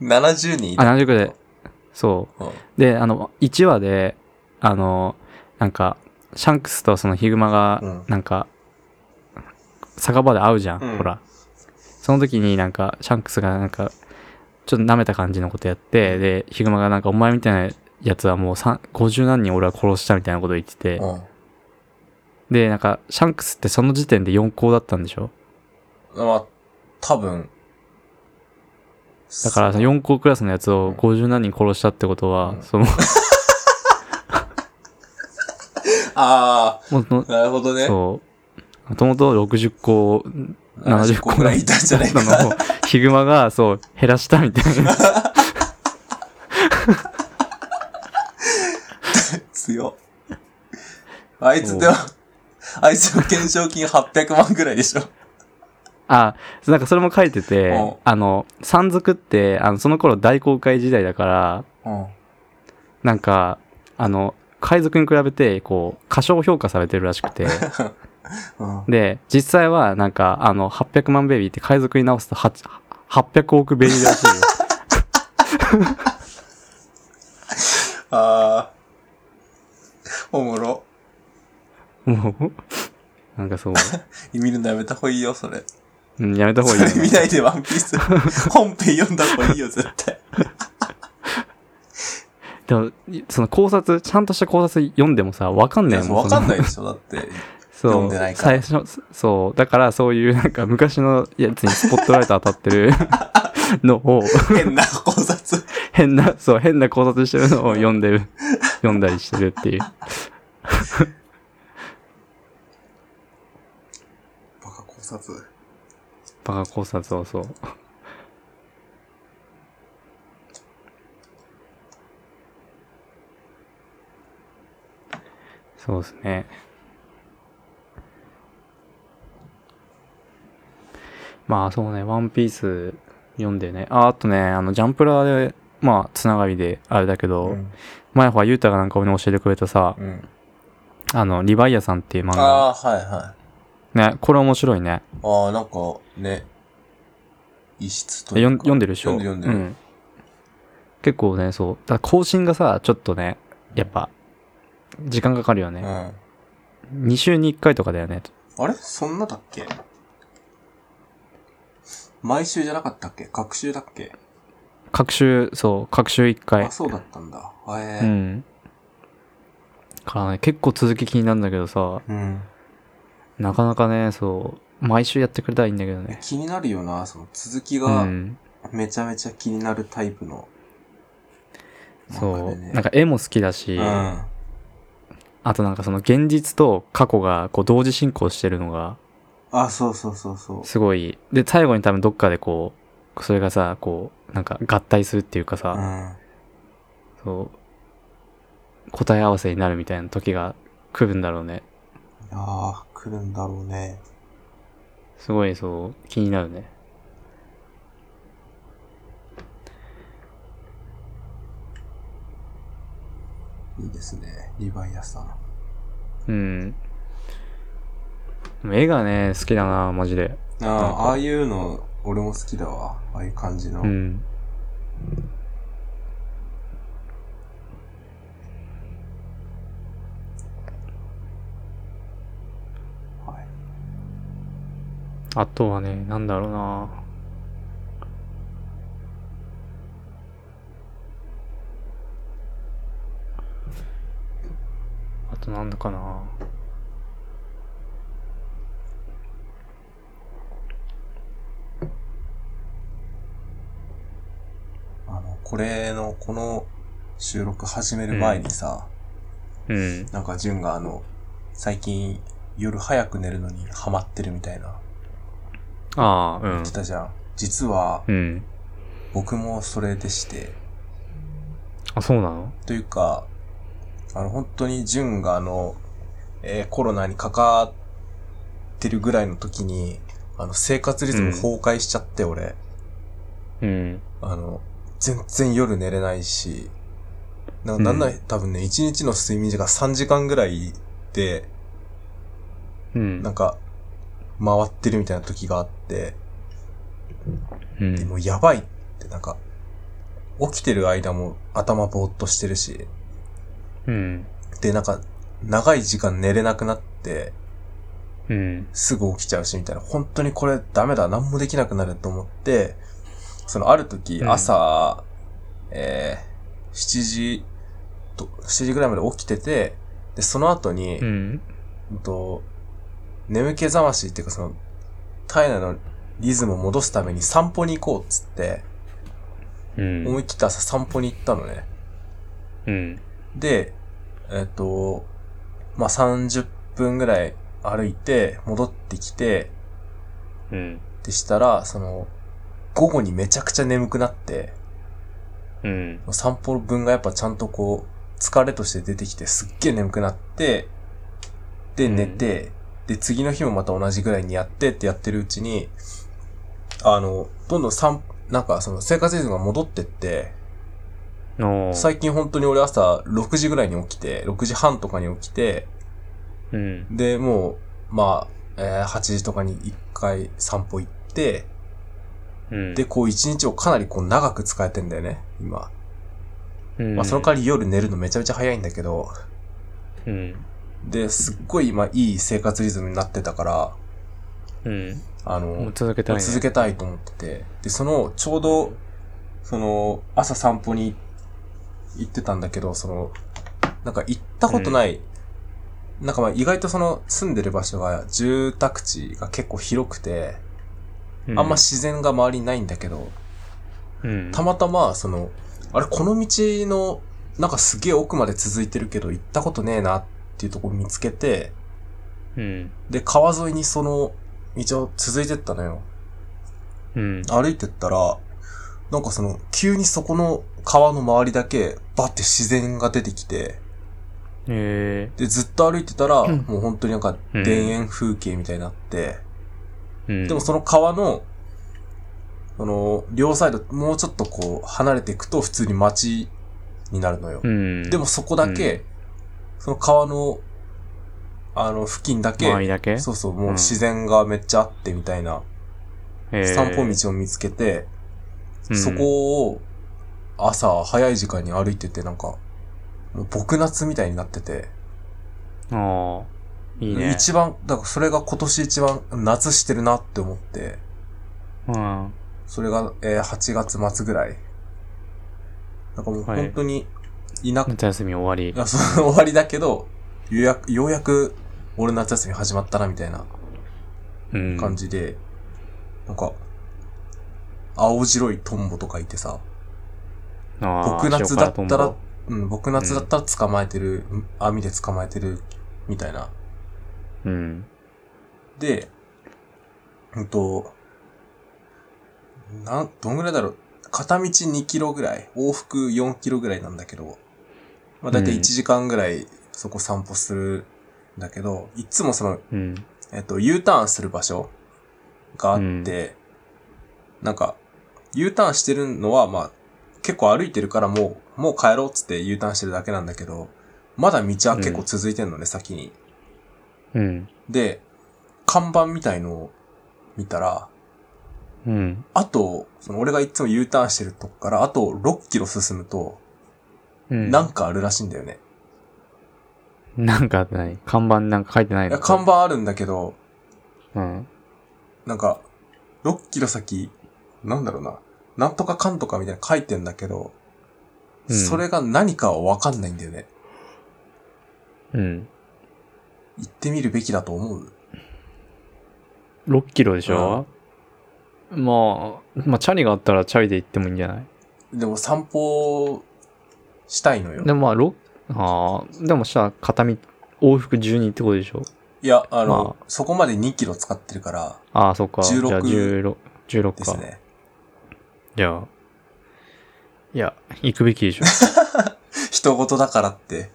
S2: 70人い
S1: あ、
S2: た。
S1: 70校で、そ
S2: うん
S1: う。で、あの、1話で、あの、なんか、シャンクスとそのヒグマ
S2: う
S1: が
S2: ん、
S1: なんか、酒場で会うじゃん、
S2: うん
S1: ほら。その時になんか、シャンクスがなんか、ちょっと舐めた感じのことやって、で、ヒグマがなんか、お前みたいなやつはもうさん50何人俺は殺したみたいなこと言ってて、
S2: うん。
S1: で、なんか、シャンクスってその時点で4校だったんでしょ
S2: まあ、多分。
S1: だからさ、4校クラスのやつを50何人殺したってことは、
S2: うん
S1: その、
S2: あ
S1: もとも
S2: あ、なるほどね。
S1: そう、もともと60校70個
S2: 個ぐらいいたんじゃない か
S1: な
S2: な。
S1: のを、ヒグマがそう、減らしたみたい な。
S2: 強っあいつでも、あいつの懸賞金800万ぐらいでしょ。
S1: あ、なんかそれも書いてて
S2: うん、
S1: あの、山賊って、あの、その頃大航海時代だから、
S2: うん。
S1: なんか、あの、海賊に比べて、こう、過小評価されてるらしく て、
S2: うん。
S1: で、実際は、なんか、あの、800万ベイビーって海賊に直すと8、800億ベイビーらしいよ。
S2: あーおもろ。
S1: もう、なんかそう、
S2: 見るのやめた方がいいよ、それ。
S1: うん、やめた方がいいよ
S2: それ見
S1: ね。
S2: ないでワンピース。本編読んだ方がいいよ、絶対。
S1: でも、その考察、ちゃんとした考察読んでもさ、わかん
S2: い
S1: ない
S2: や、
S1: もん。。
S2: そうわかんないいでしょ、だって。
S1: そ
S2: 読
S1: う、
S2: んでないから
S1: 最初、そそう、だからそういうなんか昔のやつにスポットライト当たって るのを、
S2: 変な考察。
S1: 変な、そう、変な考察してるのを読んでる、読んだりしてるっていう。
S2: バカ考察。
S1: バカ考察をそう。そうですね。まあそうね、ワンピース読んでね。あ、あとね、あの、ジャンプラーで、まあ、つながりであれだけど、
S2: うん。
S1: 前ほら、ゆうたがなんか俺に教えてくれたさ、
S2: うん。
S1: あの、リヴァイアさんっていう漫画。
S2: ああー、はいはい。
S1: ね、これ面白いね。
S2: ああ、なんか、ね。異質とい
S1: 読ん
S2: うか。
S1: 読んでるでしょ
S2: 読んで読んでる
S1: うん、結構ねそうだから更新がさちょっとねやっぱ時間かかるよね、
S2: うん。
S1: 2週に1回とかだよね
S2: あれそんなだっけ毎週じゃなかったっけ各週だっけ
S1: 各週、そう、各週1回
S2: あ、。そうだったんだ。あえ
S1: う
S2: ー
S1: ん。からね、結構続き気になるんだけどさ、
S2: うん。
S1: なかなかね、そう、毎週やってくれたらいいんだけどね。
S2: 気になるよな、その続き
S1: う
S2: が
S1: ん。
S2: めちゃめちゃ気になるタイプの。
S1: そう。
S2: でね
S1: なんか絵も好きだし、
S2: うん。
S1: あとなんかその現実と過去がこう同時進行してるのが
S2: あ、そうそうそうそう。
S1: すごい。で、最後に多分どっかでこう、それがさ、こう、なんか合体するっていうか
S2: う
S1: さ、
S2: ん。
S1: そう、答え合わせになるみたいな時が来るんだろうね。
S2: ああ、来るんだろうね。
S1: すごいそう、気になるね。
S2: いいですね。リヴァイアさん。
S1: うん。でも絵がね、好きだな、マジで。
S2: あ
S1: なん
S2: あ
S1: か、
S2: ああいうの、俺も好きだわ。ああいう感じの。
S1: うん。
S2: はい。
S1: あとはね、なんだろうな。あとなんだかな。
S2: あの、これの、この収録始める前にさ、
S1: うん。
S2: なんか、純があの、最近、夜早く寝るのにハマってるみたいな、
S1: ああ、
S2: 言ってたじゃん。実は
S1: う、ん。うん。
S2: 僕もそれでして、
S1: あ、そうなの
S2: というか、あの、本当に純があの、えーコロナにかかってるぐらいの時に、あの、生活リズム崩壊しちゃって、俺。
S1: うん。
S2: あの、全然夜寝れないし、なんかなんなら、
S1: う
S2: 多分ね、1日の睡眠時間3時間ぐらいで、
S1: うん。
S2: なんか、回ってるみたいな時があって、
S1: う
S2: で
S1: ん。
S2: もうやばいって、なんか、起きてる間も頭ぼーっとしてるし、
S1: うん。
S2: で、なんか、長い時間寝れなくなって、
S1: うん。
S2: すぐ起きちゃうし、みたいな。本当にこれダメだ。何もできなくなると思って、そのある時、
S1: うん
S2: 朝、えー、7時と、7時ぐらいまで起きてて、で、その後に、
S1: う
S2: うん
S1: ん。
S2: と、眠気覚ましっていうかその、体内のリズムを戻すために散歩に行こうっつって、
S1: うん。
S2: 思い切って朝散歩に行ったのね。
S1: うん。
S2: で、えっ、と、まあ、30分ぐらい歩いて、戻ってきて、
S1: うん。
S2: ってしたら、その、午後にめちゃくちゃ眠くなって、
S1: うん。
S2: 散歩分がやっぱちゃんとこう、疲れとして出てきてすっげえ眠くなって、で
S1: うん
S2: 寝て、で次の日もまた同じぐらいにやってってやってるうちに、あの、どんどん散、なんかその生活リズムが戻ってって、
S1: の
S2: 最近本当に俺朝6時ぐらいに起きて、6時半とかに起きて、
S1: うん。
S2: で、もう、まあ、えー8時とかに1回散歩行って、
S1: うん。
S2: で、こう一日をかなりこう長く使えてんだよね、今。
S1: うん、
S2: まあその代わり夜寝るのめちゃめちゃ早いんだけど、
S1: うん。
S2: で、すっごい今いい生活リズムになってたから、
S1: うん。
S2: あ
S1: もう
S2: の、
S1: 続けたいね。
S2: 続けたいと思ってて、で、その、ちょうど、その、朝散歩に行ってたんだけど、その、なんか行ったことない、なんかまあ意外とその住んでる場所が住宅地が結構広くて、
S1: うん
S2: あんま自然が周りにないんだけど、
S1: うん。
S2: たまたま、その、あれ、この道の、なんかすげえ奥まで続いてるけど、行ったことねえなっていうとこ見つけて、
S1: うん。
S2: で、川沿いにその道を続いてったのよ。
S1: うん。
S2: 歩いてったら、なんかその、急にそこの川の周りだけ、バって自然が出てきて、
S1: え
S2: で、ずっと歩いてたら、
S1: うん
S2: もう本当になんか
S1: うん
S2: 田園風景みたいになって、
S1: えうん。
S2: でもその川の、その、両サイド、もうちょっとこう、離れていくと普通に街になるのよ。
S1: うん。
S2: でも、そこだけ、その川の、あの、付近だけ、
S1: 周りだけ
S2: そうそう、もううん自然がめっちゃあってみたいな、散歩道を見つけて、
S1: うん
S2: そこを朝早い時間に歩いてて、なんか、もう撲夏みたいになってて、
S1: ああ。いいね。
S2: 一番、だからそれが今年一番夏してるなって思って、
S1: うん。
S2: それが、えー8月末ぐらい。なんかもう
S1: はい
S2: 本当に、いなく、
S1: 夏休み終わり
S2: い、。やその終 わりだけど、ようやく、ようやく、俺の夏休み始まったな、みたいな
S1: うん。
S2: 感じで、なんか、青白いトンボとかいてさ、
S1: あー
S2: 僕夏だ
S1: 塩
S2: った
S1: 辛
S2: ら、うん、僕夏だったら捕まえてる、網で捕まえてる、みたいな。
S1: とんぼうん。
S2: で、うんと、なん、どんぐらいだろう。片道2キロぐらい、往復4キロぐらいなんだけど、まあだいたい
S1: うん
S2: 1時間ぐらいそこ散歩するんだけど、いつもその、
S1: うん。
S2: えっと、U ターンする場所があって、なんか、U ターンしてるのは、まあ、結構歩いてるからもう、もう帰ろうっつって U ターンしてるだけなんだけど、まだ道は結構続いてんのね、先に。
S1: うん。
S2: で、看板みたいのを見たら、
S1: うん。
S2: あと、その俺がいつも U ターンしてるとこから、あと6キロ進むと、
S1: うん。
S2: なんかあるらしいんだよね。
S1: なんかない。看板なんか書いてない
S2: い
S1: の
S2: や、看。板あるんだけど、
S1: うん。
S2: なんか、6キロ先、なんだろうな、なんとかかんとかみたいなの書いてんだけど、
S1: うん
S2: それが何かはわかんないんだよね。
S1: うん。
S2: 行ってみるべきだと思う
S1: 6キロでしょ、まあ、まあ、チャリがあったらチャリで行ってもいいんじゃない
S2: でも散歩したいのよ
S1: で。もまあ、6、ああ、でもさ、片道、往復12ってことでしょ
S2: いや、あの、
S1: ま
S2: そこまで2キロ使ってるから
S1: ああ、そっか。
S2: 16
S1: じゃあ16、16か。
S2: ですね。
S1: じゃあ、いや、行くべきでし ょ。
S2: 人事だからって。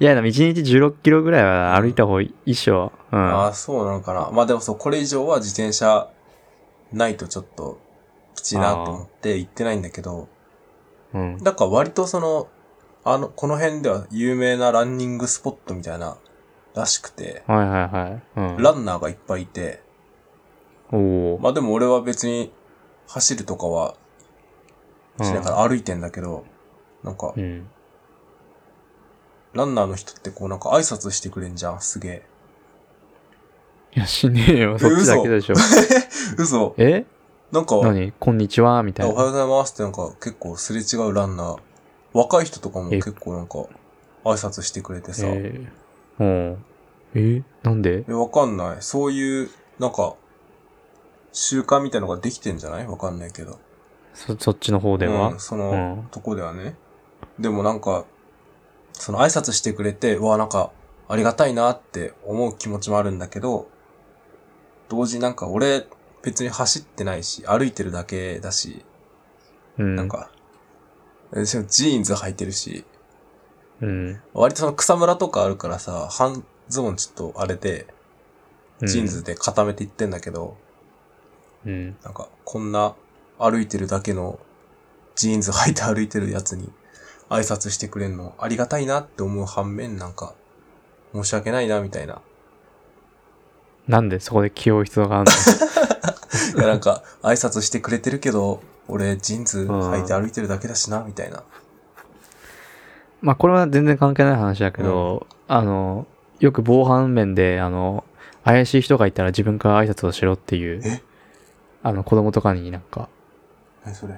S1: いや、でも1日16キロぐらいは歩いた方がいいっしょ。うん。
S2: ああ、そうなのかな。まあでもそう、これ以上は自転車ないとちょっときちいなと思って行ってないんだけど、
S1: うん。
S2: だから割とその、あの、この辺では有名なランニングスポットみたいな、らしくて、
S1: はいはいはい。うん。
S2: ランナーがいっぱいいて、
S1: おお。
S2: まあでも俺は別に走るとかはしながら歩いてんだけど、なんか
S1: う、ん。
S2: ランナーの人ってこうなんか挨拶してくれんじゃん、すげ え。
S1: いや、しねえよ。そっちだけでしょ。
S2: 嘘
S1: え
S2: なんか、
S1: 何こんにちはみたい
S2: おは
S1: な。
S2: ようございますってなんか結構すれ違うランナー、若い人とかも結構なんか挨拶してくれてさ、え
S1: えー、うん。えなんで
S2: わかんない。そういう、なんか、習慣みたいのができてんじゃないわかんないけど。
S1: そ、そっちの方では
S2: うん、そうの、
S1: ん。
S2: とこではね。でもなんか、その挨拶してくれて、うわ、なんか、ありがたいなって思う気持ちもあるんだけど、同時になんか俺、別に走ってないし、歩いてるだけだし、
S1: うん。
S2: なんか、えしかもジーンズ履いてるし、
S1: うん。
S2: 割とその草むらとかあるからさ、半ズボンちょっと荒れて、
S1: うん。
S2: ジーンズで固めていってんだけど、
S1: うん。
S2: なんか、こんな歩いてるだけの、ジーンズ履いて歩いてるやつに挨拶してくれんのありがたいなって思う反面、なんか、申し訳ないな、みたい な。
S1: なんでそこで気負う必要がある
S2: いや、なんか、挨拶してくれてるけど、俺、ジーンズ履いて歩いてるだけだしな、みたいな。
S1: まあこれは全然関係ない話だけど、あの、よく防犯面で、あの、怪しい人がいたら自分から挨拶をしろっていう
S2: え、
S1: あの子供とかになんか、
S2: 何それ。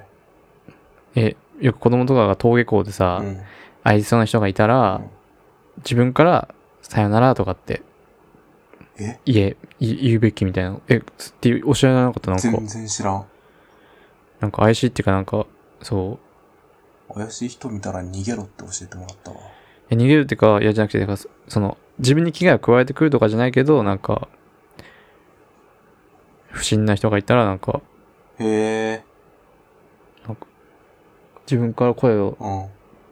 S1: え、よく子供とかが登下校でさ、
S2: うん。
S1: 怪しそうな人がいたら
S2: うん、
S1: 自分からさよならとかって
S2: え、
S1: 言え、い言うべきみたいな、え、つっていうお知らせなかったなん
S2: 全
S1: か、
S2: 然知らん。
S1: なんか怪しいっていうかなんか、そう、
S2: 怪しい人見たら逃げろって教えてもらったわ。
S1: いや逃げるってか、いやじゃなくて、だからそその、自分に危害を加えてくるとかじゃないけど、なんか、不審な人がいたら、なんか、
S2: へえ。
S1: 自分から声を
S2: うん。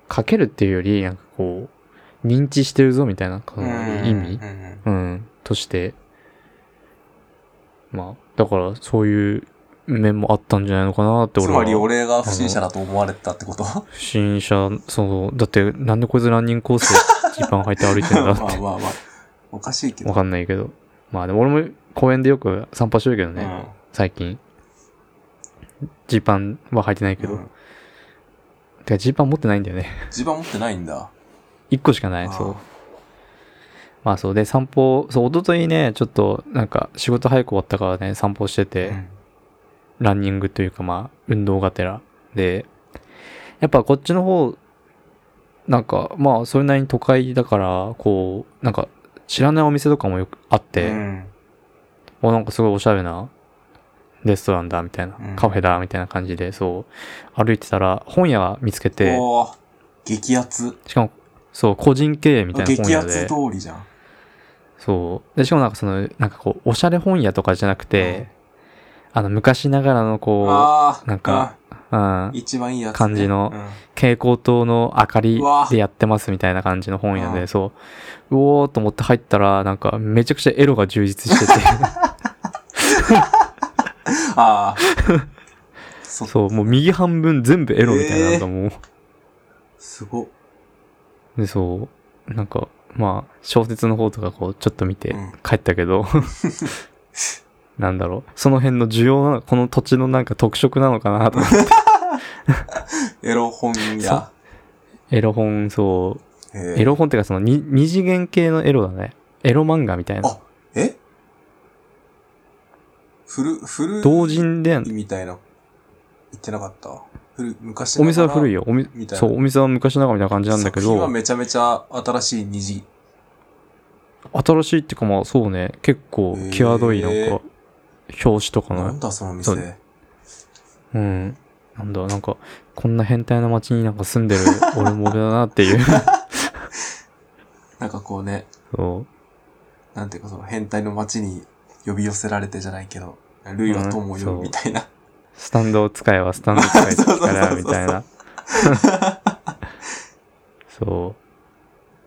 S1: かけるっていうより、なんかこう、認知してるぞみたいな、この意味
S2: うん、うん
S1: うん、として、まあ、だから、そういう面もあったんじゃないのかなって、
S2: つ
S1: 俺
S2: ま
S1: は。
S2: り俺が不審者だと思われてたってこと
S1: 不審者、そう、だって、なんでこいつランニングコースでジーパン履いて歩いてんだ
S2: まあ
S1: って。
S2: まあまあ。おかしいけど。
S1: わかんないけど。まあでも俺も公園でよく散歩してるけどね、
S2: うん
S1: 最近。ジーパンは履いてないけど。
S2: うん
S1: てかジーパン持ってないんだよね。
S2: 地盤持ってないんだ。
S1: 1個しかない、
S2: あー
S1: そう。ままあそうで、散歩、そう、一昨日ね、ちょっとなんか仕事早く終わったからね、散歩してて、ランニングというかまあ、運動がてら。で、やっぱこっちの方、なんかまあ、それなりに都会だから、こう、なんか知らないお店とかもよくあって、
S2: うん
S1: お、なんかすごいおしゃれなレストランだ、みたいな
S2: うん、
S1: カフェだ、みたいな感じで、そう、歩いてたら本屋見つけて、
S2: おー激アツ。
S1: しかも、そう、個人経営みたいな本
S2: 激
S1: 屋
S2: ア
S1: で。
S2: ツ通りじゃん。
S1: そう。で、しかもなんかその、なんかこう、おしゃれ本屋とかじゃなくて、あの、昔ながらのこ
S2: ああ、
S1: なんかう、うん
S2: うん、、一番いいやつ、ね。
S1: 感じの
S2: うん
S1: 蛍光灯の明かり
S2: うわ
S1: でやってますみたいな感じの本屋
S2: うん
S1: で、そう、うおーと思って入ったら、なんか、めちゃくちゃエロが充実して て、
S2: ああ。 そ
S1: そう、もう右半分全部エロみたいな、なんかもう、
S2: すごっ。
S1: で、そう、なんか、まあ、小説の方とかこう、ちょっと見て
S2: うん
S1: 帰ったけ ど、なんだろう、その辺の需要なの、この土地のなんか特色なのかなと思って、
S2: エロ本屋。
S1: エロ本、そう、
S2: え
S1: エロ本っていうかそのに二次元系のエロだね。エロ漫画みたいな。
S2: あ、え古、古い
S1: 同人で、
S2: みたいな、言ってなかった。古い昔
S1: お店は古い
S2: よ。
S1: よ。おみ
S2: みたいな
S1: そう、お店は昔ながらみたいな感じなんだけ
S2: 作品は
S1: ど、
S2: めちゃめちゃ新しい二次。
S1: 新しいっていうかまあそうね、結構際どいなん
S2: へー
S1: か、表紙とか
S2: なん
S1: の、
S2: だその店。
S1: そううん。なんだ、なんか、こんな変態な街になんか住んでる俺も俺だなって いう。
S2: なんかこうね、
S1: そう。
S2: なんていうかその変態の街に呼び寄せられてじゃないけど、ルイは友を呼ぶみたいな。
S1: スタンドを使えばスタンド使い だから、みたいな。 そ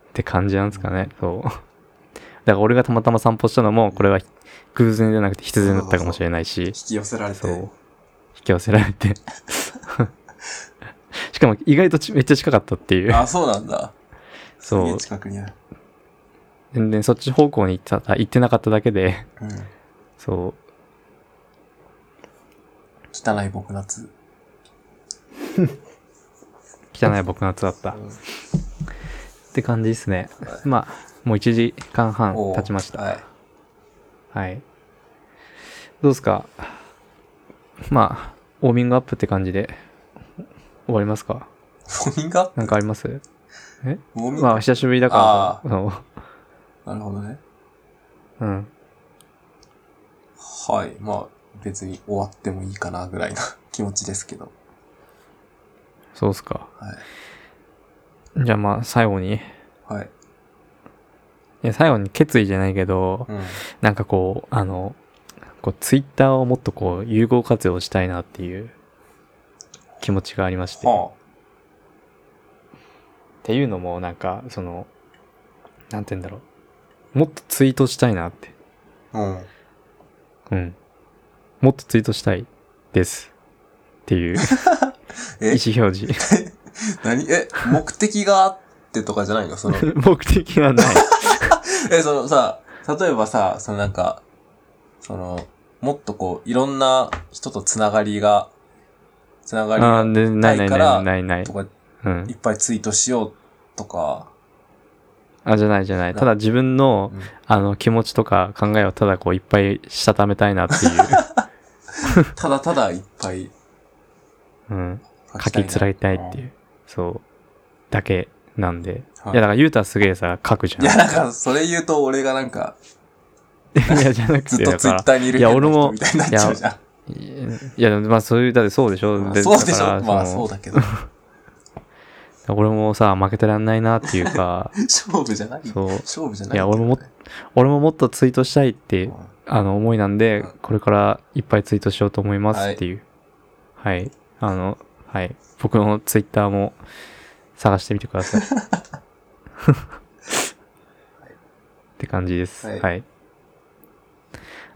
S1: う。って感じなんですかね。そう。だから俺がたまたま散歩したのも、これは偶然じゃなくて必然だったかもしれないし
S2: 引、き寄せられ
S1: そ
S2: て。
S1: う。引き寄せられて。 しかも意外とちめっちゃ近かったっていう。
S2: あ、そうなんだ。
S1: そう
S2: すげえ近くにある。
S1: 全然そっち方向に行ってた、行ってなかっただけで、
S2: うん。
S1: そう。
S2: 汚い僕夏。
S1: 汚い僕の夏だった。っ
S2: うん
S1: て感じですね。まあ、もう1時間半
S2: おー
S1: 経ちました。
S2: はい。
S1: はい。どうですかまあ、ウォーミングアップって感じで終わりますか
S2: ウォーミングアップ
S1: なんかあります
S2: ウォーミング
S1: まあ、久しぶりだからさ。
S2: なるほどね。
S1: そううん。
S2: はい。まあ、別に終わってもいいかなぐらいな 気持ちですけど。
S1: そうっすか。
S2: はい。
S1: じゃあまあ、最後に。い
S2: はい。
S1: や、最後に決意じゃないけど、
S2: うん。
S1: なんかこう、あの、こう、ツイッターをもっとこう、有効活用したいなっていう気持ちがありまして。
S2: は
S1: っていうのも、なんか、その、なんて言うんだろう。もっとツイートしたいなって。
S2: あ。うん。
S1: うん。もっとツイートしたいです。っていう意
S2: え、
S1: 思表示。
S2: 何え、目的があってとかじゃないのその、
S1: 目的はない。
S2: え、そのさ、例えばさ、そのなんか、その、もっとこう、いろんな人とつながりが、つながり
S1: あ
S2: が
S1: ーでないないないないない
S2: と。か、
S1: うん
S2: い。っぱいツイートしようとか、
S1: あ、じゃないじゃない。ただ自分の
S2: うん、
S1: あの気持ちとか考えをただこういっぱいしたためたいな っていう。
S2: ただただいっぱい
S1: うん。
S2: 書。
S1: 書きつらいたいっていうう。そう。だけなんで。い
S2: は
S1: や
S2: い
S1: だからゆうたはすげえさ、書くじゃん。
S2: いや、
S1: い
S2: なんか、それ言うと俺がなんか、
S1: や、じゃなく
S2: ず
S1: て
S2: っと
S1: だ
S2: ツイ
S1: か
S2: ッ
S1: ら。
S2: ターにいる
S1: いや
S2: 変な
S1: 俺も
S2: 人みたいになっちゃうじゃん。
S1: いや、まあそういう、だってそうでしょ。
S2: まあそうでし
S1: だ
S2: ょ
S1: から
S2: まあ
S1: そ
S2: そ
S1: の
S2: うだけど。
S1: 俺もさ、負けてらんないなっていうか、
S2: 勝負じゃない
S1: そう
S2: 勝負じゃない
S1: いや俺も俺ももっとツイートしたいって、あの、思いなんで、
S2: うん
S1: これからいっぱいツイートしようと思いま
S2: は
S1: す
S2: い
S1: っていう。はい。あの、はい。僕のツイッターも探してみてください。って感じです。
S2: は
S1: はいい。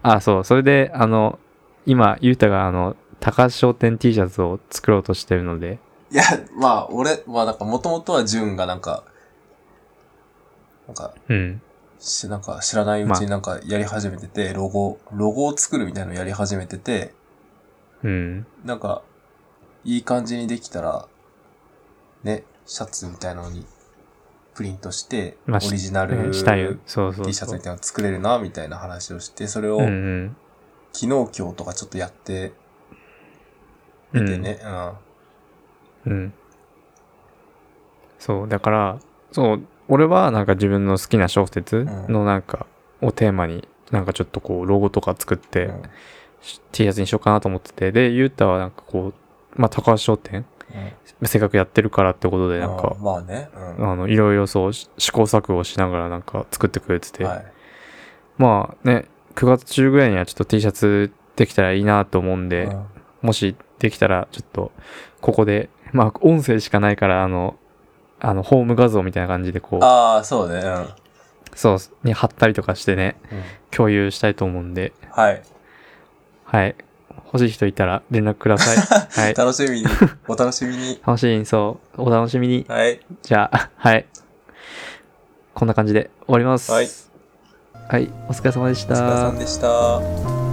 S1: あ、そう。それで、あの、今、ゆうたが、あの、高橋商店 T シャツを作ろうとしてるので、
S2: いや、まあ、俺、まあ、なんか、もともとは純がなんか、なんか、
S1: うん。
S2: し、なんか、知らないうちになんかやり始めてて、ロゴ、ロゴを作るみたいなのやり始めてて、
S1: うん。
S2: なんか、いい感じにできたら、ね、シャツみたいなのに、プリントして、
S1: まあ
S2: オリジナ
S1: う
S2: ル
S1: んしたいよ。そうそうそう。
S2: T シャツみたいなの作れるな、みたいな話をして、それを
S1: うんう
S2: 昨
S1: ん。
S2: 日今日とかちょっとやって
S1: う
S2: み
S1: ん
S2: てね。うん。
S1: うん。そう、だから、そう、俺はなんか自分の好きな小説のなんか、をテーマに、なんかちょっとこう、ロゴとか作って、
S2: うん
S1: T シャツにしようかなと思ってて、で、ゆうたはなんかこう、まあ、高橋商店、せっかくやってるからってことで、なん
S2: あ
S1: か
S2: ー、まあね。うん。
S1: あの、いろいろそう、し試行錯誤しながらなんか作ってくれてて、
S2: はい。
S1: まあね、9月中ぐらいにはちょっと T シャツできたらいいなと思うんで、
S2: うん
S1: もしできたら、ちょっと、ここで、まあ、音声しかないから、あの、あの、ホーム画像みたいな感じで、こう、
S2: ああ、そうね。うん。
S1: そう、に貼ったりとかしてね、
S2: うん
S1: 共有したいと思うんで、
S2: はい。
S1: はい。欲しい人いたら連絡くだ さい。はい。。
S2: 楽しみに。お楽しみに
S1: 楽しい、そう。お楽しみに。
S2: はい。
S1: じゃあ、はい。こんな感じで終わります。
S2: はい。
S1: はい、お疲れ様でし
S2: お疲れ
S1: た
S2: さん。でした。